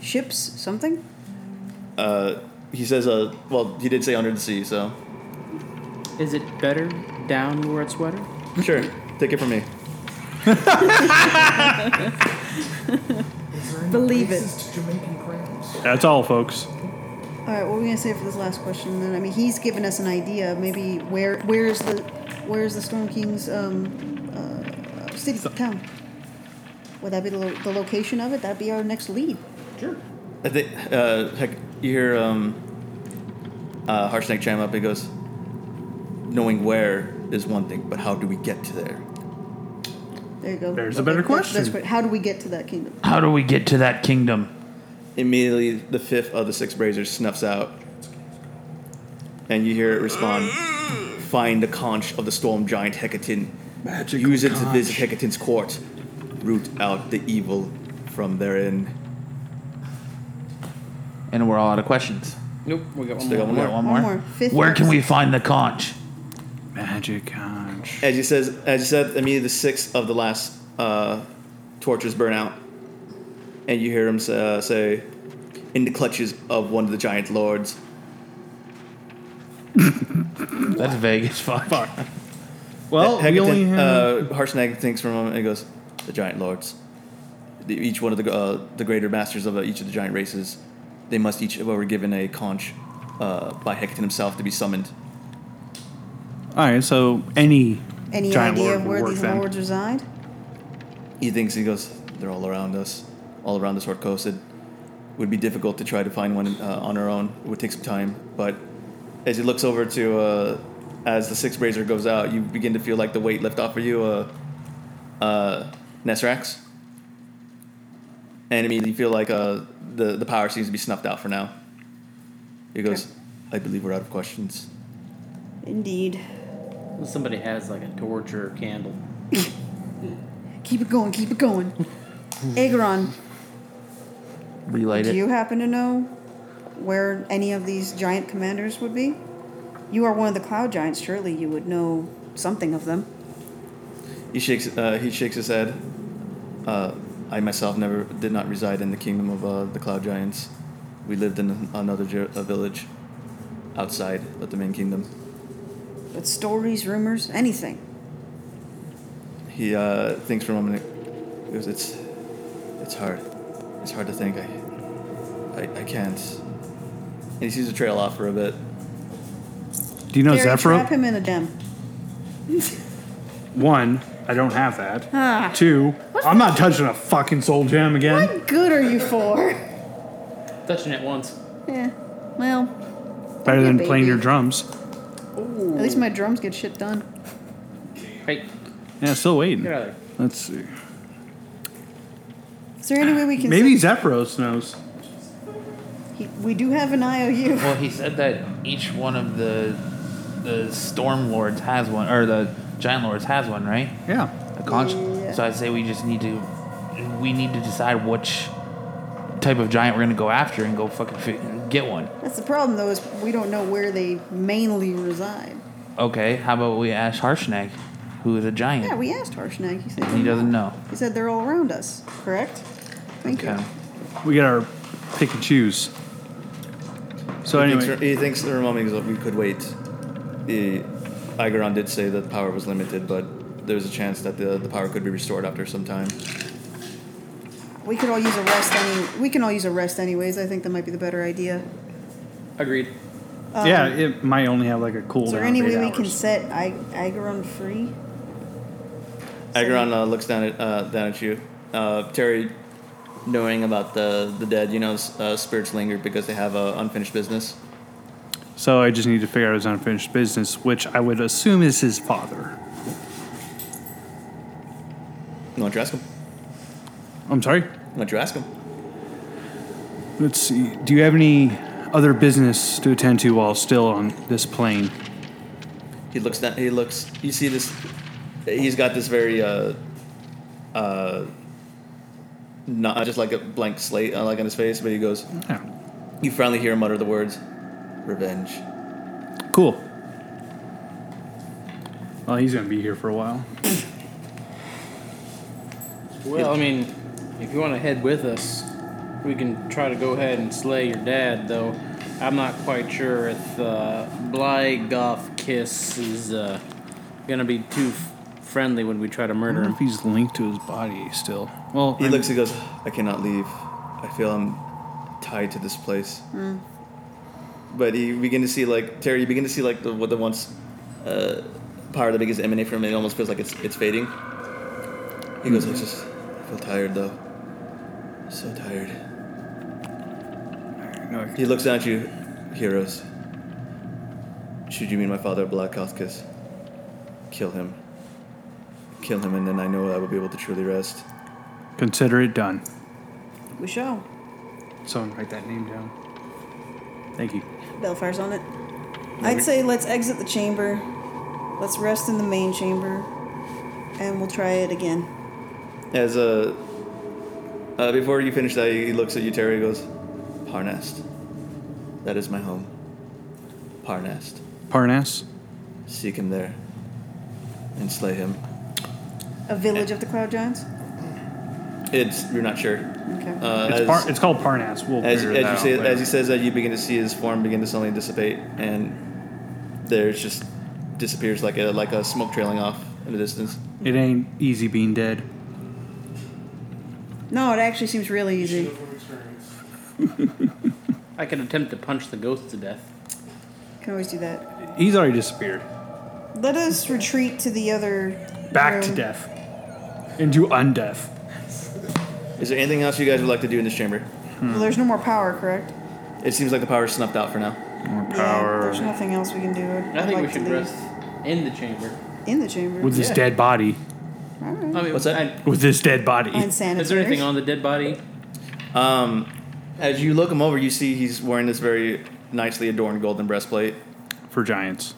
Speaker 6: Ships? Something?
Speaker 7: Uh, he says, uh, Well, he did say under the sea, so.
Speaker 8: Is it better down where it's wetter?
Speaker 7: Sure, take it from me.
Speaker 6: Believe it.
Speaker 5: that's all, folks.
Speaker 6: All right, what are we gonna say for this last question? Then I mean, he's given us an idea. Maybe where where is the where is the Storm King's um, uh, city town? Would that be the, lo- the location of it? That'd be our next lead.
Speaker 7: I think uh, heck, you hear um, uh, Harshnag chime up and goes, "Knowing where is one thing, but how do we get to there?"
Speaker 6: There you go.
Speaker 5: There's a better
Speaker 6: That- that's- That's
Speaker 5: question.
Speaker 6: what, how do we get to that kingdom?
Speaker 2: How do we get to that kingdom?
Speaker 7: Immediately, the fifth of the six braziers snuffs out, and you hear it respond: "Find the conch of the storm giant Hecaton. Use it to visit Hecaton's court. Root out the evil from therein."
Speaker 2: And we're all out of questions.
Speaker 8: Nope, we got one
Speaker 7: Still got
Speaker 8: more.
Speaker 7: one more.
Speaker 2: We got one
Speaker 6: One
Speaker 2: more.
Speaker 6: more. Fifth
Speaker 2: Where can
Speaker 6: box.
Speaker 2: we find the conch?
Speaker 5: Magic conch.
Speaker 7: As you says, as you said, immediately the sixth of the last uh, torches burn out, and you hear him uh, say, "In the clutches of one of the giant lords."
Speaker 2: That's vague as fuck.
Speaker 5: Well,
Speaker 7: Hecaton-
Speaker 5: we only have.
Speaker 7: uh, Harshnag thinks for a moment and goes, "The giant lords, the, each one of the uh, the greater masters of uh, each of the giant races, they must each were given a conch uh, by Hecaton himself to be summoned."
Speaker 5: all right, so any
Speaker 6: Any
Speaker 5: giant
Speaker 6: idea
Speaker 5: lord will
Speaker 6: where
Speaker 5: work
Speaker 6: these
Speaker 5: then.
Speaker 6: lords reside?
Speaker 7: He thinks he goes, they're all around us, all around the Sword Coast. It would be difficult to try to find one uh, on our own. It would take some time. But as he looks over to, uh, as the sixth razor goes out, you begin to feel like the weight left off of you, uh, uh, Nesrax. And immediately you feel like uh, the, the power seems to be snuffed out for now. He goes, I believe we're out of questions.
Speaker 6: Indeed.
Speaker 8: Unless Somebody has like a torch or a candle.
Speaker 6: Keep it going. Keep it going. Aegon,
Speaker 2: Relight
Speaker 6: do
Speaker 2: it.
Speaker 6: you happen to know where any of these giant commanders would be? You are one of the cloud giants. Surely you would know something of them.
Speaker 7: He shakes. Uh, he shakes his head. Uh, I myself never did not reside in the kingdom of uh, the cloud giants. We lived in another ju- a village outside of the main kingdom.
Speaker 6: But stories, rumors, anything.
Speaker 7: He uh, thinks for a moment. He goes, "It's, it's hard. It's hard to think. I, I, I can't." And he sees a trail off for a bit.
Speaker 5: Do you know
Speaker 6: Terry, Trap
Speaker 5: Zephyr?
Speaker 6: him in a gem.
Speaker 5: One, I don't have that.
Speaker 6: Ah.
Speaker 5: Two, I'm not touching a fucking soul gem again.
Speaker 6: What good are you for?
Speaker 8: Touching it once.
Speaker 6: yeah. Well,
Speaker 5: Better
Speaker 6: Yeah,
Speaker 5: than playing
Speaker 6: baby.
Speaker 5: your drums.
Speaker 6: at least my drums get shit done.
Speaker 8: Hey,
Speaker 5: Yeah, still
Speaker 8: get
Speaker 5: waiting.
Speaker 8: out of there.
Speaker 5: Let's see.
Speaker 6: Is there any way we can?
Speaker 5: Maybe
Speaker 6: send-
Speaker 5: Zephyros knows.
Speaker 6: He- we do have an IOU.
Speaker 2: Well, he said that each one of the the storm lords has one, or the giant lords has one, right?
Speaker 5: Yeah.
Speaker 2: A conch.
Speaker 6: Yeah.
Speaker 2: So I say we just need to we need to decide which type of giant we're gonna go after and go fucking fi- get one.
Speaker 6: That's the problem, though, is we don't know where they mainly reside.
Speaker 2: Okay, how about we ask Harshnag, who is a giant?
Speaker 6: Yeah, we asked Harshnag. He said
Speaker 2: he doesn't know.
Speaker 6: He said they're all around us. Correct. Thank
Speaker 2: Okay.
Speaker 6: you.
Speaker 5: We got our pick and choose. So
Speaker 7: He
Speaker 5: anyway,
Speaker 7: thinks for- he thinks for a moment. He goes, "We could wait." The Igoron did say that power was limited, but there's a chance that the, the power could be restored after some time.
Speaker 6: We could all use a rest. Any, we can all use a rest, anyways. I think that might be the better idea.
Speaker 8: Agreed.
Speaker 5: yeah, it might only have like a cooldown.
Speaker 6: Um, Is there
Speaker 5: of
Speaker 6: any
Speaker 5: eight
Speaker 6: way we
Speaker 5: hours.
Speaker 6: can set I- Agaron free?
Speaker 7: Agaron uh, looks down at uh, down at you, uh, Terry. Knowing about the the dead, you know, s- uh, spirits linger because they have uh, unfinished business.
Speaker 5: So I just need to figure out his unfinished business, which I would assume is his father.
Speaker 7: You want to ask him?
Speaker 5: I'm sorry.
Speaker 7: You want to ask him?
Speaker 5: Let's see. Do you have any other business to attend to while still on this plane?
Speaker 7: He looks down. He looks. You see this. He's got this very. uh uh not just like a blank slate uh, like on his face, but he goes.
Speaker 5: Yeah.
Speaker 7: You finally hear him mutter the words, "Revenge."
Speaker 5: Cool. Well, he's gonna be here for a while.
Speaker 8: Well, I mean, if you want to head with us, we can try to go ahead and slay your dad, though. I'm not quite sure if uh, Blygoff Kiss is uh, going to be too f- friendly when we try to
Speaker 5: I
Speaker 8: murder
Speaker 5: wonder
Speaker 8: him.
Speaker 5: if he's linked to his body still. Well,
Speaker 7: He
Speaker 5: I'm-
Speaker 7: looks. He goes. I cannot leave. I feel I'm tied to this place. But you begin to see like Terry. You begin to see like the, what the once uh, power that begins to emanate from him. It almost feels like it's it's fading. He goes. I just I feel tired though. So tired.
Speaker 5: no, I-
Speaker 7: He looks down at you, heroes. Should you meet my father, Black Kothkus, kill him. Kill him, and then I know I will be able to truly rest.
Speaker 5: consider it done.
Speaker 6: We shall.
Speaker 5: Someone write that name down. Thank you.
Speaker 6: Belfire's on it. I'd say let's exit the chamber. Let's rest in the main chamber, and we'll try it again.
Speaker 7: As uh, uh, before you finish that, he looks at you, Terry, and goes, Parnast. That is my home. Parnast.
Speaker 5: Parnas.
Speaker 7: Seek him there and slay him.
Speaker 6: A village of the cloud giants.
Speaker 7: It's, you're not sure.
Speaker 6: Okay.
Speaker 7: Uh,
Speaker 5: It's,
Speaker 7: as-
Speaker 5: par- it's called Parnas. We'll
Speaker 7: As,
Speaker 5: figure
Speaker 7: as,
Speaker 5: that
Speaker 7: you
Speaker 5: out
Speaker 7: say,
Speaker 5: later.
Speaker 7: as he says that, you begin to see his form begin to suddenly dissipate, and there's just disappears like a like a smoke trailing off in the distance.
Speaker 5: it ain't easy being dead.
Speaker 6: no, it actually seems really easy.
Speaker 8: I can attempt to punch the ghost to death.
Speaker 6: Can always do that.
Speaker 5: He's already disappeared.
Speaker 6: Let us retreat to the other.
Speaker 5: Back to
Speaker 6: room.
Speaker 5: death. Into undeath.
Speaker 7: Is there anything else you guys would like to do in this chamber?
Speaker 6: Well, there's no more power, correct?
Speaker 7: It seems like the power is snuffed out for now.
Speaker 5: More
Speaker 6: Yeah, there's nothing else we can do. I'd,
Speaker 8: I
Speaker 6: I'd
Speaker 8: think
Speaker 6: like
Speaker 8: we should
Speaker 6: to leave
Speaker 8: rest in the chamber.
Speaker 6: in the chamber.
Speaker 5: With this
Speaker 8: Yeah.
Speaker 5: dead body.
Speaker 6: All right.
Speaker 8: I mean,
Speaker 7: What's that?
Speaker 5: With this dead body.
Speaker 6: Unsanitary.
Speaker 8: is there anything on the dead body?
Speaker 7: Um, as you look him over, you see he's wearing this very nicely adorned golden breastplate.
Speaker 5: For giants.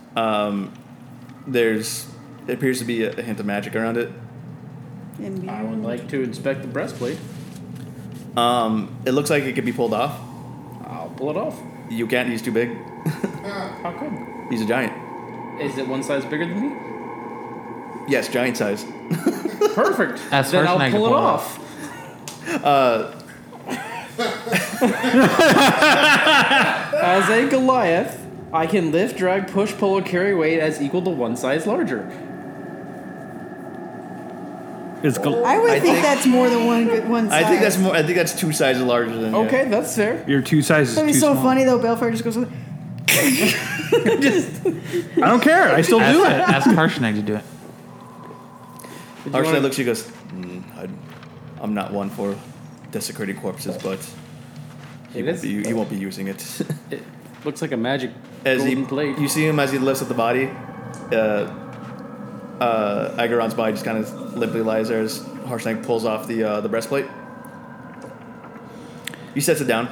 Speaker 7: There's it appears to be a, a hint of magic around it.
Speaker 6: And
Speaker 8: I would like to inspect the breastplate.
Speaker 7: Um, it looks like it could be pulled off.
Speaker 8: I'll pull it off.
Speaker 7: You can't. He's too big.
Speaker 8: How come?
Speaker 7: He's a giant.
Speaker 8: Is it one size bigger than me?
Speaker 7: Yes, giant size.
Speaker 8: Perfect.
Speaker 2: Ask
Speaker 8: then I'll
Speaker 2: Harshnag to
Speaker 8: pull it
Speaker 2: pull
Speaker 8: off.
Speaker 2: it
Speaker 8: Uh. as a Goliath, I can lift, drag, push, pull, or carry weight as equal to one size larger.
Speaker 5: It's gal-
Speaker 6: I would
Speaker 7: I
Speaker 6: think,
Speaker 7: think-
Speaker 6: that's more than one good one
Speaker 7: I
Speaker 6: size.
Speaker 7: think that's more. I think that's two sizes larger than. yeah.
Speaker 8: Okay, that's fair.
Speaker 5: you're two sizes
Speaker 6: That'd
Speaker 5: too
Speaker 6: be so
Speaker 5: small.
Speaker 6: funny though. Belfair just goes.
Speaker 5: I don't care. I still do it.
Speaker 2: Ask Harshnag to do it.
Speaker 7: Archana looks at you and goes, mm, I, I'm not one for desecrating corpses, but he,
Speaker 8: It
Speaker 7: won't
Speaker 8: is-
Speaker 7: be, he won't be using it.
Speaker 8: It looks like a magic
Speaker 7: as he,
Speaker 8: golden plate.
Speaker 7: you see him as he lifts up the body, uh, uh, Agaron's body just kind of limply lies there as Harshnag pulls off the, uh, the breastplate. He sets it down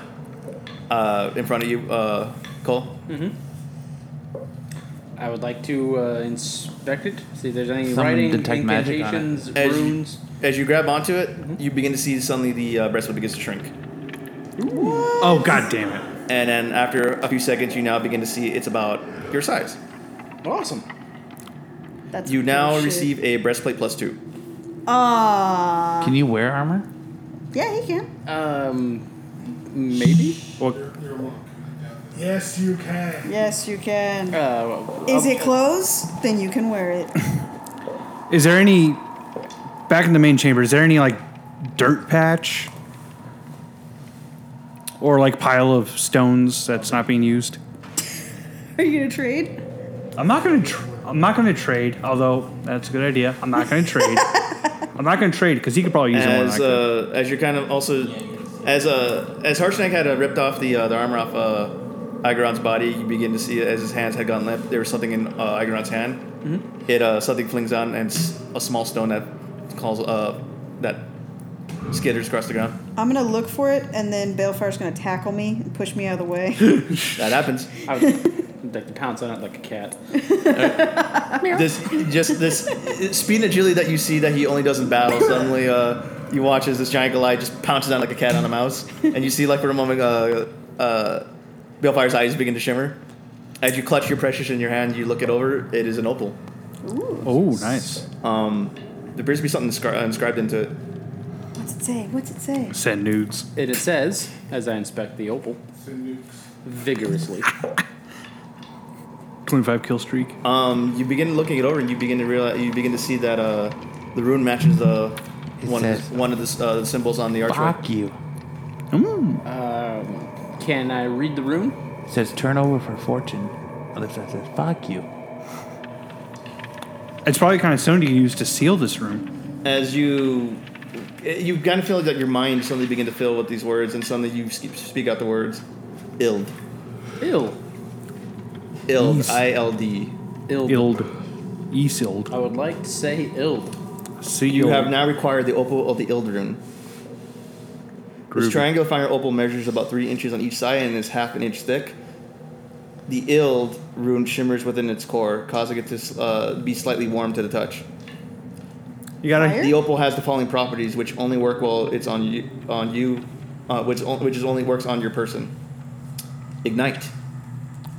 Speaker 7: uh, in front of you, uh, Cole.
Speaker 8: I would like to uh, inspect it, see if there's any
Speaker 2: Someone
Speaker 8: writing,
Speaker 2: detect magic on it.
Speaker 8: incantations,
Speaker 7: As you-
Speaker 8: runes.
Speaker 7: As you grab onto it,
Speaker 8: Mm-hmm.
Speaker 7: you begin to see suddenly the uh, breastplate begins to shrink.
Speaker 5: Oh god damn it!
Speaker 7: And then after a few seconds, you now begin to see it's about your size.
Speaker 8: Awesome.
Speaker 6: That's
Speaker 7: You now
Speaker 6: bullshit.
Speaker 7: receive a breastplate plus two.
Speaker 6: Ah.
Speaker 2: Can you wear armor?
Speaker 6: yeah, he can.
Speaker 8: Um, maybe.
Speaker 4: Yes, you can.
Speaker 6: Yes, you can.
Speaker 8: Uh, well,
Speaker 6: Is
Speaker 8: I'll-
Speaker 6: it clothes? Then you can wear it.
Speaker 5: Is there any back in the main chamber? Is there any like dirt patch or like pile of stones that's not being used?
Speaker 6: Are you gonna trade?
Speaker 5: I'm not gonna. Tr- I'm not gonna trade. Although that's a good idea. I'm not gonna trade. I'm not gonna trade because he could probably use it more. than I
Speaker 7: as
Speaker 5: could.
Speaker 7: uh, as you're kind of also as uh, as Harshnag had uh, ripped off the uh, the armor off uh, Agaron's body, you begin to see as his hands had gone limp. There was something in uh, Agaron's hand. It uh, something flings on and s- a small stone that calls uh, that skitters across the ground.
Speaker 6: I'm gonna look for it, and then Balefire's gonna tackle me and push me out of the way.
Speaker 7: That happens.
Speaker 8: I would like to pounce on it like a cat.
Speaker 7: this just this speed and agility that you see that he only does in battle. Suddenly, uh, you watch as this giant Goliath just pounces down like a cat on a mouse, and you see like for a moment, uh, uh, Balefire's eyes begin to shimmer. As you clutch your precious in your hand, you look it over. It is an opal.
Speaker 5: oh, nice.
Speaker 7: Um, there appears to be something inscri- uh, inscribed into it.
Speaker 6: What's it say? What's it say?
Speaker 5: Send nudes.
Speaker 8: And it says, as I inspect the opal, vigorously.
Speaker 5: Twenty-five kill streak.
Speaker 7: Um, you begin looking it over, and you begin to realize you begin to see that uh, the rune matches the
Speaker 2: It
Speaker 7: one of
Speaker 2: says-
Speaker 7: the, one of the, uh, the symbols on the archway.
Speaker 2: Fuck you.
Speaker 8: Um, can I read the rune?
Speaker 2: It says turn over for fortune. Other side says fuck you.
Speaker 5: It's probably kind of stone to use to seal this room.
Speaker 7: as you you kind of feel that your mind suddenly begin to fill with these words and suddenly you sk- speak out the words ild
Speaker 8: Ill.
Speaker 7: ild ild
Speaker 8: Ill.
Speaker 5: Ild, e-sealed.
Speaker 8: I would like to say ill.
Speaker 5: Sealed.
Speaker 7: you have now required the opal of the ild rune this
Speaker 5: Groovy.
Speaker 7: triangular fire opal measures about three inches on each side and is half an inch thick the ild rune shimmers within its core causing it to uh, be slightly warm to the touch
Speaker 5: You gotta.
Speaker 6: Fire?
Speaker 7: the opal has the following properties which only work while it's on you on you uh, which, on, which is only works on your person ignite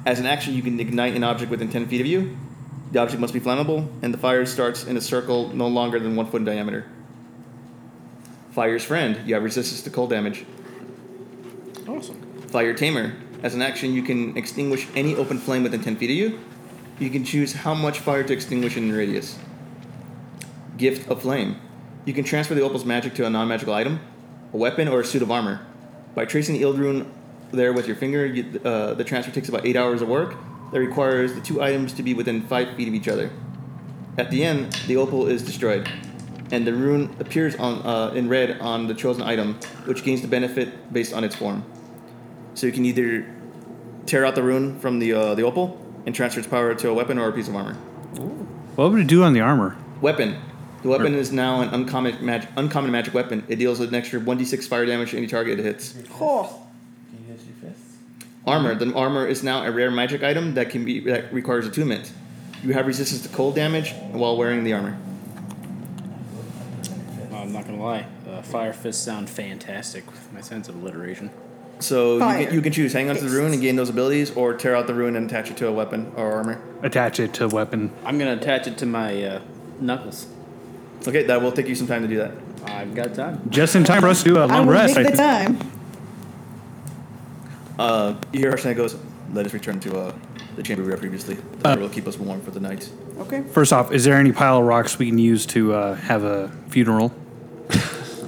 Speaker 7: as an action you can ignite an object within 10 feet of you the object must be flammable and the fire starts in a circle no longer than one foot in diameter fire's friend you have resistance to cold damage
Speaker 8: Awesome.
Speaker 7: Fire Tamer. As an action, you can extinguish any open flame within 10 feet of you. You can choose how much fire to extinguish in the radius. Gift of Flame. You can transfer the opal's magic to a non magical item, a weapon, or a suit of armor. By tracing the Ild Rune there with your finger, you, uh, the transfer takes about 8 hours of work. That requires the two items to be within 5 feet of each other. At the end, the opal is destroyed, and the rune appears on, uh, in red on the chosen item, which gains the benefit based on its form. So you can either tear out the rune from the uh, the opal and transfer its power to a weapon or a piece of armor.
Speaker 5: What would it do on the armor?
Speaker 7: Weapon. The weapon is now an uncommon magic uncommon magic weapon. It deals an extra 1d6 fire damage to any target it hits.
Speaker 6: Oh,
Speaker 7: Armor. The armor is now a rare magic item that can be that requires attunement. You have resistance to cold damage while wearing the armor.
Speaker 8: I'm not gonna lie. Uh, fire fists sound fantastic with my sense of alliteration.
Speaker 7: So you
Speaker 6: Fire.
Speaker 7: can, you can choose hang onto the rune and
Speaker 6: Fists.
Speaker 7: gain those abilities, or tear out the rune and attach it to a weapon or armor.
Speaker 5: Attach it to weapon.
Speaker 8: I'm gonna attach it to my uh, knuckles.
Speaker 7: Okay, that will take you some time to do that.
Speaker 8: I've got time.
Speaker 5: Just in time for us to do a
Speaker 6: I
Speaker 5: long
Speaker 6: will
Speaker 5: rest. I
Speaker 6: make the
Speaker 5: think.
Speaker 6: time.
Speaker 7: Uh, you hear Harshnag goes, "Let us return to uh, the chamber we were at previously. That will keep us warm for the night.
Speaker 6: Okay.
Speaker 5: First off, is there any pile of rocks we can use to uh, have a funeral?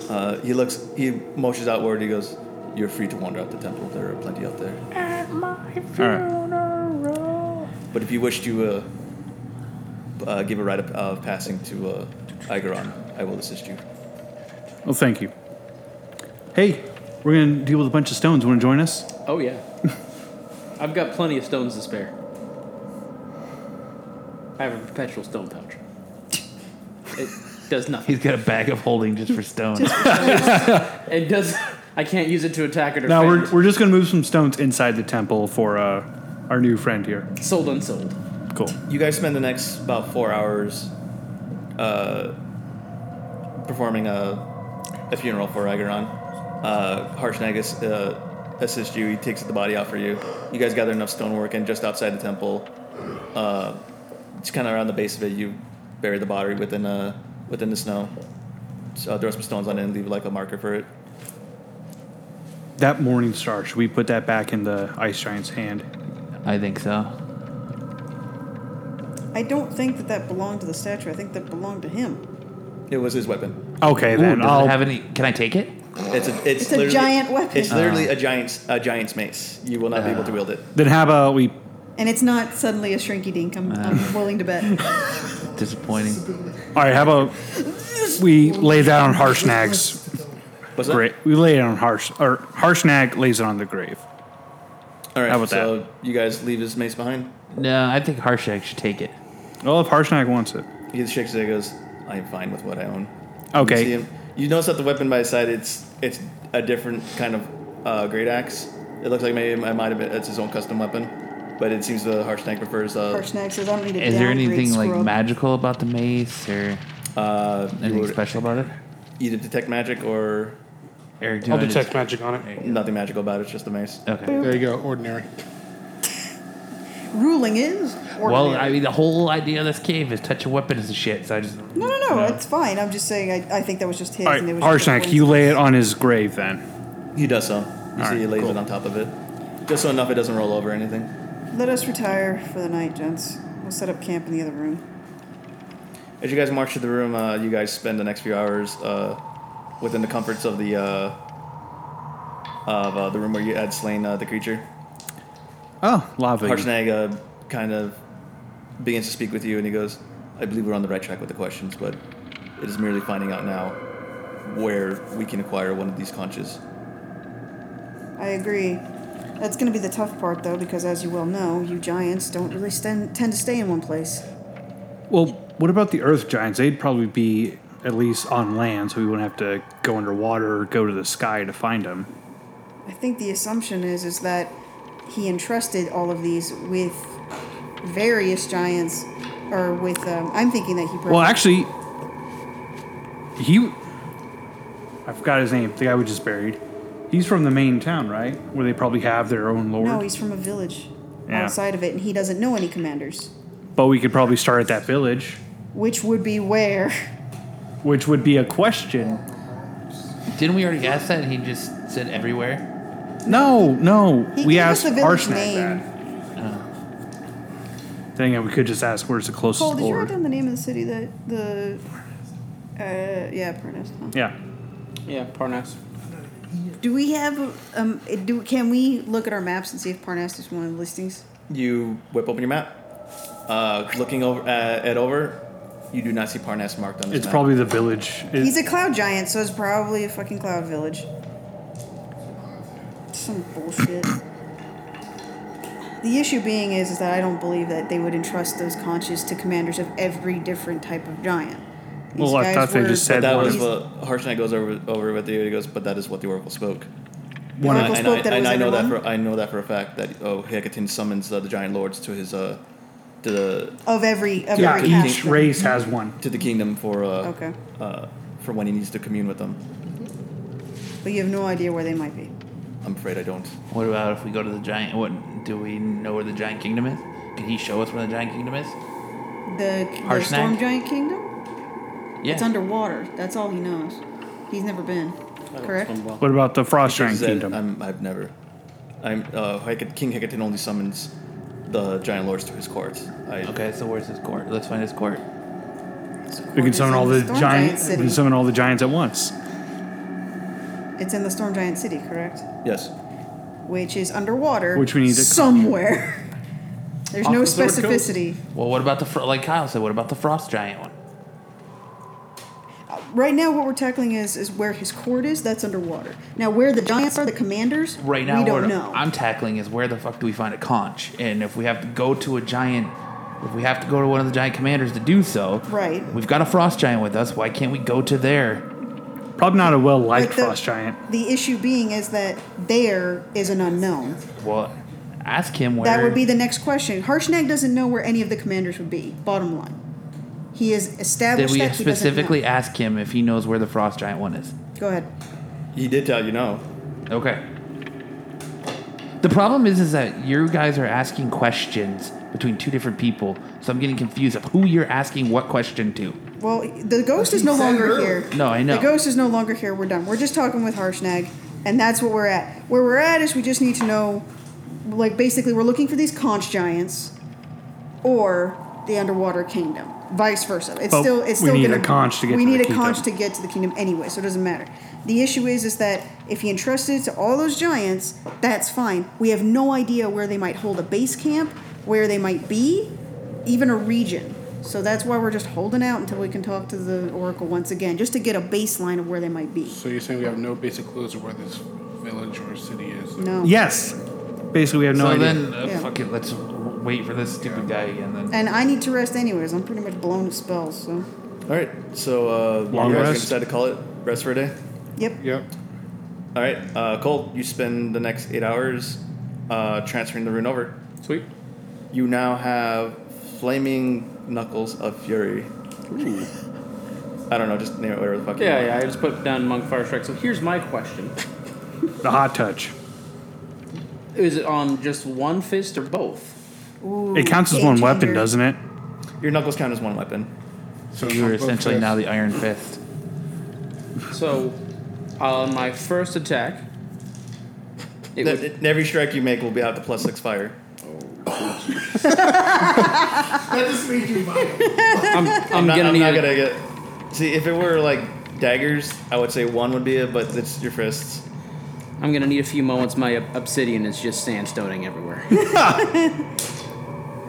Speaker 7: Uh, he looks. He motions outward. He goes, "You're free to wander out the temple. There are plenty out there.
Speaker 5: All right.
Speaker 7: But if you wish to uh, p- uh, give a rite of uh, passing to uh, Igaron, I will assist you."
Speaker 5: Well, thank you. Hey, we're going to deal with a bunch of stones. Want to join us?
Speaker 8: Oh yeah. I've got plenty of stones to spare. I have a perpetual stone pouch. It does nothing.
Speaker 2: He's got a bag of holding just for stone.
Speaker 8: It does. I can't use it to attack it or
Speaker 5: No, we're,
Speaker 8: fend.
Speaker 5: we're just going to move some stones inside the temple for uh, our new friend here.
Speaker 8: sold unsold.
Speaker 5: Cool.
Speaker 7: You guys spend the next about four hours uh, performing a, a funeral for Agaron. Uh, Harshnag uh, assists you. He takes the body out for you. You guys gather enough stonework, and just outside the temple, uh, just kind of around the base of it, you bury the body within uh, within the snow. So, uh, throw some stones on it and leave like a marker for it.
Speaker 5: That morning star, should we put that back in the ice giant's hand?
Speaker 2: I think so.
Speaker 6: I don't think that that belonged to the statue. I think that belonged to him.
Speaker 7: It was his weapon.
Speaker 5: Okay,
Speaker 2: Ooh,
Speaker 5: then
Speaker 2: does
Speaker 5: I'll.
Speaker 2: it have any? Can I take it?
Speaker 7: It's a it's,
Speaker 6: It's a
Speaker 7: literally-
Speaker 6: giant weapon.
Speaker 7: It's literally
Speaker 2: Uh-huh.
Speaker 7: a giant a giant's mace. You will not be able to wield it.
Speaker 5: then how about we.
Speaker 6: And it's not suddenly a shrinky dink. I'm,
Speaker 2: Uh.
Speaker 6: I'm willing to bet.
Speaker 2: Disappointing.
Speaker 5: All right, how about we lay that on Harshnag's
Speaker 7: What's that?
Speaker 5: grave? We lay it on Harsh. Or Harshnag lays it on the grave.
Speaker 7: All right.
Speaker 5: How about
Speaker 7: so you guys leave his mace behind.
Speaker 2: No, I think Harshak should take it.
Speaker 5: Well, if Harshnag wants it.
Speaker 7: He shakes his head. and Goes, I am fine with what I own. You, see
Speaker 5: Okay.
Speaker 7: him- you notice that the weapon by his side, it's it's a different kind of uh, great axe. It looks like maybe it might have been it's his own custom weapon, but it seems the Harshnag prefers. Uh,
Speaker 6: Harshnag says, I don't need a
Speaker 2: Is there
Speaker 6: downgrade
Speaker 2: anything like
Speaker 6: scrub."
Speaker 2: magical about the mace or
Speaker 7: uh, you
Speaker 2: anything
Speaker 7: would
Speaker 2: special about it?
Speaker 7: either detect magic or
Speaker 2: Eric, do you
Speaker 4: I'll
Speaker 2: wanna
Speaker 4: detect magic on it.
Speaker 7: nothing magical about it. It's just a mace.
Speaker 2: Just, okay.
Speaker 4: There you go, ordinary.
Speaker 6: Ruling is.
Speaker 2: Well,
Speaker 6: ordinary.
Speaker 2: I mean, the whole idea of this cave is touching weapons and shit. So I just
Speaker 6: No, no, no. It's fine. I'm just saying. I, I think that was just his.
Speaker 5: All right,
Speaker 6: and it was just a
Speaker 5: Harshnag, you lay it on his grave then.
Speaker 7: He does so. You see,
Speaker 5: right,
Speaker 7: he lays
Speaker 5: cool.
Speaker 7: it on top of it, just so enough it doesn't roll over or anything.
Speaker 6: coincidence. Let us retire for the night, gents. We'll set up camp in the other room.
Speaker 7: As you guys march to the room, uh, you guys spend the next few hours uh, within the comforts of the uh, of uh, the room where you had slain uh, the creature.
Speaker 5: Oh, lava.
Speaker 7: Harshnag uh, kind of begins to speak with you, and he goes, "I believe we're on the right track with the questions, but it is merely finding out now where we can acquire one of these conches."
Speaker 6: I agree. That's going to be the tough part, though, because as you well know, you giants don't really stand, tend to stay in one place.
Speaker 5: Well, what about the Earth Giants? They'd probably be at least on land, so we wouldn't have to go underwater or go to the sky to find them.
Speaker 6: I think the assumption is is that he entrusted all of these with various giants, or with. Um, I'm thinking that he. Probably,
Speaker 5: Well, actually, he. I forgot his name. The guy we just buried. He's from the main town, right? Where they probably have their own lord.
Speaker 6: no, he's from a village
Speaker 5: Yeah.
Speaker 6: outside of it, and he doesn't know any commanders,
Speaker 5: but we could probably start at that village,
Speaker 6: which would be where.
Speaker 5: which would be a question.
Speaker 2: didn't we already ask that? And he just said everywhere.
Speaker 5: No, no.
Speaker 6: He
Speaker 5: we
Speaker 6: gave us
Speaker 5: asked
Speaker 6: the village
Speaker 5: Arshnag
Speaker 6: name.
Speaker 5: that. Dang it, we could just ask where's the closest
Speaker 6: Cole, did you write
Speaker 5: lord.
Speaker 6: down the name of the city that the? Uh, yeah, Parnas. huh?
Speaker 5: Yeah.
Speaker 8: Yeah, Parnas.
Speaker 6: Do we have um? it- Do can we look at our maps and see if Parnas is one of the listings?
Speaker 7: You whip open your map. Uh, looking over uh, at over, you do not see Parnas marked on this
Speaker 5: It's
Speaker 7: map.
Speaker 5: probably the village. It-
Speaker 6: He's a cloud giant, so it's probably a fucking cloud village. Some bullshit. the issue being is, is that I don't believe that they would entrust those conches to commanders of every different type of giant. These
Speaker 5: Well, I
Speaker 6: guys
Speaker 5: thought they
Speaker 6: were-
Speaker 5: just said
Speaker 7: that
Speaker 5: one
Speaker 7: was
Speaker 5: of-
Speaker 7: what Harshnag goes over over with you. and He goes, "But that is what the Oracle spoke."
Speaker 6: The Oracle
Speaker 7: and I,
Speaker 6: spoke
Speaker 7: and
Speaker 6: that it
Speaker 7: I- and
Speaker 6: was
Speaker 7: I know that
Speaker 6: everyone?
Speaker 7: for I know that for a fact that oh Hecaton summons uh, the giant lords to his uh to the
Speaker 6: of every of
Speaker 5: yeah,
Speaker 6: every
Speaker 5: each
Speaker 6: caste.
Speaker 5: race has one.
Speaker 7: to the kingdom for uh,
Speaker 6: Okay.
Speaker 7: uh for when he needs to commune with them.
Speaker 6: But you have no idea where they might be.
Speaker 7: I'm afraid I don't.
Speaker 2: What about if we go to the giant? What do we know where the giant kingdom is? Can he show us where the giant kingdom is?
Speaker 6: The, the
Speaker 2: Harshnag?
Speaker 6: storm giant kingdom?
Speaker 2: Yeah.
Speaker 6: It's underwater. That's all he knows. He's never been. Correct?
Speaker 5: What about the Frost Giant
Speaker 7: Said, um,
Speaker 5: Kingdom?
Speaker 7: I'm, I've never. I'm uh Hecate, King Hecaton only summons the giant lords to his court. I,
Speaker 2: Okay, so where's his court? Let's find his court.
Speaker 5: We can summon all the
Speaker 6: Storm
Speaker 5: giants. We
Speaker 6: City.
Speaker 5: can summon all the giants at once.
Speaker 6: It's in the Storm Giant City, correct?
Speaker 7: Yes.
Speaker 6: Which is underwater.
Speaker 5: Which we need to-
Speaker 6: somewhere. There's no
Speaker 2: Off the Sword Coast.
Speaker 6: specificity.
Speaker 2: Well, what about the fro- like Kyle said? What about the frost giant one?
Speaker 6: Right now, what we're tackling is is where his court is. That's underwater. Now, where the giants are, the commanders.
Speaker 2: Right now,
Speaker 6: we don't
Speaker 2: what
Speaker 6: know.
Speaker 2: I'm tackling is where the fuck do we find a conch? And if we have to go to a giant, if we have to go to one of the giant commanders to do so,
Speaker 6: Right.
Speaker 2: We've got a frost giant with us. Why can't we go to there?
Speaker 5: Probably not a well-liked
Speaker 6: Like the-
Speaker 5: frost giant.
Speaker 6: The issue being is that there is an unknown.
Speaker 2: Well, ask him where.
Speaker 6: That would be the next question. Harshnag doesn't know where any of the commanders would be. Bottom line, he is
Speaker 2: Did
Speaker 6: established
Speaker 2: we
Speaker 6: that he doesn't
Speaker 2: specifically
Speaker 6: know.
Speaker 2: ask him if he knows where the frost giant one is?
Speaker 6: Go ahead.
Speaker 7: He did tell you no.
Speaker 2: Okay. The problem is, is that you guys are asking questions between two different people, so I'm getting confused of who you're asking what question to.
Speaker 6: Well, the ghost is no longer here.
Speaker 2: No, I know.
Speaker 6: The ghost is no longer here. We're done. We're just talking with Harshnag, and that's what we're at. Where we're at is we just need to know, like, basically, we're looking for these conch giants, or the underwater kingdom, vice versa. It's
Speaker 5: But
Speaker 6: still, it's
Speaker 5: we
Speaker 6: still
Speaker 5: need
Speaker 6: gonna-
Speaker 5: a conch to get
Speaker 6: We
Speaker 5: to the
Speaker 6: need a
Speaker 5: kingdom.
Speaker 6: conch to get to the kingdom anyway, so it doesn't matter. The issue is, is that if he entrusted it to all those giants, that's fine. We have no idea where they might hold a base camp, where they might be, even a region. So that's why we're just holding out until we can talk to the Oracle once again, just to get a baseline of where they might be.
Speaker 4: So you're saying we have no basic clues of where this village or city is?
Speaker 6: No.
Speaker 5: Yes. Basically, we have no
Speaker 2: so
Speaker 5: idea.
Speaker 2: then, uh,
Speaker 6: Yeah.
Speaker 2: fuck it, let's wait for this stupid guy again. Then
Speaker 6: And I need to rest anyways. I'm pretty much blown with spells, so.
Speaker 7: All right. So uh,
Speaker 5: Long
Speaker 7: you guys
Speaker 5: rest.
Speaker 7: decide to call it rest for a day.
Speaker 6: Yep.
Speaker 4: Yep.
Speaker 7: All right, uh, Cole, you spend the next eight hours uh, transferring the rune over.
Speaker 8: Sweet.
Speaker 7: You now have flaming knuckles of fury. I don't know, just name it whatever the fuck. you
Speaker 8: Yeah,
Speaker 7: want.
Speaker 8: yeah. I just put down monk fire strike. So here's my question:
Speaker 5: the hot touch.
Speaker 8: Is it on just one fist or both?
Speaker 6: Ooh,
Speaker 5: It counts as
Speaker 6: game
Speaker 5: one
Speaker 6: changer.
Speaker 5: weapon, doesn't it?
Speaker 7: Your knuckles count as one weapon.
Speaker 4: So
Speaker 2: you are
Speaker 4: both
Speaker 2: essentially
Speaker 4: fists.
Speaker 2: now the Iron Fist.
Speaker 8: So, on my first attack, it
Speaker 7: Ne-
Speaker 8: would,
Speaker 7: ne- every strike you make will be out the plus six fire.
Speaker 8: I'm,
Speaker 7: I'm
Speaker 8: I'm
Speaker 7: not,
Speaker 8: gonna
Speaker 7: I'm
Speaker 8: need.
Speaker 7: not
Speaker 8: a-
Speaker 7: gonna get. See, if it were like daggers, I would say one would be it, but it's your fists.
Speaker 8: I'm gonna need a few moments. My obsidian is just sandstoning everywhere.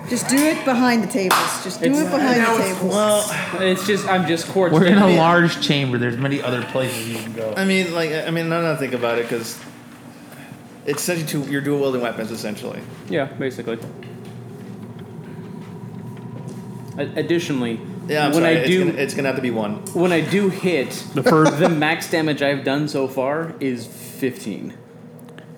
Speaker 6: Just do it behind the tables. Just do
Speaker 8: It's-
Speaker 6: it behind the tables.
Speaker 8: it's just I'm just quartz.
Speaker 2: We're in a large chamber. There's many other places you can go.
Speaker 7: I mean, like, I mean, now that I think about it, because it's essentially two, you're dual wielding weapons, essentially.
Speaker 8: Yeah, basically. A- additionally,
Speaker 7: Yeah, I'm
Speaker 8: when
Speaker 7: sorry.
Speaker 8: I
Speaker 7: it's
Speaker 8: do
Speaker 7: gonna, it's gonna have to be one.
Speaker 8: when I do hit,
Speaker 5: The first.
Speaker 8: the max damage I've done so far is 15.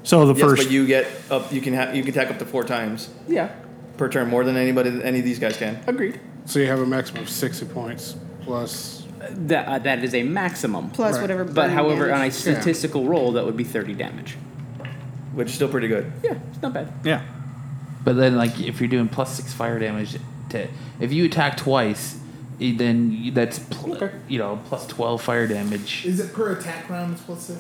Speaker 5: so the
Speaker 7: Yes,
Speaker 5: first.
Speaker 7: but you get up. You can ha- you can attack up to four times
Speaker 8: Yeah,
Speaker 7: per turn, more than anybody, any of these guys can.
Speaker 8: agreed.
Speaker 4: So you have a maximum of 60 points plus.
Speaker 8: That uh, that is a maximum.
Speaker 6: Plus
Speaker 4: Right.
Speaker 6: whatever.
Speaker 8: But
Speaker 6: burning
Speaker 8: however, on a
Speaker 6: damage.
Speaker 8: statistical roll, that would be 30 damage.
Speaker 7: which is still pretty good.
Speaker 8: Yeah, it's not bad.
Speaker 5: yeah.
Speaker 2: But then, like, if you're doing plus six fire damage, to, if you attack twice, eh, then you- that's pl-
Speaker 8: Okay.
Speaker 2: you know plus twelve fire damage.
Speaker 9: Is it per attack round? It's plus six.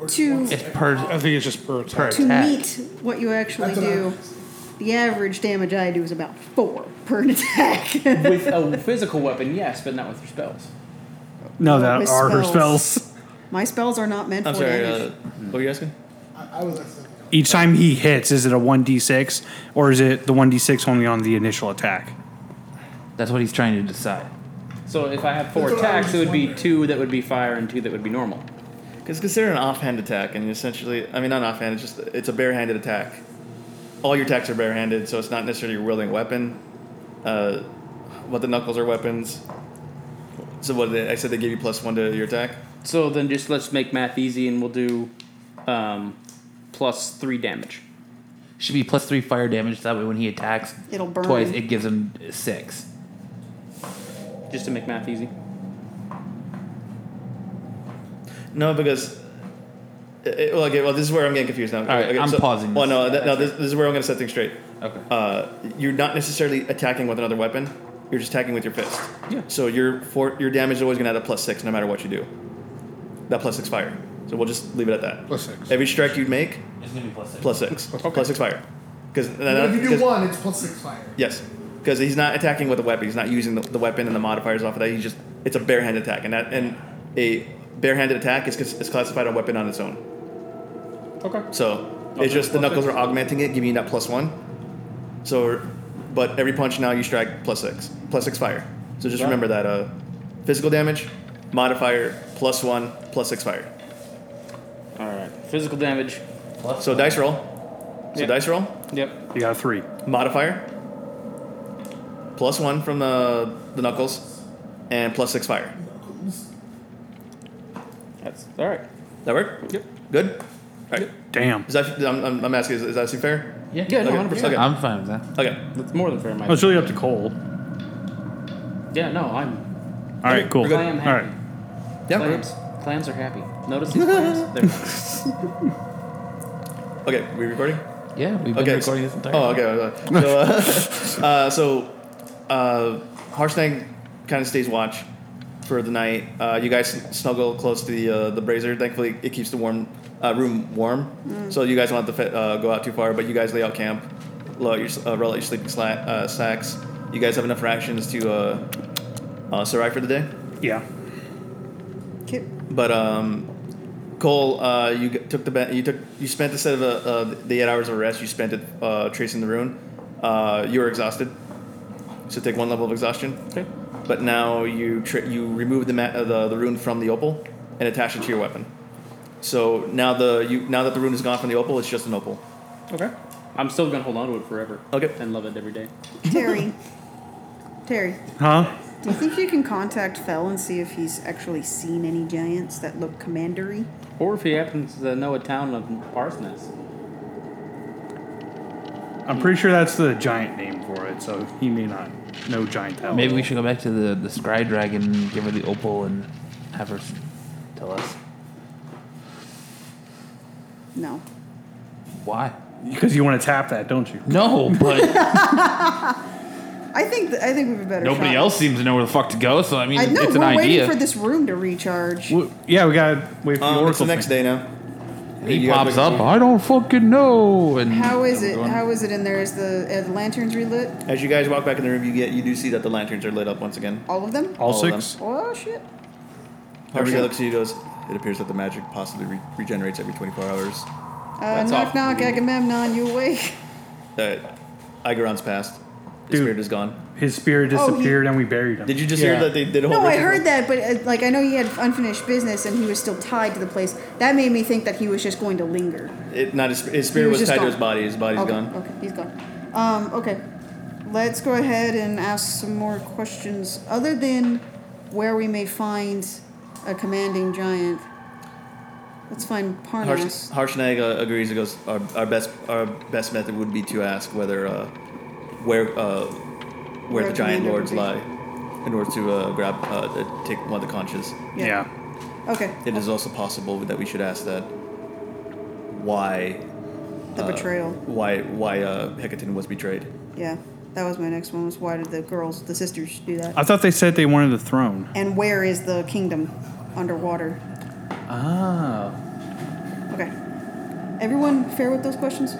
Speaker 9: Or
Speaker 6: Two.
Speaker 9: once
Speaker 2: It's
Speaker 9: every
Speaker 2: per-
Speaker 9: round?
Speaker 4: I think it's just per attack.
Speaker 6: to
Speaker 2: attack.
Speaker 6: meet what you actually
Speaker 9: That's what
Speaker 6: do, the average damage I do is about four per an attack.
Speaker 8: With a physical weapon, yes, but not with your spells.
Speaker 5: No, that
Speaker 6: With
Speaker 5: are her
Speaker 6: spells.
Speaker 5: spells.
Speaker 6: My spells are not meant
Speaker 7: I'm
Speaker 6: for
Speaker 7: sorry. Uh,
Speaker 6: damage.
Speaker 7: what were you asking?
Speaker 9: I, I was asking.
Speaker 5: Each time he hits, is it a 1d6 or is it the 1d6 only on the initial attack?
Speaker 2: That's what he's trying to decide.
Speaker 8: So if I have four
Speaker 9: That's what I
Speaker 8: attacks,
Speaker 9: was
Speaker 8: it would be
Speaker 9: wondering.
Speaker 8: two that would be fire and two that would be normal.
Speaker 7: Because consider an offhand attack, and essentially, I mean, not offhand. It's just it's a barehanded attack. All your attacks are barehanded, so it's not necessarily your wielding a weapon. Uh, but the knuckles are weapons. So what did they, I said they gave you plus one to your attack.
Speaker 8: So then just let's make math easy and we'll do um, plus three damage.
Speaker 2: Should be plus three fire damage. That way, when he attacks
Speaker 6: It'll burn.
Speaker 2: twice, it gives him six.
Speaker 8: Just to make math easy.
Speaker 7: No, because. It, it- well, okay, well, this is where I'm getting confused now.
Speaker 2: right,
Speaker 7: okay,
Speaker 2: I'm pausing
Speaker 7: Well, no,
Speaker 2: this.
Speaker 7: th- no, this, this is where I'm going to set things straight.
Speaker 2: Okay.
Speaker 7: Uh, you're not necessarily attacking with another weapon. You're just attacking with your fist.
Speaker 8: Yeah.
Speaker 7: So your for, your damage is always going to add a plus six, no matter what you do. That plus six fire. So we'll just leave it at that.
Speaker 4: Plus six.
Speaker 7: Every strike you make,
Speaker 2: It's gonna be plus six.
Speaker 7: plus six. Plus six fire. Because
Speaker 9: But if you do one, it's plus six fire.
Speaker 7: Yes, because he's not attacking with a weapon. He's not using the, the weapon and the modifiers off of that. He's just it's a barehanded attack, and that and a barehanded attack is, is classified a weapon on its own.
Speaker 3: Okay.
Speaker 7: So it's just the knuckles are augmenting it, giving you that plus one. So, but every punch now you strike plus six, plus six fire. So just remember that uh, physical damage, modifier plus one, plus six fire.
Speaker 3: All right. Physical damage.
Speaker 7: So dice roll. So
Speaker 3: Yeah.
Speaker 7: dice roll,
Speaker 3: Yep.
Speaker 5: You got a three.
Speaker 7: modifier, plus one from the the knuckles, and plus six fire.
Speaker 3: That's all right.
Speaker 7: That work?
Speaker 3: Yep.
Speaker 7: Good. All right.
Speaker 5: Damn.
Speaker 7: Is that I'm, I'm, I'm asking? Is, is that seem fair?
Speaker 3: Yeah. Yeah. No,
Speaker 7: Okay.
Speaker 3: hundred percent.
Speaker 7: Okay.
Speaker 2: I'm fine with that.
Speaker 7: Okay.
Speaker 3: That's more than fair,
Speaker 5: Oh,
Speaker 3: Mike.
Speaker 5: it's really up to Cole.
Speaker 3: Yeah. No, I'm.
Speaker 5: All right, cool.
Speaker 7: we're
Speaker 5: All
Speaker 3: Clam
Speaker 7: good.
Speaker 3: happy.
Speaker 5: right.
Speaker 7: Yeah.
Speaker 3: Clams. Clams are happy. Notice these clams? They're
Speaker 7: Okay. We recording?
Speaker 2: Yeah, we've been
Speaker 7: Okay.
Speaker 2: recording this entire.
Speaker 7: Oh, okay. okay. So, uh, uh, so uh, Harsnag kind of stays watch for the night. Uh, you guys snuggle close to the uh, the brazier. Thankfully, it keeps the warm uh, room warm. So you guys don't have to fit, uh, go out too far. But you guys lay out camp, roll out your, s- uh, roll out your sleeping sla- uh, sacks. You guys have enough rations to uh, uh, survive for the day.
Speaker 5: Yeah.
Speaker 6: Okay.
Speaker 7: But um, Cole, uh, you g- took the ba- you took you spent instead of uh, uh, the eight hours of rest, you spent it uh, tracing the rune. Uh, you were exhausted, so take one level of exhaustion. Okay. But now you tra- you remove the, ma- uh, the the rune from the opal and attach it to your weapon. So now the you now that the rune is gone from the opal, it's just an opal.
Speaker 3: Okay. I'm still gonna hold on to it forever.
Speaker 7: Okay.
Speaker 3: And love it every day.
Speaker 6: Terry. Terry,
Speaker 5: Huh?
Speaker 6: do you think you can contact Fell and see if he's actually seen any giants that look commandery?
Speaker 3: Or if he happens to know a town of parsnips.
Speaker 5: I'm pretty sure that's the giant name for it, so he may not know giant that
Speaker 2: Maybe
Speaker 5: well.
Speaker 2: we should go back to the the Scry Dragon, give her the opal, and have her s- tell us
Speaker 6: No.
Speaker 2: why.
Speaker 5: Because you want to tap that, don't you?
Speaker 2: No, but
Speaker 6: I think th- I think we have a better.
Speaker 2: nobody
Speaker 6: shot.
Speaker 2: else seems to know where the fuck to go. So I mean,
Speaker 6: I know
Speaker 2: it's
Speaker 6: we're
Speaker 2: an idea.
Speaker 6: waiting for this room to recharge.
Speaker 5: W- Yeah, we gotta wait for the
Speaker 7: Um,
Speaker 5: oracle.
Speaker 7: it's the next
Speaker 5: thing.
Speaker 7: day now.
Speaker 2: he
Speaker 7: You guys
Speaker 2: pops
Speaker 7: look at
Speaker 2: up. I don't fucking know. And
Speaker 6: How is it? How is it in there? Is the are the lanterns relit?
Speaker 7: As you guys walk back in the room, you get you do see that the lanterns are lit up once again.
Speaker 6: All of them?
Speaker 5: All,
Speaker 7: All of
Speaker 5: six.
Speaker 6: Oh shit!
Speaker 7: Harshnag looks at you, and goes. It appears that the magic possibly re- regenerates every 24 hours.
Speaker 6: Uh,
Speaker 7: That's
Speaker 6: knock
Speaker 7: off.
Speaker 6: knock, Agamemnon, you awake?
Speaker 7: Uh, Igoron's passed. His
Speaker 5: Dude.
Speaker 7: spirit is gone.
Speaker 5: His spirit
Speaker 6: Oh, he-
Speaker 5: disappeared and we buried him.
Speaker 7: Did you just
Speaker 5: Yeah.
Speaker 7: hear that they did a whole?
Speaker 6: No, I
Speaker 7: ritual?
Speaker 6: heard that, but uh, like I know he had unfinished business and he was still tied to the place. That made me think that he was just going to linger.
Speaker 7: It, not his, his spirit
Speaker 6: was
Speaker 7: was,
Speaker 6: just
Speaker 7: tied
Speaker 6: gone.
Speaker 7: to his body. His body's
Speaker 6: okay,
Speaker 7: gone.
Speaker 6: okay, he's gone. Um, okay, let's go ahead and ask some more questions. Other than where we may find a commanding giant, let's find
Speaker 7: Harsh,
Speaker 6: Parnas.
Speaker 7: Harshnag uh, agrees. He goes. Our, our best our best method would be to ask whether uh, where uh, where,
Speaker 6: Where
Speaker 7: the giant
Speaker 6: Commander
Speaker 7: lords
Speaker 6: would be.
Speaker 7: lie, in order to uh, grab uh, to take one of the conches.
Speaker 5: Yeah.
Speaker 6: Okay.
Speaker 7: It is also possible that we should ask that why
Speaker 6: The
Speaker 7: uh,
Speaker 6: betrayal.
Speaker 7: Why why uh, Hecaton was betrayed.
Speaker 6: Yeah, that was my next one. Was why did the girls, the sisters, do that?
Speaker 5: I thought they said they wanted the throne.
Speaker 6: and where is the kingdom underwater?
Speaker 2: ah,
Speaker 6: Okay. Everyone fair with those questions?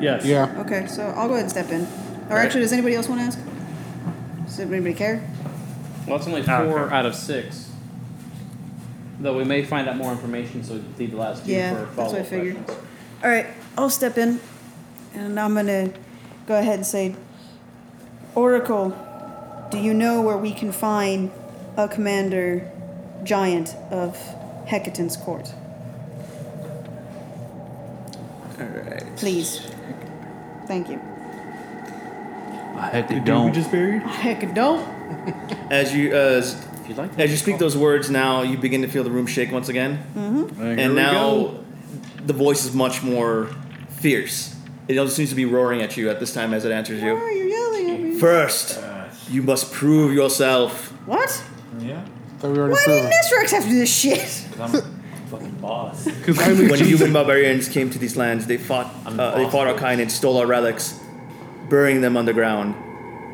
Speaker 5: Yes.
Speaker 4: Yeah.
Speaker 6: Okay, so I'll go ahead and step in. Or
Speaker 7: Alright.
Speaker 6: actually, does anybody else want to ask? Does anybody care?
Speaker 3: Well, it's only four
Speaker 5: Ah, okay.
Speaker 3: out of six. Though we may find out more information, so we can leave the last two
Speaker 6: Yeah,
Speaker 3: for
Speaker 6: that's what I
Speaker 3: follow up
Speaker 6: figured.
Speaker 3: questions.
Speaker 6: All right, I'll step in, and I'm gonna go ahead and say, Oracle, do you know where we can find a commander giant of Hecaton's court?
Speaker 7: All right.
Speaker 6: Please. Thank you.
Speaker 2: I heck they don't.
Speaker 5: buried?
Speaker 6: Heck, don't.
Speaker 7: As you as
Speaker 3: If you'd like to
Speaker 7: As you speak those words now, you begin to feel the room shake once again. And now the voice is much more fierce. It also seems to be roaring at you at this time as it answers
Speaker 6: Why
Speaker 7: you.
Speaker 6: are you yelling at me?
Speaker 7: First, you must prove yourself.
Speaker 6: What?
Speaker 2: Yeah,
Speaker 4: So we already
Speaker 6: Why
Speaker 4: proven.
Speaker 6: did Nesrex have to do this shit?
Speaker 2: because I'm fucking boss.
Speaker 7: When human barbarians came to these lands, they fought, uh, they fought our kind and stole our relics, burying them underground.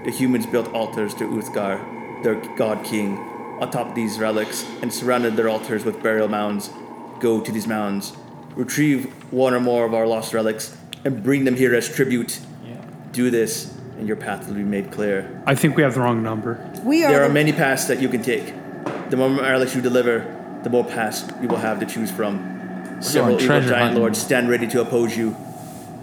Speaker 7: The humans built altars to Uthgar, their god king, atop these relics and surrounded their altars with burial mounds. Go to these mounds, retrieve one or more of our lost relics, and bring them here as tribute Do this, and your path will be made clear.
Speaker 5: I think we have the wrong number.
Speaker 6: We are.
Speaker 7: There are
Speaker 6: the-
Speaker 7: many paths that you can take. The more Alex you deliver, the more paths you will have to choose from. Several evil
Speaker 2: treasure
Speaker 7: giant
Speaker 2: hunting.
Speaker 7: lords stand ready to oppose you.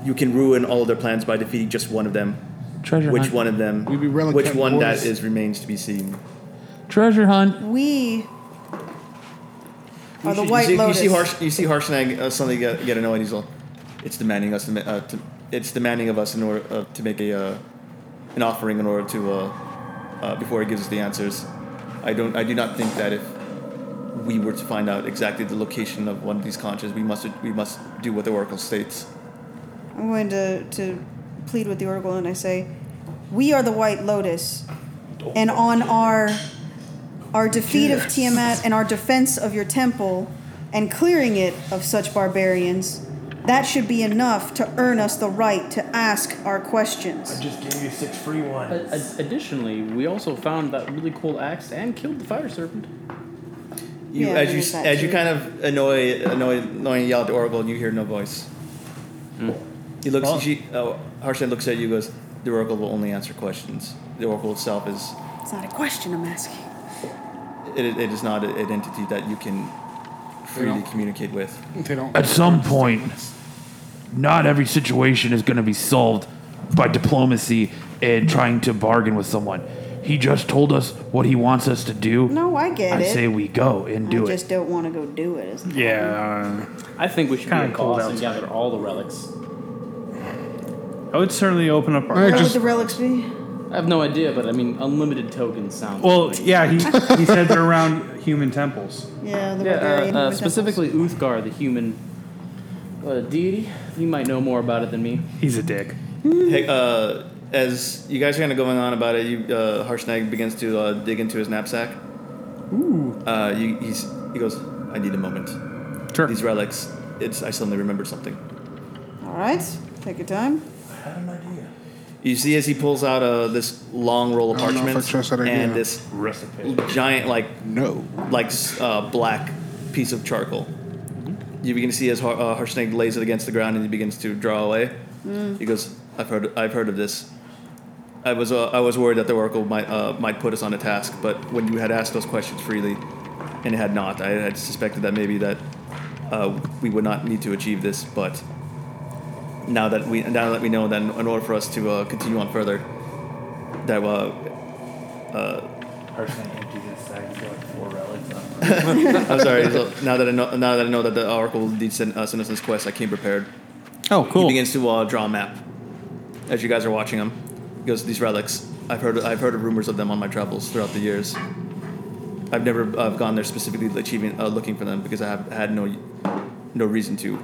Speaker 7: You can ruin all their plans by defeating just one of them.
Speaker 2: Treasure
Speaker 7: Which
Speaker 2: hunt.
Speaker 7: one of them?
Speaker 4: We'd be really
Speaker 7: which
Speaker 4: cut
Speaker 7: one that
Speaker 4: corners.
Speaker 7: is remains to be seen.
Speaker 2: Treasure hunt.
Speaker 6: We are the
Speaker 7: you,
Speaker 6: White
Speaker 7: see,
Speaker 6: Lotus.
Speaker 7: You see, Harsh, you see Harshnag uh, suddenly get, get annoyed. He's all, it's demanding us to, ma- uh, to it's demanding of us in order uh, to make a uh, an offering in order to uh, uh, before he gives us the answers. I don't. I do not think that if we were to find out exactly the location of one of these conches, we must we must do what the oracle states.
Speaker 6: I'm going to, to plead with the Oracle and I say, We are the White Lotus, and on our our defeat of Tiamat and our defense of your temple and clearing it of such barbarians, that should be enough to earn us the right to ask our questions.
Speaker 9: Just gave you six free ones.
Speaker 8: A- a- additionally, we also found that really cool axe and killed the fire serpent.
Speaker 7: You
Speaker 6: Yeah,
Speaker 7: as
Speaker 6: there's
Speaker 7: you
Speaker 6: that
Speaker 7: as you
Speaker 6: too.
Speaker 7: kind of annoy annoy annoying yell at the oracle, and you hear no voice. He looks.
Speaker 5: Oh.
Speaker 7: She, oh, Harshan looks at you. and Goes. The oracle will only answer questions. The oracle itself is
Speaker 6: It's not a question I'm asking.
Speaker 7: it, it is not an entity that you can freely communicate with.
Speaker 4: They don't.
Speaker 2: At some point, not every situation is going to be solved by diplomacy and trying to bargain with someone. He just told us what he wants us to do.
Speaker 6: No, I get
Speaker 2: I
Speaker 6: it.
Speaker 2: say we go and do
Speaker 6: I
Speaker 2: it.
Speaker 6: just don't want to go do it. Isn't
Speaker 5: Yeah.
Speaker 8: I think we should
Speaker 5: Kinda
Speaker 8: be a
Speaker 5: cold
Speaker 8: boss and
Speaker 5: outside.
Speaker 8: gather all the relics.
Speaker 5: I would certainly open up our.
Speaker 4: I
Speaker 6: What would
Speaker 4: just
Speaker 6: the relics be?
Speaker 8: I have no idea, but I mean, unlimited tokens sound.
Speaker 5: Well, yeah, he, he said they're around human temples.
Speaker 6: Yeah, the
Speaker 8: yeah,
Speaker 6: barbarian
Speaker 8: uh, uh,
Speaker 6: who resembles-
Speaker 8: specifically Uthgar, the human uh, deity. You might know more about it than me.
Speaker 5: He's a dick.
Speaker 7: Hey, uh, as you guys are kind of going on about it, you, uh, Harshnag begins to uh, dig into his knapsack. Ooh. Uh, you, he's, he goes. I need a moment.
Speaker 5: Sure.
Speaker 7: These relics. It's. I suddenly remembered something.
Speaker 6: All right, take your time.
Speaker 7: You see, as he pulls out uh, this long roll of
Speaker 4: I don't know if I
Speaker 7: parchment
Speaker 4: trust that idea.
Speaker 7: and this giant, like
Speaker 4: no.
Speaker 7: like uh, black piece of charcoal. You begin to see as Har- uh, Harshnag lays it against the ground and he begins to draw away. He goes, "I've heard, I've heard of this. I was, uh, I was worried that the Oracle might, uh, might put us on a task, but when you had asked those questions freely, and it had not, I had suspected that maybe that uh, we would not need to achieve this. But now that we, now that we know that in order for us to uh, continue on further, that uh, I'm sorry. So now that I know, now that I know that the Oracle did send, uh, send us this quest, I came prepared.
Speaker 5: Oh,
Speaker 7: He
Speaker 5: cool.
Speaker 7: begins to uh, draw a map as you guys are watching him. He goes, "These relics. I've heard. I've heard of rumors of them on my travels throughout the years. I've never. I've gone there specifically achieving, uh, looking for them because I have had no, no reason to.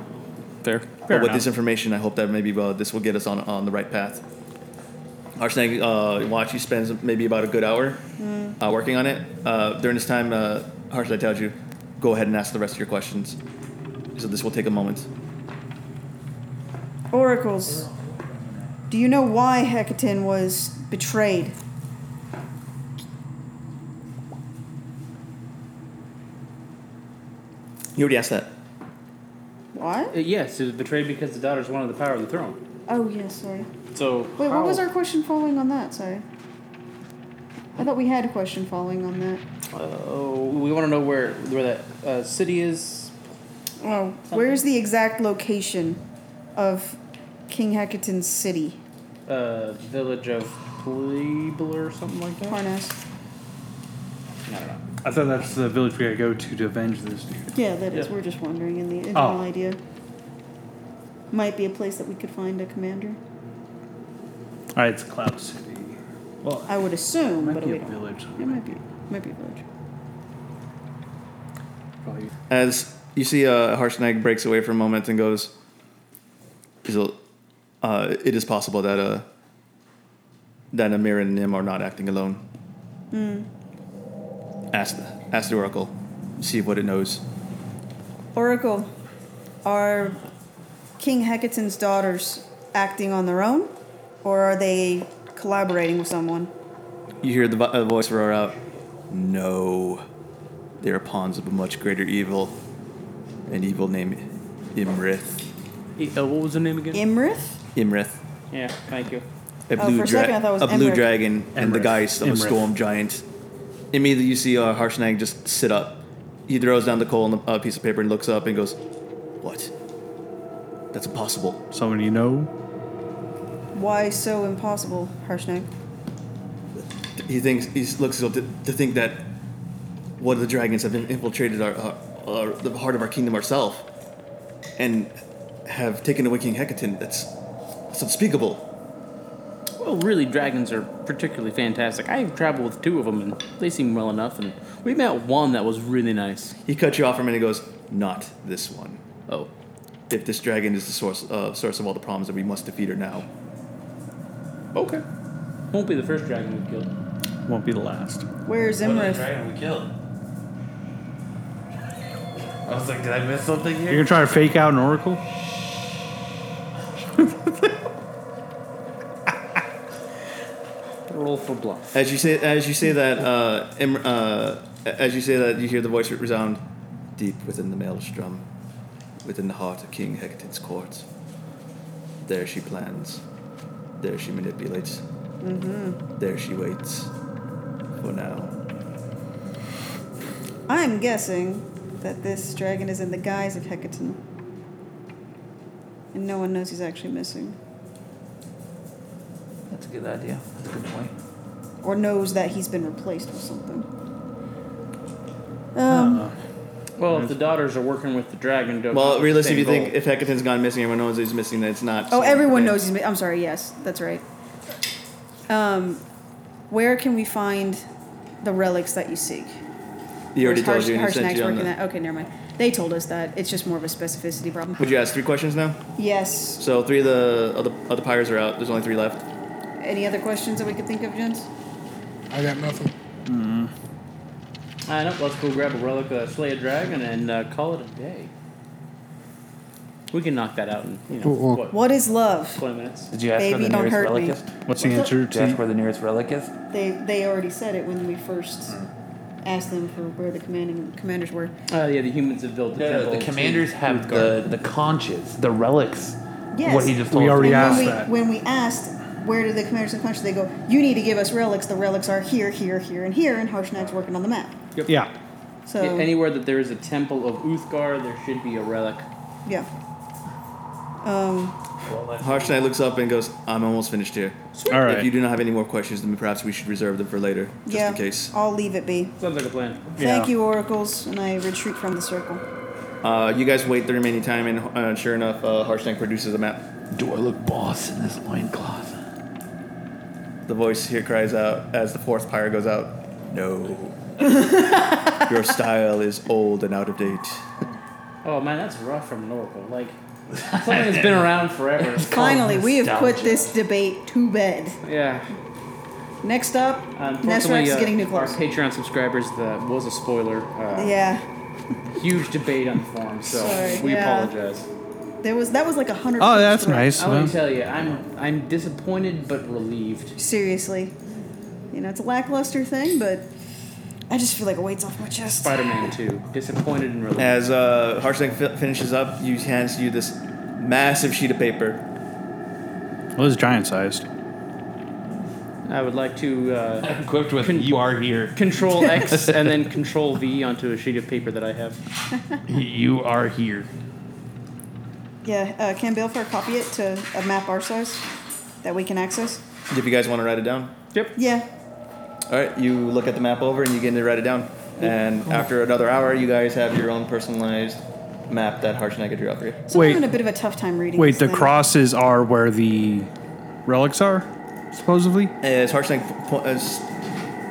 Speaker 8: Fair.
Speaker 5: Fair
Speaker 7: but with
Speaker 5: enough.
Speaker 7: this information, I hope that maybe uh, this will get us on on the right path. Arsenic, uh, watch, he spends maybe about a good hour uh, working on it. Uh, during this time, uh, Harshnag tells you, go ahead and ask the rest of your questions. So this will take a moment.
Speaker 6: Oracles, do you know why Hecaton was betrayed?
Speaker 7: You already asked that.
Speaker 6: What?
Speaker 8: Uh, yes, it was betrayed because the daughters wanted the power of the throne.
Speaker 6: Oh, yeah, sorry.
Speaker 8: So
Speaker 6: Wait, what was our question following on that? Sorry. I thought we had a question following on that.
Speaker 8: Uh, we want to know where where that uh, city is.
Speaker 6: Oh, where's the exact location of King Hecaton's city,
Speaker 8: Uh, village of Plebel or something like that.
Speaker 6: Parnas?
Speaker 5: I thought that's the village we gotta go to to avenge this dude.
Speaker 6: Yeah, that is.
Speaker 8: Yeah.
Speaker 6: We're just wondering in the
Speaker 5: Oh.
Speaker 6: general idea. Might be a place that we could find a commander.
Speaker 5: All right, it's Cloud City. Well,
Speaker 6: I would assume,
Speaker 5: might
Speaker 6: but
Speaker 5: be
Speaker 6: we
Speaker 5: a
Speaker 6: don't.
Speaker 5: village.
Speaker 6: It might be. Might be a village.
Speaker 5: Probably.
Speaker 7: As you see, uh, Harshnag breaks away for a moment and goes, "Is it- uh, it is possible that uh, that Amir and Nim are not acting alone." Ask, ask the Oracle, see what it knows.
Speaker 6: Oracle, are King Hecaton's daughters acting on their own, or are they collaborating with someone?
Speaker 7: You hear the vo- uh, voice roar out, "No, they are pawns of a much greater evil, an evil named Imrith."
Speaker 8: Uh, what was the name again?
Speaker 6: Imrith?
Speaker 7: Imrith.
Speaker 8: Yeah, thank you.
Speaker 7: a
Speaker 6: Oh,
Speaker 7: blue,
Speaker 6: for a
Speaker 7: dra-
Speaker 6: second I thought it was
Speaker 7: a blue
Speaker 6: Emrith.
Speaker 7: dragon and the
Speaker 5: Emrith.
Speaker 7: guise of a
Speaker 5: Emrith.
Speaker 7: storm giant. Immediately, you see uh, Harshnag just sit up. He throws down the coal on a uh, piece of paper and looks up and goes, "What? That's impossible."
Speaker 5: Someone you know?
Speaker 6: Why so impossible, Harshnag?
Speaker 7: He thinks he looks up to, to think that one of the dragons have infiltrated our, our, our the heart of our kingdom ourselves, and have taken away King Hecaton. That's that's unspeakable.
Speaker 3: Well, really, dragons are particularly fantastic. I've traveled with two of them, and they seem well enough. And we met one that was really nice.
Speaker 7: He cuts you off for a minute and goes, Not this one.
Speaker 3: Oh,
Speaker 7: If this dragon is the source, uh, source of all the problems, then we must defeat her now.
Speaker 3: okay. Won't be the first dragon we killed.
Speaker 5: Won't be the last.
Speaker 6: Where is
Speaker 2: What
Speaker 6: Imrith?
Speaker 2: dragon we killed? I was like, did I miss something
Speaker 5: You're
Speaker 2: here?
Speaker 5: gonna try to fake out an oracle?
Speaker 3: Roll for bluff.
Speaker 7: As you say, as you say that, uh, Im- uh, as you say that, you hear the voice resound deep within the maelstrom, within the heart of King Hecaton's court. There she plans. There she manipulates.
Speaker 6: Mm-hmm.
Speaker 7: There she waits. For now,
Speaker 6: I'm guessing that this dragon is in the guise of Hecaton. And no one knows he's actually missing.
Speaker 2: That's a good idea. That's a good point.
Speaker 6: Or knows that he's been replaced with something. Um,
Speaker 3: Well, if the daughters are working with the dragon, to
Speaker 7: Mm-hmm. well,
Speaker 3: accomplish the
Speaker 7: realistically, if you
Speaker 3: same
Speaker 7: think if Hecaton's gone missing, everyone knows he's missing. That it's not.
Speaker 6: oh,
Speaker 7: someone
Speaker 6: everyone
Speaker 7: that-
Speaker 6: knows he's mi- I'm sorry, yes, that's right. Um, where can we find the relics that you seek?
Speaker 7: He already
Speaker 6: Where's
Speaker 7: tells you. and he
Speaker 6: Harsh-
Speaker 7: sent
Speaker 6: Harshnag's
Speaker 7: you on
Speaker 6: working
Speaker 7: the-
Speaker 6: that. Okay, never mind. They told us that. It's just more of a specificity problem.
Speaker 7: Would you ask three questions now?
Speaker 6: yes.
Speaker 7: So three of the other other pyres are out. There's only three left.
Speaker 6: Any other questions that we could think of, gents?
Speaker 4: I got nothing.
Speaker 3: goal. I know. Let's go grab a relic, uh, slay a dragon, and uh, call it a day. We can knock that out in you know
Speaker 4: Ooh, ooh.
Speaker 3: what,
Speaker 6: What is love?
Speaker 3: twenty minutes.
Speaker 2: Did you ask
Speaker 6: Baby,
Speaker 2: where the
Speaker 6: don't
Speaker 2: nearest
Speaker 6: hurt
Speaker 2: relic
Speaker 6: me.
Speaker 2: is?
Speaker 5: What's the answer
Speaker 2: Did you ask
Speaker 5: to
Speaker 2: where the nearest relic is?
Speaker 6: They they already said it when we first asked them for where the commanding commanders were.
Speaker 3: Uh, yeah, the humans have built the
Speaker 2: No,
Speaker 7: Uh,
Speaker 3: temple.
Speaker 2: the
Speaker 3: to
Speaker 2: commanders have the,
Speaker 3: Utgard.
Speaker 2: the conches, the relics.
Speaker 6: Yes.
Speaker 2: What he just told
Speaker 5: We
Speaker 2: us.
Speaker 5: already
Speaker 6: And
Speaker 5: asked
Speaker 6: when we,
Speaker 5: that.
Speaker 6: When we asked where do the commanders of the country, they go, you need to give us relics. The relics are here, here, here, and here. And Harshnag's working on the map.
Speaker 5: Yeah.
Speaker 6: So
Speaker 3: Yeah, anywhere that there is a temple of Uthgar, there should be a relic.
Speaker 6: yeah. Um,
Speaker 7: Harshnai looks up and goes, "I'm almost finished here.
Speaker 5: All
Speaker 7: If
Speaker 5: right.
Speaker 7: you do not have any more questions, then perhaps we should reserve them for later, just
Speaker 6: yeah.
Speaker 7: in case."
Speaker 6: I'll leave it be.
Speaker 3: Sounds like a plan.
Speaker 6: Thank
Speaker 5: Yeah.
Speaker 6: you, oracles, and I retreat from the circle.
Speaker 7: Uh, you guys wait the remaining time, and uh, sure enough, uh, Harshnai produces a map.
Speaker 2: Do I look boss in this loincloth?
Speaker 7: The voice here cries out as the fourth pyre goes out. No. Your style is old and out of date.
Speaker 3: Oh man, that's rough from an oracle. Like something that's been around forever.
Speaker 6: Finally, we have put
Speaker 2: nostalgia.
Speaker 6: this debate to bed.
Speaker 3: Yeah.
Speaker 6: Next up,
Speaker 3: Unfortunately,
Speaker 6: Nesrax is
Speaker 3: uh,
Speaker 6: getting new
Speaker 3: our
Speaker 6: clothes.
Speaker 3: Patreon subscribers that was a spoiler. Uh,
Speaker 6: Yeah,
Speaker 3: Huge debate on the forum, so
Speaker 6: Sorry,
Speaker 3: we
Speaker 6: yeah.
Speaker 3: apologize.
Speaker 6: there was that was like a hundred.
Speaker 5: Oh, that's
Speaker 6: points
Speaker 5: nice.
Speaker 3: I want
Speaker 5: Well,
Speaker 3: to tell you, I'm I'm disappointed but relieved.
Speaker 6: Seriously. You know, it's a lackluster thing, but I just feel like a weight's off my chest.
Speaker 3: Spider-Man 2, disappointed and relieved.
Speaker 7: As uh, Harshnai fi- finishes up, he hands you this massive sheet of paper.
Speaker 5: well, it's giant sized.
Speaker 3: I would like to uh,
Speaker 2: Equipped with
Speaker 3: Con-
Speaker 2: you are here.
Speaker 3: control X and then control V onto a sheet of paper that I have.
Speaker 2: You are here.
Speaker 6: Yeah, uh, can Balefire copy it to a map our size that we can access?
Speaker 7: If you guys want to write it down.
Speaker 6: Yeah.
Speaker 7: All right, you look at the map over and you get to write it down. And after another hour, you guys have your own personalized map that Harsh and I could draw for you.
Speaker 6: So
Speaker 5: Wait.
Speaker 6: I'm having a bit of a tough time reading.
Speaker 5: Wait,
Speaker 6: this
Speaker 5: the
Speaker 6: thing.
Speaker 5: crosses are where the relics are, supposedly?
Speaker 7: As Harshnag po- as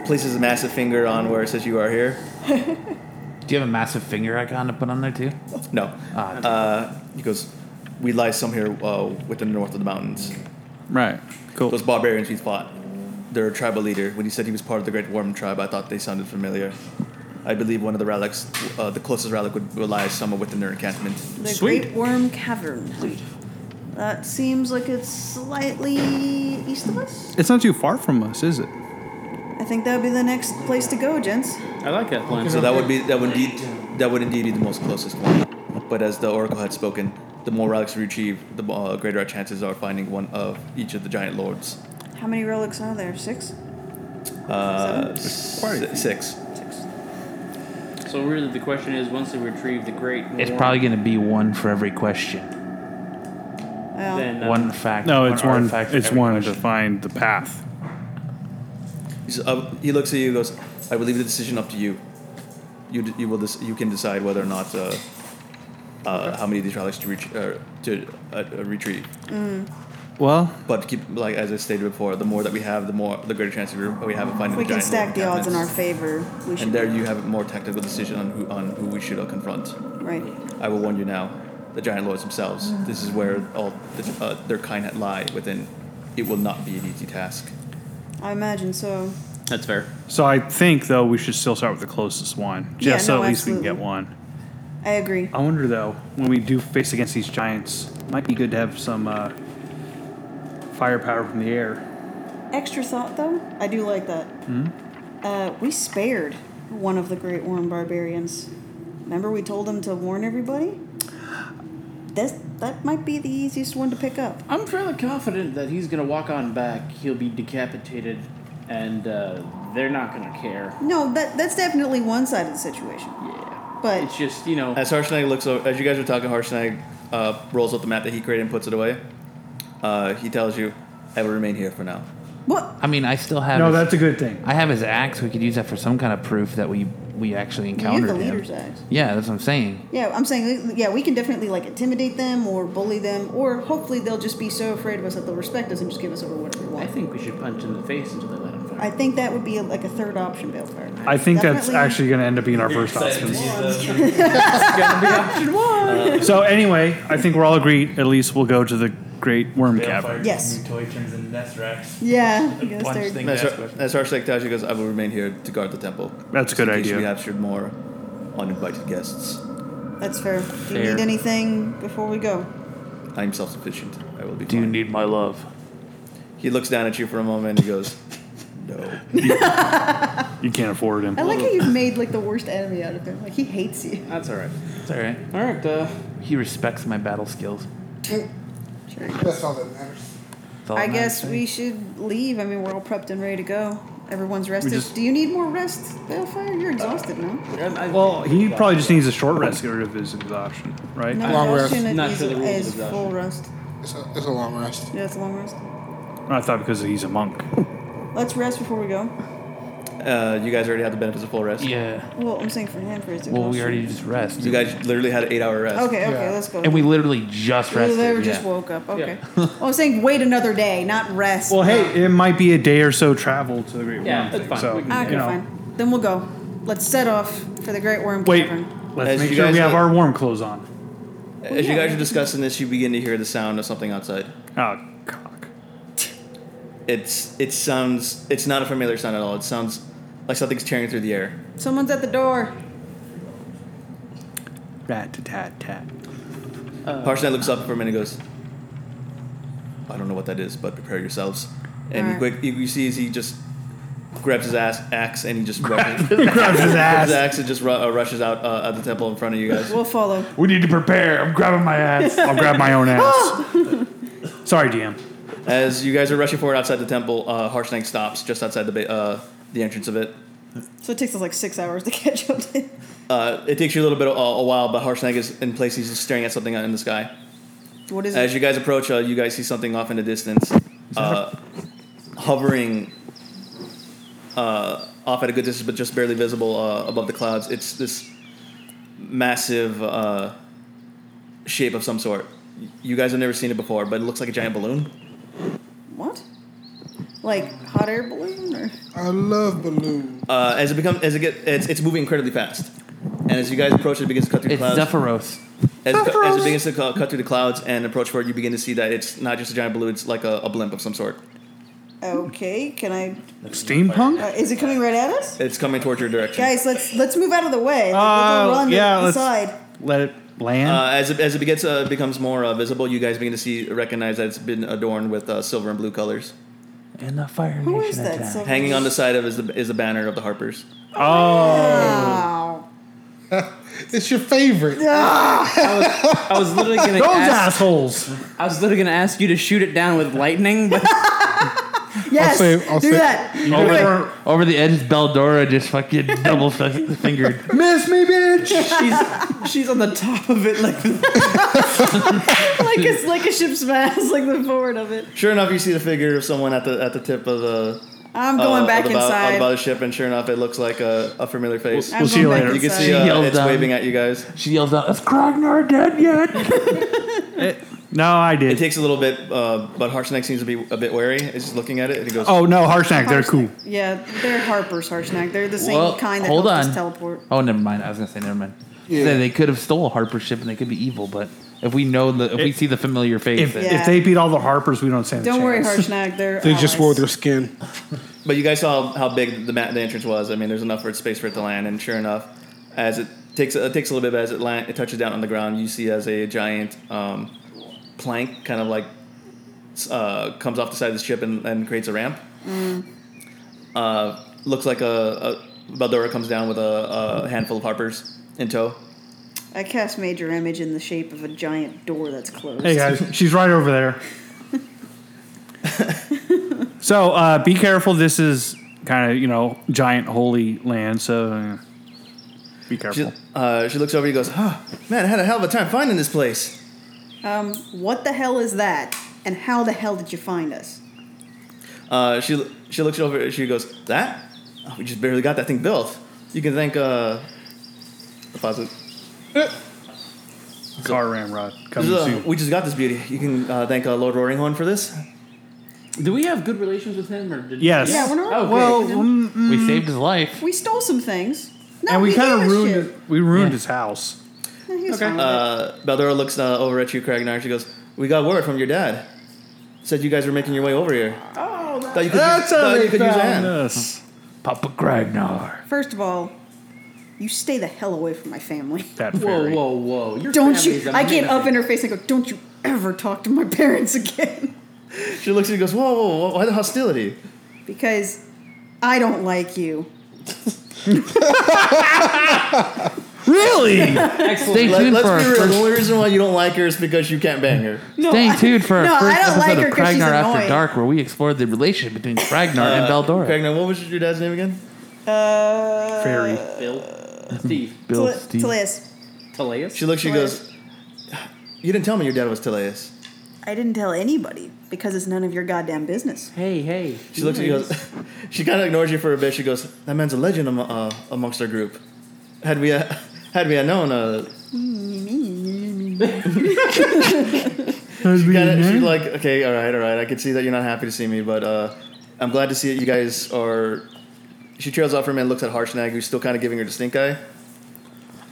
Speaker 7: places a massive finger on where it says you are here.
Speaker 2: Do you have a massive finger icon to put on there too?
Speaker 7: No.
Speaker 2: Ah,
Speaker 7: Uh, he goes, We lie somewhere uh, within the north of the mountains.
Speaker 5: Right. Cool.
Speaker 7: Those barbarians we fought, their tribal leader, when he said he was part of the Great Worm tribe, I thought they sounded familiar. I believe one of the relics, uh, the closest relic, would would lie somewhere within their encampment.
Speaker 6: The
Speaker 5: Sweet.
Speaker 6: Great Worm Cavern. That seems like it's slightly east of us.
Speaker 5: It's not too far from us, is it?
Speaker 6: I think that would be the next place to go, gents.
Speaker 3: I like that plan.
Speaker 7: So that would be that would indeed that would indeed be the most closest one. But as the oracle had spoken, the more relics we retrieve, the more, uh, greater our chances are finding one of each of the giant lords.
Speaker 6: How many relics are there? Six?
Speaker 7: Uh,
Speaker 5: Quite a
Speaker 7: si- six.
Speaker 6: Six.
Speaker 8: So really, the question is, once they retrieve the great,
Speaker 2: It's
Speaker 8: one,
Speaker 2: probably going to be one for every question.
Speaker 6: Well,
Speaker 8: then uh,
Speaker 2: One fact.
Speaker 5: No, it's one.
Speaker 2: artifact for
Speaker 5: It's
Speaker 2: every
Speaker 5: one
Speaker 2: question.
Speaker 5: to find the path.
Speaker 7: He's up- he looks at you and goes, I will leave the decision up to you. You, d- you, will dec- you can decide whether or not uh, uh, how many of these relics to, ret- uh, to uh, uh, retrieve.
Speaker 6: Mm.
Speaker 5: Well,
Speaker 7: But keep, like as I stated before, the more that we have, the more the greater chance we we have of finding.
Speaker 6: if we can
Speaker 7: the giant
Speaker 6: stack the odds in our
Speaker 7: encampments.
Speaker 6: favor, we should.
Speaker 7: And there you have a more tactical decision on who on who we should uh, confront.
Speaker 6: right.
Speaker 7: I will warn you now, the giant lords themselves. This is where all the, uh, their kind lie within. It will not be an easy task.
Speaker 6: I imagine so.
Speaker 8: that's fair.
Speaker 5: so I think though we should still start with the closest one, just
Speaker 6: Yeah,
Speaker 5: so
Speaker 6: no,
Speaker 5: at least we can
Speaker 6: absolutely.
Speaker 5: get one.
Speaker 6: I agree.
Speaker 5: I wonder though, when we do face against these giants, might be good to have some uh, firepower from the air.
Speaker 6: Extra thought, though, I do like that. Uh, we spared one of the Great Warren barbarians. Remember, we told him to warn everybody. This that might be the easiest one to pick up.
Speaker 8: I'm fairly confident that he's gonna walk on back. He'll be decapitated, and uh, they're not gonna care.
Speaker 6: No, that that's definitely one side of the situation.
Speaker 8: Yeah,
Speaker 6: But
Speaker 8: it's just you know.
Speaker 7: As Harshnag looks, o- as you guys are talking, Harshnag uh, rolls up the map that he created and puts it away. Uh, he tells you, "I will remain here for now."
Speaker 6: what?
Speaker 2: I mean, I still have.
Speaker 5: No,
Speaker 2: his,
Speaker 5: that's a good thing.
Speaker 2: I have his axe. We could use that for some kind of proof that we we actually
Speaker 6: You're
Speaker 2: encountered
Speaker 6: the
Speaker 2: him.
Speaker 6: leader's eyes.
Speaker 2: Yeah, that's what I'm saying.
Speaker 6: Yeah, I'm saying, yeah, we can definitely like intimidate them or bully them, or hopefully they'll just be so afraid of us that they'll respect us and just give us over whatever we
Speaker 8: I
Speaker 6: want.
Speaker 8: think we should punch in the face until they let him
Speaker 6: I
Speaker 8: fire.
Speaker 6: think that would be like a third option, Balefire.
Speaker 5: I think that's
Speaker 6: Definitely.
Speaker 5: actually going to end up being our first option.
Speaker 6: Option one.
Speaker 5: So anyway, I think we're all agreed. At least we'll go to the Great Worm Cavern.
Speaker 6: Yes.
Speaker 10: New toy turns into nest racks.
Speaker 6: Yeah, you gotta
Speaker 10: Punch
Speaker 6: start-
Speaker 10: thing.
Speaker 7: As,
Speaker 10: That's
Speaker 7: Har- as Harshnag tells you, he goes, "I will remain here to guard the temple."
Speaker 5: That's a good
Speaker 7: in case
Speaker 5: idea.
Speaker 7: We captured more uninvited guests.
Speaker 6: That's fair. Do you
Speaker 2: Fair.
Speaker 6: need anything before we go?
Speaker 7: I am self-sufficient. I will be.
Speaker 1: Do you
Speaker 7: fine.
Speaker 1: need my love?
Speaker 7: He looks down at you for a moment and he goes, "No."
Speaker 5: You can't afford him.
Speaker 6: I like how you've made like the worst enemy out of him. Like he hates you.
Speaker 8: That's all right.
Speaker 2: It's all right.
Speaker 8: All right. Uh,
Speaker 2: He respects my battle skills.
Speaker 6: Sure.
Speaker 9: That's all that matters.
Speaker 2: That's all
Speaker 6: I
Speaker 2: I'm
Speaker 6: guess
Speaker 2: gonna
Speaker 6: we should leave. I mean, we're all prepped and ready to go. Everyone's rested.
Speaker 5: just-
Speaker 6: Do you need more rest, Balefire? You're exhausted, no?
Speaker 5: Well, he probably just needs a short rest to get rid of his exhaustion, right?
Speaker 6: No,
Speaker 4: Long rest.
Speaker 6: exhaustion
Speaker 8: Not
Speaker 6: is,
Speaker 8: sure the rules of
Speaker 6: is
Speaker 8: exhaustion.
Speaker 6: full rest.
Speaker 4: It's a, it's a long rest.
Speaker 6: Yeah, it's a long rest.
Speaker 5: I thought because he's a monk.
Speaker 6: Let's rest before we go.
Speaker 7: Uh, you guys already have the benefits of full rest.
Speaker 2: say. Yeah.
Speaker 6: Well, I'm saying for him for his
Speaker 2: Well, we
Speaker 6: exhaustion.
Speaker 2: already just rest.
Speaker 7: You guys literally had an eight-hour rest.
Speaker 6: Okay, okay,
Speaker 4: Yeah.
Speaker 6: let's go.
Speaker 2: and we literally just
Speaker 6: Well,
Speaker 2: rested.
Speaker 6: they were
Speaker 2: yeah.
Speaker 6: just woke up. Okay. well, I'm saying wait another day, not rest.
Speaker 5: Well, hey, it might be a day or so travel to the Great
Speaker 8: Yeah,
Speaker 5: Worm.
Speaker 8: that's
Speaker 5: thing,
Speaker 8: fine.
Speaker 5: So,
Speaker 8: We can-
Speaker 6: okay,
Speaker 5: you know.
Speaker 6: fine. Then we'll go. Let's set off for the Great Worm
Speaker 5: Wait,
Speaker 6: Cavern.
Speaker 5: let's
Speaker 7: As
Speaker 5: make
Speaker 7: you
Speaker 5: sure
Speaker 7: guys
Speaker 5: we have
Speaker 7: look-
Speaker 5: our warm clothes on.
Speaker 7: As you guys are discussing this, you begin to hear the sound of something outside.
Speaker 5: Oh, cock.
Speaker 7: It's it sounds it's not a familiar sound at all. It sounds like something's tearing through the air.
Speaker 6: Someone's at the door.
Speaker 5: Rat tat tat tat.
Speaker 7: Parsnet looks up for a minute and goes, I don't know what that is, but prepare yourselves. And he
Speaker 6: Alright.
Speaker 7: quick, you, you see as he just grabs his ass axe and he just rushes,
Speaker 5: He grabs his
Speaker 7: grabs his
Speaker 5: ass.
Speaker 7: axe and just ru- uh, rushes out uh, at the temple in front of you guys.
Speaker 6: We'll follow.
Speaker 5: We need to prepare. I'm grabbing my ass. I'll grab my own ass. Sorry, DM.
Speaker 7: As you guys are rushing forward outside the temple, uh, Harshnag stops just outside the ba- uh, the entrance of it.
Speaker 6: So it takes us like six hours to catch up to
Speaker 7: Uh, it takes you a little bit of, uh, a while, but Harshnag is in place. He's just staring at something out in the sky.
Speaker 6: What is
Speaker 7: As
Speaker 6: it?
Speaker 7: you guys approach, uh, you guys see something off in the distance, uh, hovering uh, off at a good distance, but just barely visible uh, above the clouds. It's this massive uh, shape of some sort. You guys have never seen it before, but it looks like a giant balloon.
Speaker 6: What? Like hot air balloon or
Speaker 4: I love balloons.
Speaker 7: Uh, as it becomes, as it get, it's, it's moving incredibly fast. And as you guys approach, it begins to cut through the
Speaker 2: It's
Speaker 7: clouds.
Speaker 2: Zephyros.
Speaker 7: As, it cu- as it begins to cu- cut through the clouds and approach forward, you begin to see that it's not just a giant balloon; it's like a, a blimp of some sort.
Speaker 6: okay? Can I?
Speaker 5: Steampunk?
Speaker 6: Uh, is it coming right at us?
Speaker 7: It's coming towards your direction.
Speaker 6: Guys, let's let's move out of the way.
Speaker 5: Uh,
Speaker 6: let's run to
Speaker 5: yeah,
Speaker 6: the
Speaker 5: let's-
Speaker 6: side.
Speaker 5: Let it land.
Speaker 7: Uh, as it, as it begets, uh, becomes more uh, visible, you guys begin to see recognize that it's been adorned with uh, silver and blue colors.
Speaker 2: And the Fire
Speaker 6: Who
Speaker 2: Nation
Speaker 6: is that?
Speaker 2: attack.
Speaker 6: So
Speaker 7: Hanging on the side of is the is the banner of the Harpers.
Speaker 6: Wow.
Speaker 4: It's your favorite.
Speaker 8: I was literally gonna
Speaker 5: Those
Speaker 8: ask,
Speaker 5: assholes.
Speaker 8: I was literally gonna ask you to shoot it down with lightning, but
Speaker 6: Yes,
Speaker 4: save- I'll
Speaker 6: do
Speaker 4: save-
Speaker 6: that.
Speaker 4: You
Speaker 6: Do
Speaker 4: know
Speaker 6: it.
Speaker 4: what?
Speaker 2: Over the edge, Beldora just fucking double fucking fingered.
Speaker 5: Miss me, bitch.
Speaker 3: She's she's on the top of it like
Speaker 6: like a like a ship's mast, like the forward of it.
Speaker 7: Sure enough, you see the figure of someone at the at the tip of the.
Speaker 6: I'm going
Speaker 7: uh,
Speaker 6: back
Speaker 7: of the bow-
Speaker 6: inside.
Speaker 7: of the ship, and sure enough, it looks like a, a familiar face.
Speaker 6: I'm
Speaker 5: We'll see
Speaker 6: going
Speaker 5: you
Speaker 6: back
Speaker 5: later.
Speaker 7: you can
Speaker 6: inside.
Speaker 7: see
Speaker 2: She
Speaker 7: uh,
Speaker 2: yelled
Speaker 7: it's
Speaker 2: down.
Speaker 7: waving at you guys.
Speaker 2: She yells out, "Is Krognar dead yet?"
Speaker 5: No, I
Speaker 7: It
Speaker 5: did.
Speaker 7: takes a little bit, uh, but Harshnag seems to be a bit wary. It's just looking at it, and he goes,
Speaker 5: oh no, Harshnag, they're
Speaker 6: Harshnag.
Speaker 5: cool.
Speaker 6: Yeah, they're Harper's Harshnag. They're the same
Speaker 2: Well,
Speaker 6: kind that
Speaker 2: hold
Speaker 6: helps
Speaker 2: on.
Speaker 6: us teleport.
Speaker 2: Oh, never mind. I was gonna say never mind.
Speaker 4: Yeah.
Speaker 2: Say they could have stole a Harper ship and they could be evil, but if we know the if we
Speaker 5: If-
Speaker 2: see the familiar face,
Speaker 5: If,
Speaker 2: then
Speaker 6: Yeah.
Speaker 5: if they beat all the Harpers, we don't stand a
Speaker 6: Don't worry,
Speaker 5: chance.
Speaker 6: Harshnag. They're
Speaker 4: They just wore
Speaker 6: allies.
Speaker 4: their skin.
Speaker 7: But you guys saw how big the, ma- the entrance was. I mean, there's enough for it- space for it to land, and sure enough, as it takes it takes a little bit, but as it land, it touches down on the ground, you see as a giant um, plank kind of like s- uh, comes off the side of the ship and, and creates a ramp. Uh, looks like a, a Baldora comes down with a, a handful of harpers in tow.
Speaker 6: I cast major image in the shape of a giant door that's closed.
Speaker 5: Hey guys, she's right over there. so uh, be careful. This is kind of you know giant holy land, so uh, be
Speaker 7: She,
Speaker 5: careful.
Speaker 7: uh, she looks over and goes, oh, "Man, I had a hell of a time finding this place."
Speaker 6: Um, what the hell is that? And how the hell did you find us?
Speaker 7: Uh, she she looks over. She goes, "That? Oh, we just barely got that thing built. You can thank uh, the faucet.
Speaker 5: Car ramrod
Speaker 7: This
Speaker 5: coming
Speaker 7: is, uh,
Speaker 5: soon.
Speaker 7: we just got this beauty. You can uh, thank uh, Lord Roaringhorn for this.
Speaker 8: Do we have good relations with him, or did
Speaker 5: Yes.
Speaker 6: Yeah, we're not.
Speaker 5: well, mm, mm,
Speaker 2: Oh, we saved his life.
Speaker 6: we stole some things. No,
Speaker 5: and we
Speaker 6: he
Speaker 5: kind
Speaker 6: gave
Speaker 5: of
Speaker 6: us
Speaker 5: ruined
Speaker 6: shit.
Speaker 5: it- we ruined his house.
Speaker 6: No, he was fine with it.
Speaker 7: Uh, Baldora looks uh, over at you, Cragnar. She goes, "We got word from your dad. Said you guys were making your way over here.
Speaker 6: Oh, that-
Speaker 7: Thought you could, use, thought you could use a hand.
Speaker 5: us.
Speaker 1: Papa Gragnar.
Speaker 6: First of all, you stay the hell away from my family.
Speaker 5: That
Speaker 8: Whoa,
Speaker 5: fairy.
Speaker 8: whoa, whoa! Your
Speaker 6: Don't
Speaker 8: family's
Speaker 6: you? I get up
Speaker 8: amazing.
Speaker 6: in her face and go, "Don't you ever talk to my parents again,"
Speaker 7: She looks at you, and goes, "Whoa, whoa, whoa, why the hostility?
Speaker 6: because I don't like you.
Speaker 5: Really?
Speaker 2: Stay
Speaker 7: Let,
Speaker 2: tuned
Speaker 7: let's
Speaker 2: for our
Speaker 7: be real. The
Speaker 2: first.
Speaker 7: only reason why you don't like her is because you can't bang her.
Speaker 2: Stay
Speaker 6: I-
Speaker 2: tuned for our
Speaker 6: no, I
Speaker 2: first
Speaker 6: don't
Speaker 2: episode
Speaker 6: like her
Speaker 2: of
Speaker 6: 'cause she's
Speaker 2: Kragnar After
Speaker 6: annoying.
Speaker 2: Dark, where we explored the relationship between Uh, Kragnar and Beldora.
Speaker 7: Cragnar, what was your dad's name again?
Speaker 6: Uh,
Speaker 5: fairy.
Speaker 8: Bill, Steve,
Speaker 2: Bill
Speaker 6: Tal-
Speaker 2: Steve.
Speaker 6: Talias,
Speaker 8: Teleus.
Speaker 7: She looks. She goes, "You didn't tell me your dad was Teleus."
Speaker 6: I didn't tell anybody because it's none of your goddamn business.
Speaker 8: Hey, hey.
Speaker 7: She looks at you and goes, she kind of ignores you for a bit. She goes, that man's a legend am- uh, amongst our group. Had we, uh, had we known, uh, she kinda, she's like, okay, all right, all right. I can see that you're not happy to see me, but uh, I'm glad to see that you guys are. She trails off for a minute, looks at Harshnag, who's still kind of giving her the stink eye.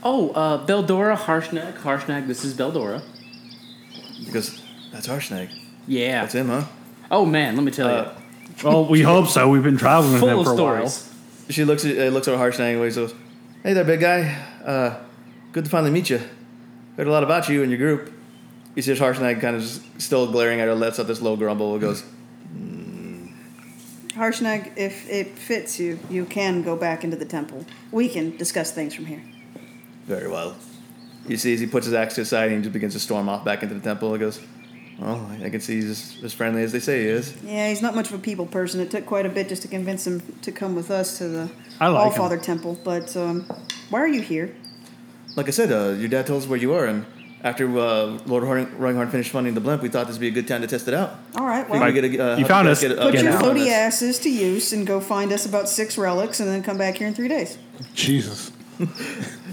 Speaker 8: Oh, uh, Beldora, Harshnag, Harshnag. This is Beldora.
Speaker 7: She goes, that's Harshnag.
Speaker 8: Yeah.
Speaker 7: That's him, huh?
Speaker 8: Oh man, let me tell
Speaker 7: Uh,
Speaker 5: well, we hope so. We've been traveling
Speaker 8: you,
Speaker 5: with
Speaker 8: full
Speaker 5: him
Speaker 8: of
Speaker 5: for a
Speaker 8: stories.
Speaker 7: She looks at, uh, looks at Harshnag and goes, hey there, big guy. Uh, good to finally meet you. Heard a lot about you and your group. You see Harshnag kind of just still glaring at her, lets out this low grumble, and goes,
Speaker 6: Harshnag, if it fits you, you can go back into the temple. We can discuss things from here.
Speaker 7: Very well. You see, as he puts his axe to his side and he just begins to storm off back into the temple, he goes, Well, I can see he's as, as friendly as they say he is.
Speaker 6: Yeah, he's not much of a people person. It took quite a bit just to convince him to come with us to the
Speaker 5: I like him.
Speaker 6: Allfather Temple. But um, why are you here?
Speaker 7: Like I said, uh, your dad told us where you were, and after uh, Lord Horn- Roinghorn finished funding the blimp, we thought this would be a good time to test it out.
Speaker 6: All right,
Speaker 7: We
Speaker 6: well,
Speaker 7: could get a- uh,
Speaker 5: You
Speaker 7: help
Speaker 5: found us.
Speaker 7: guys get a-
Speaker 6: put
Speaker 7: get
Speaker 6: your
Speaker 7: a-
Speaker 6: floaty asses to use and go find us about six relics, and then come back here in three days.
Speaker 4: Jesus.
Speaker 5: while.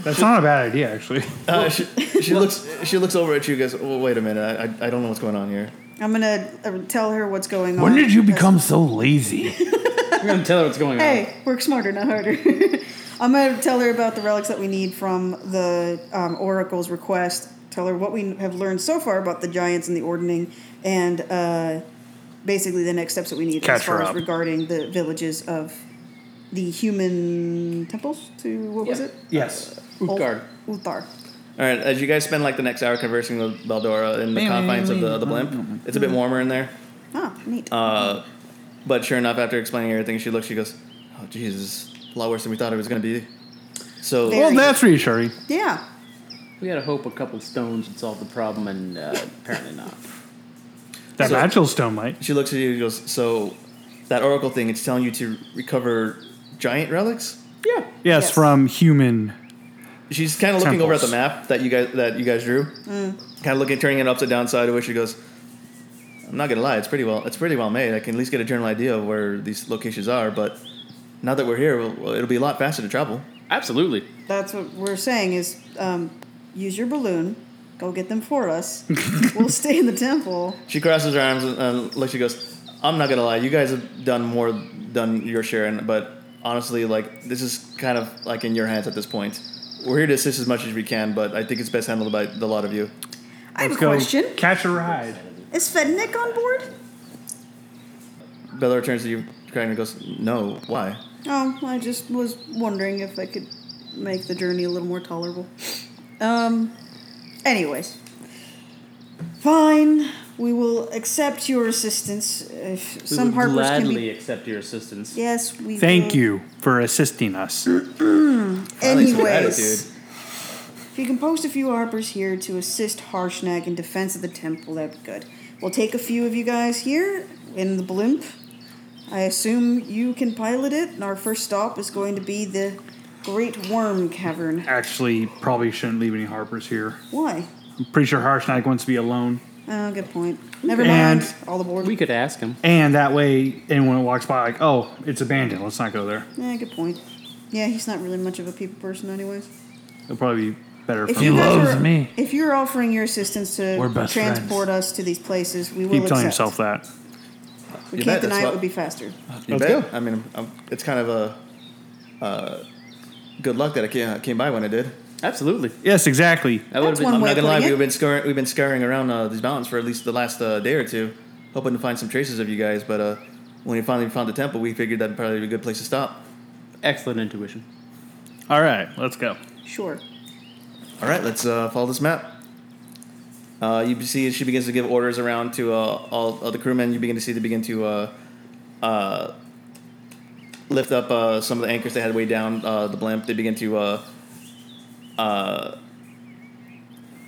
Speaker 5: That's not a bad idea, actually.
Speaker 7: Uh, she, she looks. She looks over at you. and Goes. Well, wait a minute. I, I, I don't know what's going on here.
Speaker 6: I'm gonna uh, tell her what's going on.
Speaker 1: When did you become so lazy?
Speaker 8: We're gonna tell her what's going
Speaker 6: Hey, work smarter, not harder. I'm gonna tell her about the relics that we need from the um, Oracle's request. Tell her what we have learned so far about the giants and the ordaining, and uh, basically the next steps that we need
Speaker 5: Catch
Speaker 6: as far
Speaker 5: her
Speaker 6: as
Speaker 5: up.
Speaker 6: regarding the villages of the human temples. To what was
Speaker 8: Yeah.
Speaker 6: it?
Speaker 5: Yes.
Speaker 8: on. Utgard.
Speaker 6: Uthar.
Speaker 7: All right. As you guys spend like the next hour conversing with Baldora in the confines of the, the blimp, it's a bit warmer in there.
Speaker 6: Ah, neat.
Speaker 7: Uh, but sure enough, after explaining everything, she looks. She goes, "Oh, Jesus, a lot worse than we thought it was going to be." So
Speaker 6: Very
Speaker 5: Well, that's reassuring.
Speaker 6: yeah.
Speaker 8: We had a hope a couple stones would solve the problem, and uh, apparently not.
Speaker 5: That
Speaker 7: So-
Speaker 5: magical stone might.
Speaker 7: she looks at you and goes, "So that oracle thing, it's telling you to recover giant relics.
Speaker 3: Yeah.
Speaker 5: Yes,
Speaker 6: Yes.
Speaker 5: from human.
Speaker 7: She's kind of looking over at the
Speaker 5: Temples.
Speaker 7: map that you guys that you guys drew, kind of looking, turning it upside down sideways. She goes, "I'm not gonna lie, it's pretty well, it's pretty well made. I can at least get a general idea of where these locations are, but now that we're here, well, it'll be a lot faster to travel."
Speaker 8: Absolutely.
Speaker 6: That's what we're saying is um, use your balloon, go get them for us. we'll stay in the temple.
Speaker 7: She crosses her arms and, and looks. She goes, "I'm not gonna lie, you guys have done more done your share, and but honestly, like this is kind of like in your hands at this point. We're here to assist as much as we can, but I think it's best handled by the lot of you.
Speaker 6: I have a
Speaker 5: Let's go
Speaker 6: question.
Speaker 5: Catch a ride.
Speaker 6: Is Fednik on board?
Speaker 7: Bella returns to you, crying, and goes, "No, why?
Speaker 6: Oh, I just was wondering if I could make the journey a little more tolerable. Um, anyways. Fine. We will accept your assistance if
Speaker 8: We
Speaker 6: some
Speaker 8: would
Speaker 6: harbors
Speaker 8: gladly
Speaker 6: can be.
Speaker 8: accept your assistance.
Speaker 6: Yes, we
Speaker 5: Thank
Speaker 6: will.
Speaker 5: you for assisting us.
Speaker 7: Finally, some attitude.
Speaker 6: Anyways, if you can post a few harpers here to assist Harshnag in defense of the temple, that'd be good. We'll take a few of you guys here in the blimp. I assume you can pilot it, and our first stop is going to be the Great Worm Cavern.
Speaker 5: Actually, probably shouldn't leave any Harpers here.
Speaker 6: Why?
Speaker 5: I'm pretty sure Harshnag wants to be alone.
Speaker 6: Oh, good point. Never
Speaker 5: And-
Speaker 6: mind. All aboard.
Speaker 8: We could ask him.
Speaker 5: And that way, anyone that walks by, like, oh, it's abandoned. Let's not go there.
Speaker 6: yeah, good point. Yeah, he's not really much of a people person, anyways.
Speaker 5: It'll probably be better
Speaker 6: If
Speaker 5: for
Speaker 6: you guys
Speaker 2: loves
Speaker 6: are-
Speaker 2: me.
Speaker 6: If you're offering your assistance to
Speaker 2: We're best
Speaker 6: transport us to these places, we will
Speaker 5: Keep telling
Speaker 6: accept.
Speaker 5: yourself that.
Speaker 6: We
Speaker 7: You
Speaker 6: can't
Speaker 7: bet, that's
Speaker 6: deny it
Speaker 7: what-
Speaker 6: would be faster.
Speaker 7: You
Speaker 5: Let's
Speaker 7: bet. I mean, i it's kind of a uh, good luck that I came, I came by when I did.
Speaker 8: Absolutely.
Speaker 5: Yes, exactly.
Speaker 8: That would have
Speaker 6: That's
Speaker 8: been
Speaker 6: one
Speaker 7: I'm
Speaker 6: way
Speaker 7: not
Speaker 6: of
Speaker 7: gonna lie,
Speaker 6: putting it.
Speaker 7: we've been scouring, we've been scouring around uh, these mountains for at least the last uh, day or two, hoping to find some traces of you guys. But uh, when we finally found the temple, we figured that'd probably be a good place to stop.
Speaker 8: excellent intuition.
Speaker 5: All right, let's
Speaker 2: Uh,
Speaker 5: go.
Speaker 6: Sure.
Speaker 7: All right, let's uh, follow this map. Uh, you see, she begins to give orders around to uh, all other crewmen. You begin to see they begin to uh, uh, lift up uh, some of the anchors they had way down uh, the blimp. They begin to. Uh, uh,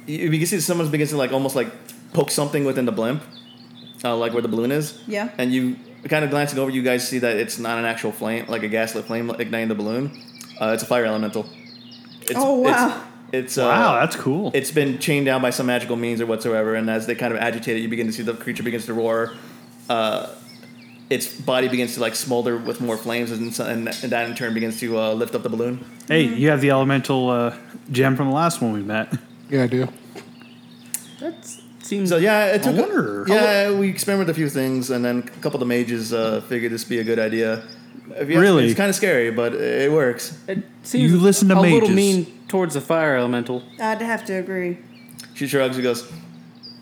Speaker 7: you, you can see someone begins to like almost like poke something within the blimp, uh, like where the balloon is.
Speaker 6: Yeah.
Speaker 7: And you kind of glancing over, you guys see that it's not an actual flame, like a gaslit flame igniting the balloon. Uh, it's a fire elemental. It's,
Speaker 6: Oh,
Speaker 7: it's-
Speaker 6: wow.
Speaker 7: It's, uh,
Speaker 5: Wow, that's cool.
Speaker 7: it's been chained down by some magical means or whatsoever, and as they kind of agitate it, you begin to see the creature begins to roar. Uh, its body begins to like smolder with more flames, and, so- and and that in turn begins to uh, lift up the balloon.
Speaker 5: hey, you have the elemental uh, gem from the last one we met.
Speaker 4: Yeah, I do.
Speaker 8: That seems
Speaker 7: So yeah, it
Speaker 5: I
Speaker 7: took.
Speaker 5: wonder.
Speaker 7: yeah, we experimented with a few things, and then a couple of the mages uh, figured this would be a good idea. If you-
Speaker 5: Really?
Speaker 7: it's kind of scary, but it works.
Speaker 8: It seems
Speaker 5: You listen to
Speaker 8: a little
Speaker 5: mages.
Speaker 8: mean towards the fire elemental.
Speaker 6: I'd have to agree.
Speaker 7: She shrugs and goes,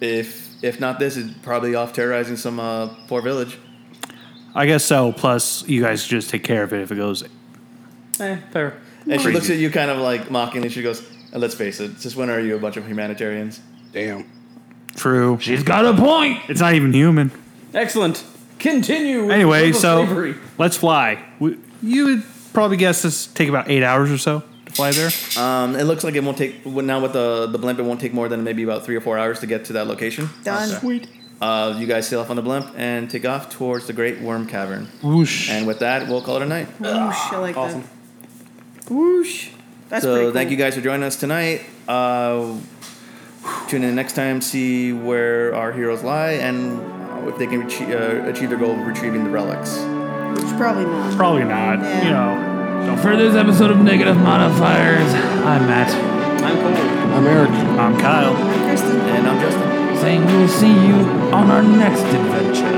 Speaker 7: "If if not this, it's probably off terrorizing some uh, poor village."
Speaker 5: I guess so. Plus, you guys just take care of it if it goes.
Speaker 8: Eh, fair.
Speaker 7: And she looks at you kind of like mockingly. She goes, "And "Let's face it, since when are you a bunch of humanitarians?"
Speaker 4: Damn.
Speaker 5: True.
Speaker 2: She's got a point.
Speaker 5: It's not even human.
Speaker 8: Excellent. Continue. with
Speaker 5: Anyway,
Speaker 8: your
Speaker 5: so
Speaker 8: slavery.
Speaker 5: let's fly. We, you would probably guess this take about eight hours or so to fly there.
Speaker 7: Um, it looks like it won't take well, now with the the blimp. It won't take more than maybe about three or four hours to get to that location.
Speaker 6: Done.
Speaker 7: Uh, you guys sail off on the blimp and take off towards the Great Worm Cavern.
Speaker 4: Whoosh.
Speaker 7: And with that, we'll call it a night.
Speaker 6: Whoosh, I like
Speaker 8: Awesome.
Speaker 6: that. Whoosh. That's
Speaker 7: so
Speaker 6: pretty cool.
Speaker 7: thank you guys for joining us tonight. Uh, tune in next time, see where our heroes lie, and if they can achieve, uh, achieve their goal of retrieving the relics.
Speaker 6: It's probably not.
Speaker 5: Probably not. You know.
Speaker 2: For this episode of Negative Modifiers, I'm Matt,
Speaker 8: I'm cold.
Speaker 4: I'm Eric.
Speaker 5: I'm Kyle.
Speaker 6: Kristen.
Speaker 7: And I'm Justin.
Speaker 2: saying we will see you on our next adventure.